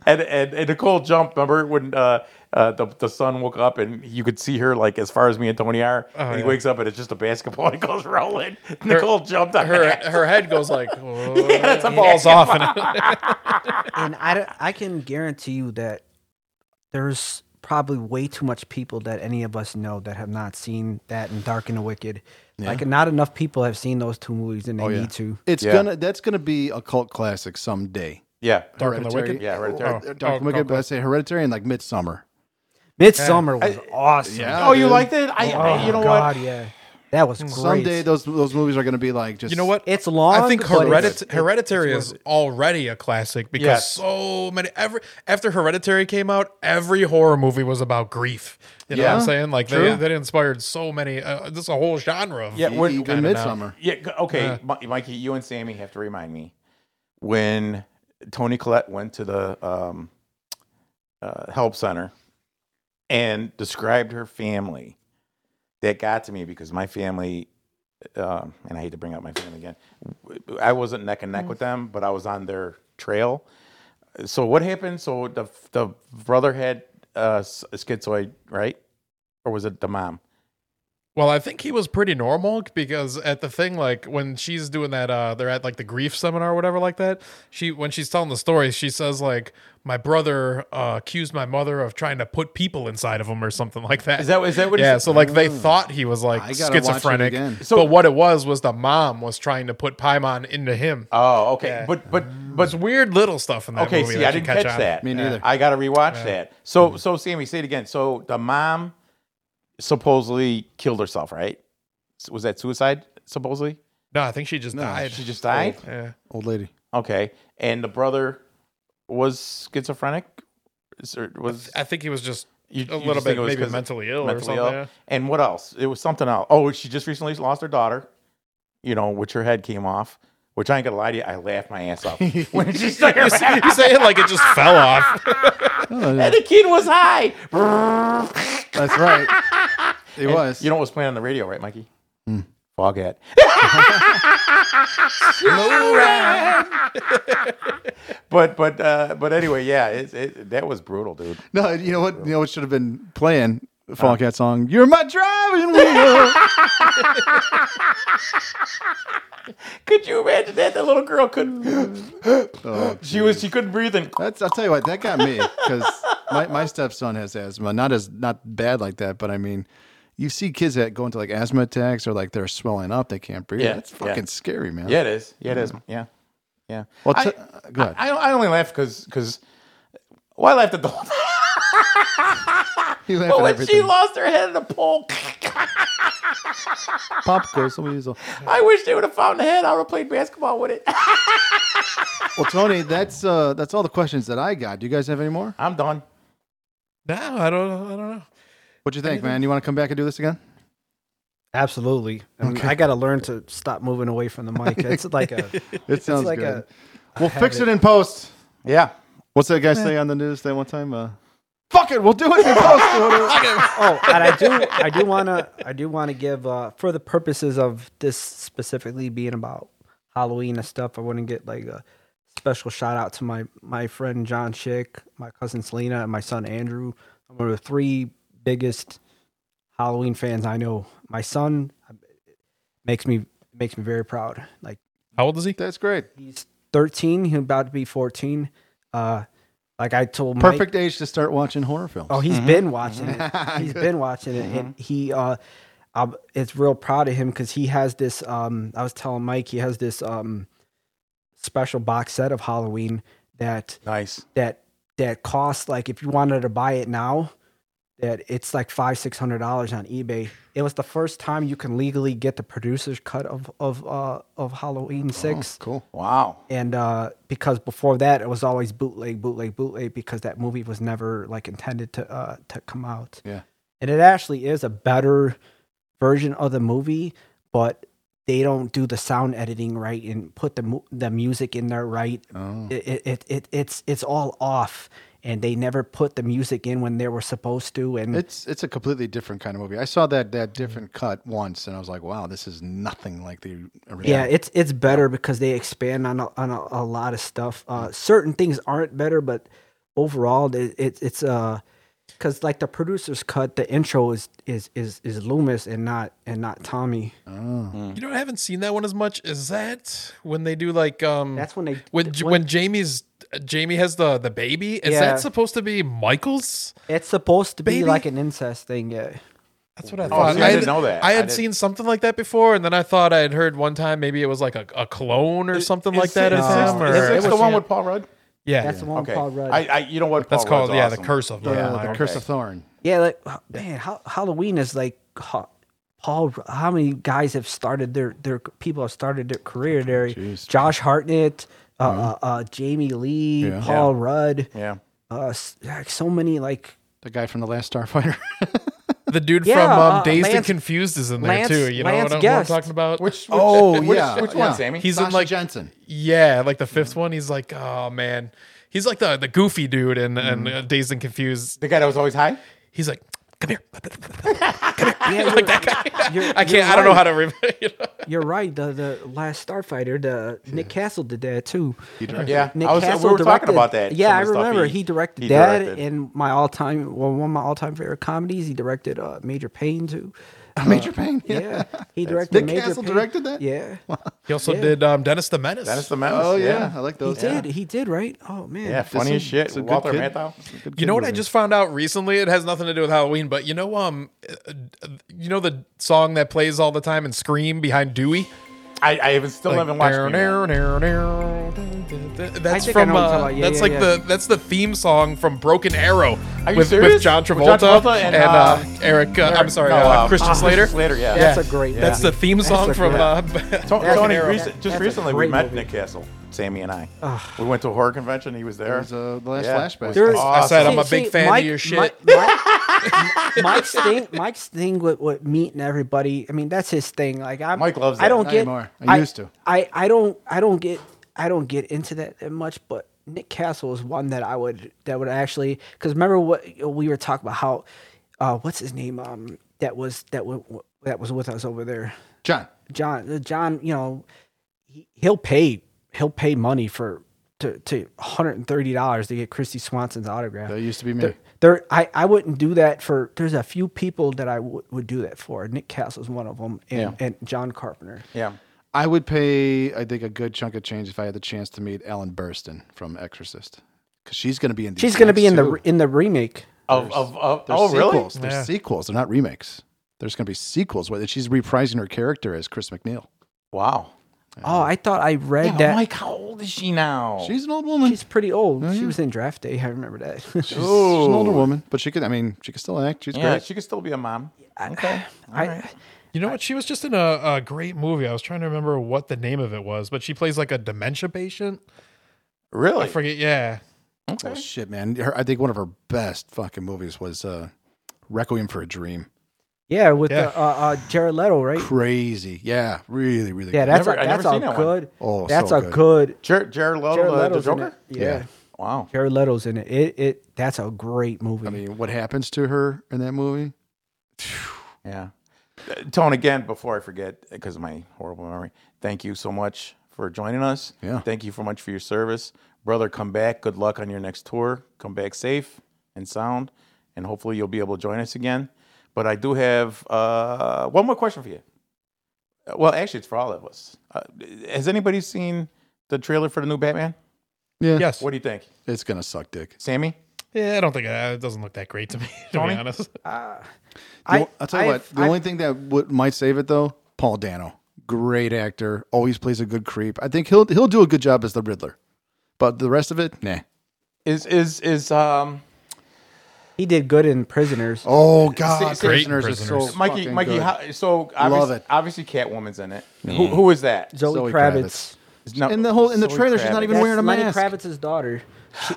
and, and and Nicole jumped. Remember when uh, uh, the the son woke up and you could see her like as far as me and Tony are. and he
Oh, yeah.
wakes up and it's just a basketball *laughs* and it goes rolling. Nicole jumped on her. *laughs*
Her her head goes like "Whoa,"
That's a
falls off, and
And I, don't- I can guarantee you that there's probably way too much people that any of us know that have not seen that in Dark and the Wicked. Like not enough people have seen those two movies and they
Oh, yeah.
need to.
It's
Yeah.
gonna that's gonna be a cult classic someday.
Yeah.
Dark and the
Hereditary.
Wicked.
Yeah, Hereditary.
Dark
Oh,
and the Wicked,
cult
but I say Hereditary and like Midsummer.
Midsummer was awesome.
Yeah.
Oh, you
dude.
liked it? I, I-
Oh,
you know
God,
what?
yeah. That was great.
Someday those those movies are gonna be like just
You know what?
It's long.
I think
but it's-
Heredit- Hereditary is already a classic because
Yes.
so many every after Hereditary came out, every horror movie was about grief. You know what
Yeah,
I'm saying? Like
true.
they, that inspired so many. Uh, this is a whole genre. Of,
Yeah,
e-
when-
even Midsummer.
Yeah. g- Okay, Mi- Mikey, you and Sammy have to remind me when Tony Collette went to the um, uh, help center and described her family. That got to me because my family, um, and I hate to bring up my family again. w- I wasn't neck and
Mm.
neck with them, but I was on their trail. So what happened? So the the brother had uh, s- schizoid, right? Or was it the mom?
Well, I think he was pretty normal because at the thing, like when she's doing that, uh, they're at like the grief seminar or whatever, like that. She when she's telling the story, she says like, "My brother uh, accused my mother of trying to put people inside of him or something like that."
Is that is Mm. that what? he
yeah,
said?
so like they thought he was like
I gotta watch it
schizophrenic,
again.
but what it was was the mom was trying to put Paimon into him.
Oh, okay.
Yeah.
But but but
It's weird little stuff in that
okay.
movie.
See, I
that Mm-hmm. you
didn't catch,
on.
that.
Me neither.
I got to rewatch that. So so Sammy, say it again. So the mom supposedly killed herself, right? S- Was that suicide? Supposedly,
No, I think she just died.
she just died.
yeah.
old lady.
Okay, and the brother was schizophrenic. Is- or Was
I think he was just
you-
a
you
little
just think
bit
it was
maybe
'cause
mentally ill or
mentally
something.
ill?
yeah.
And what else? It was something else. Oh, she just recently lost her daughter. You know, which her head came off. Which I ain't gonna lie to you, I laughed my ass
*laughs*
off when she stuck her
You say, you say it like it just *laughs* fell off.
And the kid was high.
Oh,
*laughs*
That's right. It was. Hmm.
You know what was playing on the radio, right, Mikey?
*laughs*
Foghat.
*laughs*
but but uh, but anyway, yeah, it, it, that was brutal, dude.
no, you know what? You know what should have been playing
Uh-huh.
Foghat song. You're my driving wheel.
Could you imagine that? That little
*gasps*
girl couldn't.
Oh,
*gasps* she was she couldn't breathe and
That's. I'll tell you what. That got me because my, my stepson has asthma. Not as not bad like that, but I mean, you see kids that go into like asthma attacks or like they're swelling up, they can't breathe.
Yeah,
That's
yeah.
fucking scary, man.
yeah, it is. Yeah, it is. Yeah, yeah.
Mm-hmm. Well,
I-
t- uh, go ahead.
I, I only laugh because because well, I laughed at the whole time.
you laugh
But
at
*laughs* when
everything.
she lost her head in the *laughs* pole,
Pop goes. Somebody use a-
*laughs* I wish they would have found the head. I would have played basketball with it.
Well, Tony, that's uh, that's all the questions that I got. Do you guys have any more?
I'm done.
No, I don't. I don't know.
What do you think, man? You want to come back and do this again?
Absolutely. I, mean, I got to learn to stop moving away from the *laughs* mic. It's like
*laughs*
a.
It sounds
like
good.
a-
*laughs* we'll
have
fix it.
it.
in post.
Yeah.
What's that guy say on the news that one time? Uh, Fuck it, we'll do it in *laughs* post.
Oh, and I do. I do want to. I do want to give uh, for the purposes of this specifically being about Halloween and stuff. I want to get like a special shout out to my my friend John Schick, my cousin Selena, and my son Andrew. I'm one of the three biggest Halloween fans I know. My son uh, makes me makes me very proud. Like
How old is he?
that's great.
he's 13. He's about to be 14. Uh, like I told Mike-
Perfect age to start watching horror films.
Oh, he's been watching it. He's been watching it, and he. Uh, I'm, it's real proud of him because he has this. Um, I was telling Mike he has this um, special box set of Halloween that
Nice.
that that costs like if you wanted to buy it now, that it's like five six hundred dollars on eBay. It was the first time you can legally get the producer's cut of of uh, of Halloween six.
cool.
Wow.
And uh, because before that, it was always bootleg, bootleg, bootleg, because that movie was never like intended to uh, to come out.
Yeah.
And it actually is a better version of the movie, but they don't do the sound editing right and put the mu- the music in there right. It, it, it, it it's it's all off, and they never put the music in when they were supposed to. And
It's it's a completely different kind of movie. I saw that that different cut once, and I was like, wow, this is nothing like the original.
Yeah, it's it's better because they expand on a, on a, a lot of stuff. Uh, certain things aren't better, but overall, it, it, it's uh, because like the producers cut, the intro is is is is Loomis and not and not Tommy.
Hmm.
You know, I haven't seen that one as much. Is that when they do like um?
That's when they
when J- when, Jamie's Jamie has the the baby. Is
Yeah.
that supposed to be Michael's?
it's supposed to be
Baby.
like an incest thing. Yeah,
That's what I
Oh,
thought.
see, I didn't know that.
I
I
had
didn't-
seen something like that before, and then I thought I had heard one time maybe it was like a, a clone or something
Is
like that.
Six-
of
is Six-
them, or-
is Six
it
the
was-
one with Paul Rudd?
yeah,
that's the one
Okay.
with Paul Rudd.
I, I, you know what?
that's
Paul
called
Rudd's
yeah
Oh, awesome.
the curse of
Uh,
Blood
the
Mine.
Curse
okay.
of Thorn.
yeah, like h- man, how, Halloween is like. ho- Paul, R- how many guys have started their their people have started their career there? Josh Hartnett, uh, uh, uh, Jamie Lee,
Yeah.
Paul Rudd,
Yeah.
uh, s- like so many like
The guy from the Last Starfighter.
The dude
Yeah,
from um,
uh,
Dazed and
Lance-
Confused is in there
Lance-
too. You know
Lance
what, I'm- what I'm
Guest.
talking about?
Which, which
Oh, *laughs*
which,
yeah,
Which
yeah.
one, Sammy?
he's in
Sasha
like
Jensen.
yeah, like the
Mm.
fifth one. He's like oh man, he's like the the goofy dude and and
Mm.
uh, Dazed and Confused.
the guy that was always high.
He's like come here.
yeah, you're, *laughs* you're-
*laughs* I can't.
you're
I don't know
right.
how to remember. *laughs* You know?
You're right. The the last Starfighter, the Nick Castle did that too.
Yeah.
Nick
I was,
Castle
we were
directed,
talking about that.
Yeah,
some
I
of the stuff
remember he, directed
he
that
directed.
and my all time well one of my all time favorite comedies. He directed uh, Major
*laughs*
Pain too.
*laughs* Major Pain.
Yeah, he directed
Nick
Major
Castle
Pain.
directed that?
Yeah,
He also did um, Dennis the Menace.
That is the menace.
Oh yeah, I like
he
those.
did. He did right. Oh man.
Yeah,
It's
funny
a-
as shit.
it's a good
Walter
kid.
Matthau.
Good
You know
kid
what I
movie.
just found out recently? It has nothing to do with Halloween, but you know, um, uh, uh, you know the song that plays all the time in Scream behind Dewey.
I, I even still haven't watched
Like,
Green Man.
That's
think I know what you're
from
talking
uh,
about. Yeah,
that's
yeah,
like
yeah.
the that's the theme song from Broken Arrow
Are you
with, with
serious?
John
With John
Travolta,
Travolta
and,
and,
uh,
uh,
Eric. Uh, I'm sorry,
No,
uh,
uh,
Christian
uh,
Slater.
Slater, yeah.
That's
Yeah.
a great.
That's the theme song
a
from
great-
uh,
To-
*laughs* Broken
Tony,
Arrow.
rec-
That's
just
a
recently we
great
met
movie.
Nick Castle, Sammy and I. we went to a horror convention. He was there.
was, uh, the last flashback.
it was
There
is-
I said I'm
awesome.
a big fan of your shit.
Mike,
*laughs*
Mike's thing, Mike's thing with, with meeting everybody. I mean, that's his thing. Like I'm,
Mike loves
I
that.
don't
Not
get.
anymore. I used to.
I, I don't. I don't get. I don't get into that that much. But Nick Castle is one that I would. That would actually. Because remember what we were talking about? How, uh, what's his name? Um, that was that was that was with us over there.
John.
John, uh, John, you know, he, he'll pay he'll pay money for to to one hundred and thirty dollars to get Christy Swanson's autograph.
That used to be me.
There, there I, I wouldn't do that for. There's a few people that I would would do that for. Nick Castle's one of them, and,
Yeah.
and John Carpenter.
Yeah.
I would pay, I think, a good chunk of change if I had the chance to meet Ellen Burstyn from Exorcist, because she's going to be in. These
She's gonna be
next
in the
two.
re- in the remake.
Of, of, of,
They're
oh, really?
sequels. They're sequels. They're not remakes. There's going to be sequels. Whether she's reprising her character as Chris McNeil.
Wow.
Oh, I thought I read
Yeah,
that.
Mike, Mm-hmm. how old is she now?
She's an old woman.
She's pretty old. She was in Draft Day. *laughs* I remember that.
She's- she's an older woman, but she could. I mean, she could still act. She's
yeah,
great.
she could still be a mom. Okay.
I,
You know what? She was just in a, a great movie. I was trying to remember what the name of it was, but she plays like a dementia patient.
Really?
I forget. Yeah.
Oh shit, man! Her, I think one of her best fucking movies was uh, Requiem for a Dream.
Yeah, with
Yeah.
The, uh, uh, Jared Leto, right?
Crazy, yeah, really, really.
Yeah,
good.
that's
Never-
a,
I never
that's a
seen that one.
good.
Oh,
that's
so
a
good.
good.
Jar- Jared Leto,
Jared
the- the,
Leto's in
Joker?
it. Yeah.
Yeah.
Wow.
Jared Leto's in it. It it that's a great movie.
I mean, what happens to her in that movie?
Yeah. Uh, Tone, again, before I forget, because of my horrible memory, thank you so much for joining us.
Yeah.
Thank you so much for your service. Brother, come back. Good luck on your next tour. Come back safe and sound, and hopefully you'll be able to join us again. But I do have uh, one more question for you. Uh, Well, actually, it's for all of us. Uh, has anybody seen the trailer for the new Batman?
Yeah,
Yes.
What do you think?
it's gonna suck dick.
Sammy?
Yeah, I don't think uh, it doesn't look that great to me. *laughs* To be
Tony?
honest,
I, will
Uh, I-
tell you what.
I've-
The only thing that would might save it though, Paul Dano, great actor, always plays a good creep. I think he'll he'll do a good job as the Riddler, but the rest of it, nah.
Is is is um
he did good in Prisoners.
Oh God,
see-
prisoners,
Great
is so
Prisoners.
Mikey
fucking
Mikey?
good.
How, so obviously,
Love it.
obviously, Catwoman's in it. Who, who is that?
Zoe,
Zoe
Kravitz.
No,
in the whole in the
Zoe
trailer, she's not
Kravitz.
even wearing a
Lenny
mask.
Kravitz's daughter.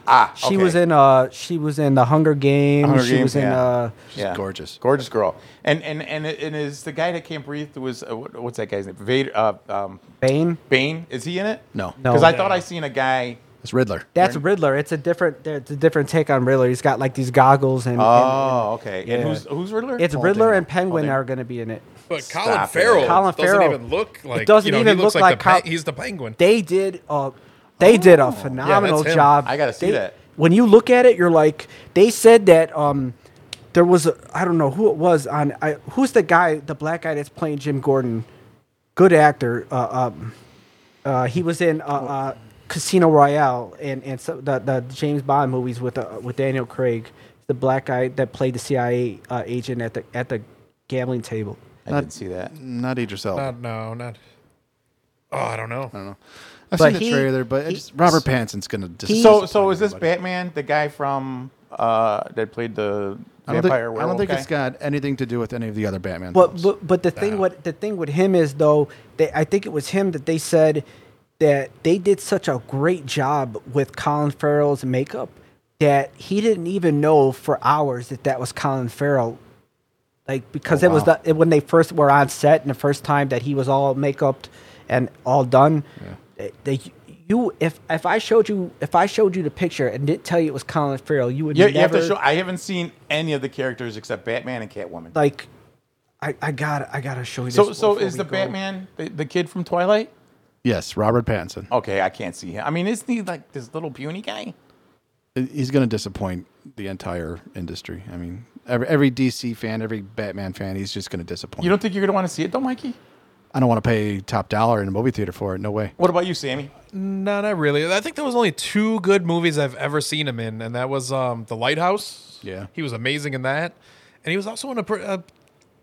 ah,
She
okay.
was in uh she was in The Hunger Games.
Hunger
she
Games,
was in
yeah.
uh
yeah.
gorgeous.
gorgeous girl. And and and it- and is the guy that can't breathe was uh, what- what's that guy's name? Vader, uh, um,
Bane.
Bane. Is he in it?
No,
No.
because I thought I seen a guy.
it's Riddler.
That's Riddler. It's a different it's a different take on Riddler. He's got like these goggles and, and-
Oh, okay.
Yeah.
And who's who's Riddler?
it's Riddler
Dano.
and Penguin
Dano.
are going to be in it.
but
Stop
Colin
it.
Farrell
Colin
doesn't
Farrell.
even look
*laughs*
like
doesn't
you know,
even
he looks
look
like, the
like
pe-
Col-
he's the penguin.
They did uh they did a phenomenal
him.
job.
I gotta see
They-
that.
When you look at it, you're like they said that um there was a, I don't know who it was on I, who's the guy the black guy that's playing Jim Gordon. Good actor. Uh, um Uh, he was in uh, uh, Casino Royale and and so the, the James Bond movies with uh, with Daniel Craig, the black guy that played the CIA uh, agent at the at the gambling table.
I didn't see that.
Not Idris Elba.
Not, Uh, no, not. Oh, I don't know.
I've
But
seen the
he-
trailer, but I
he-
just, Robert Pattinson's gonna. Dis-
So so is this Batman the guy from uh that played the
I don't think,
vampire
I don't
werewolf
think
guy?
it's got anything to do with any of the other Batman.
But
films.
but, but the thing what the thing with him is though they, I think it was him that they said that they did such a great job with Colin Farrell's makeup that he didn't even know for hours that that was Colin Farrell. Like because
Oh,
it was the, it, when they first were on set and the first time that he was all makeuped and all done. They, they, you if if I showed you if I showed you the picture and didn't tell you it was Colin Farrell, you would
Yeah,
never
you have to show. I haven't seen any of the characters except Batman and Catwoman.
like. I, I got I gotta show you.
So,
this
so
before
is
we
the
go.
Batman the, the kid from Twilight?
yes, Robert Pattinson.
Oh.
Okay, I can't see him. I mean, isn't he like this little puny guy?
He's gonna disappoint the entire industry. I mean, every, every DC fan, every Batman fan, he's just gonna disappoint.
You don't think you're gonna want to see it, though, Mikey?
I don't want to pay top dollar in a movie theater for it. No way.
What about you, Sammy?
No, not really. I think there was only two good movies I've ever seen him in, and that was um, The Lighthouse.
Yeah.
he was amazing in that, and he was also in a, pr- a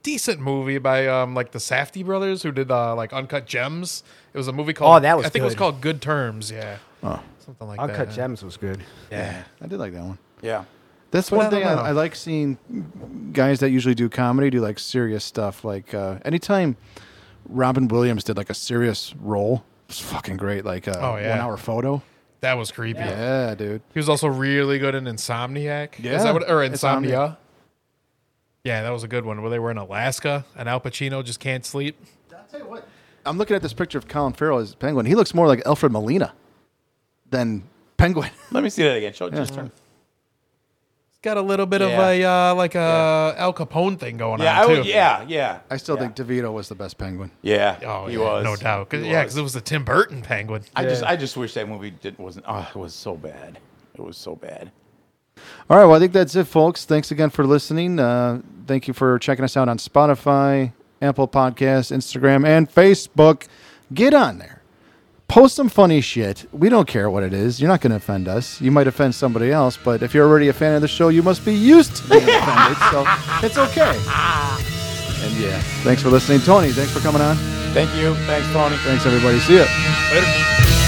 decent movie by um, like the Safdie brothers, who did uh, like Uncut Gems. It was a movie called
Oh, that was
I think it was
good.
called Good Terms. Yeah,
Oh.
something like that.
Uncut Gems was good.
Yeah,
I did like that one.
Yeah.
That's
But
one
I
thing I,
don't know.
I like seeing guys that usually do comedy do like serious stuff. Like uh, anytime Robin Williams did like a serious role, it's fucking great. Like uh,
Oh, yeah.
one hour photo.
that was creepy.
Yeah, dude.
He was also really good in Insomniac. Is
Yeah.
that what, or
Insomnia.
Insomnia. Yeah, that was a good one where they were in Alaska and Al Pacino just can't sleep.
I'm looking at this picture of Colin Farrell as Penguin. He looks more like Alfred Molina than Penguin. *laughs*
Let me see that again. Show just turn.
It's got a little bit
Yeah.
of a uh, like a Al Capone thing going
Yeah,
on
I
too.
would, yeah, yeah,
I still think DeVito was the best Penguin.
yeah.
Oh,
he
yeah,
was
no doubt. 'Cause-
He
yeah,
was.
because it was the Tim Burton Penguin.
I just, I just wish that movie did, wasn't. Oh, it was so bad. It was so bad.
All right, well, I think that's it, folks. Thanks again for listening. Uh, thank you for checking us out on Spotify, Apple Podcasts, Instagram, and Facebook. Get on there. Post some funny shit. We don't care what it is. You're not going to offend us. You might offend somebody else, but if you're already a fan of the show, you must be used to being offended. So it's okay. And yeah, thanks for listening, Tony. Thanks for coming on.
Thank you. Thanks, Tony.
Thanks, everybody. See ya.
Later.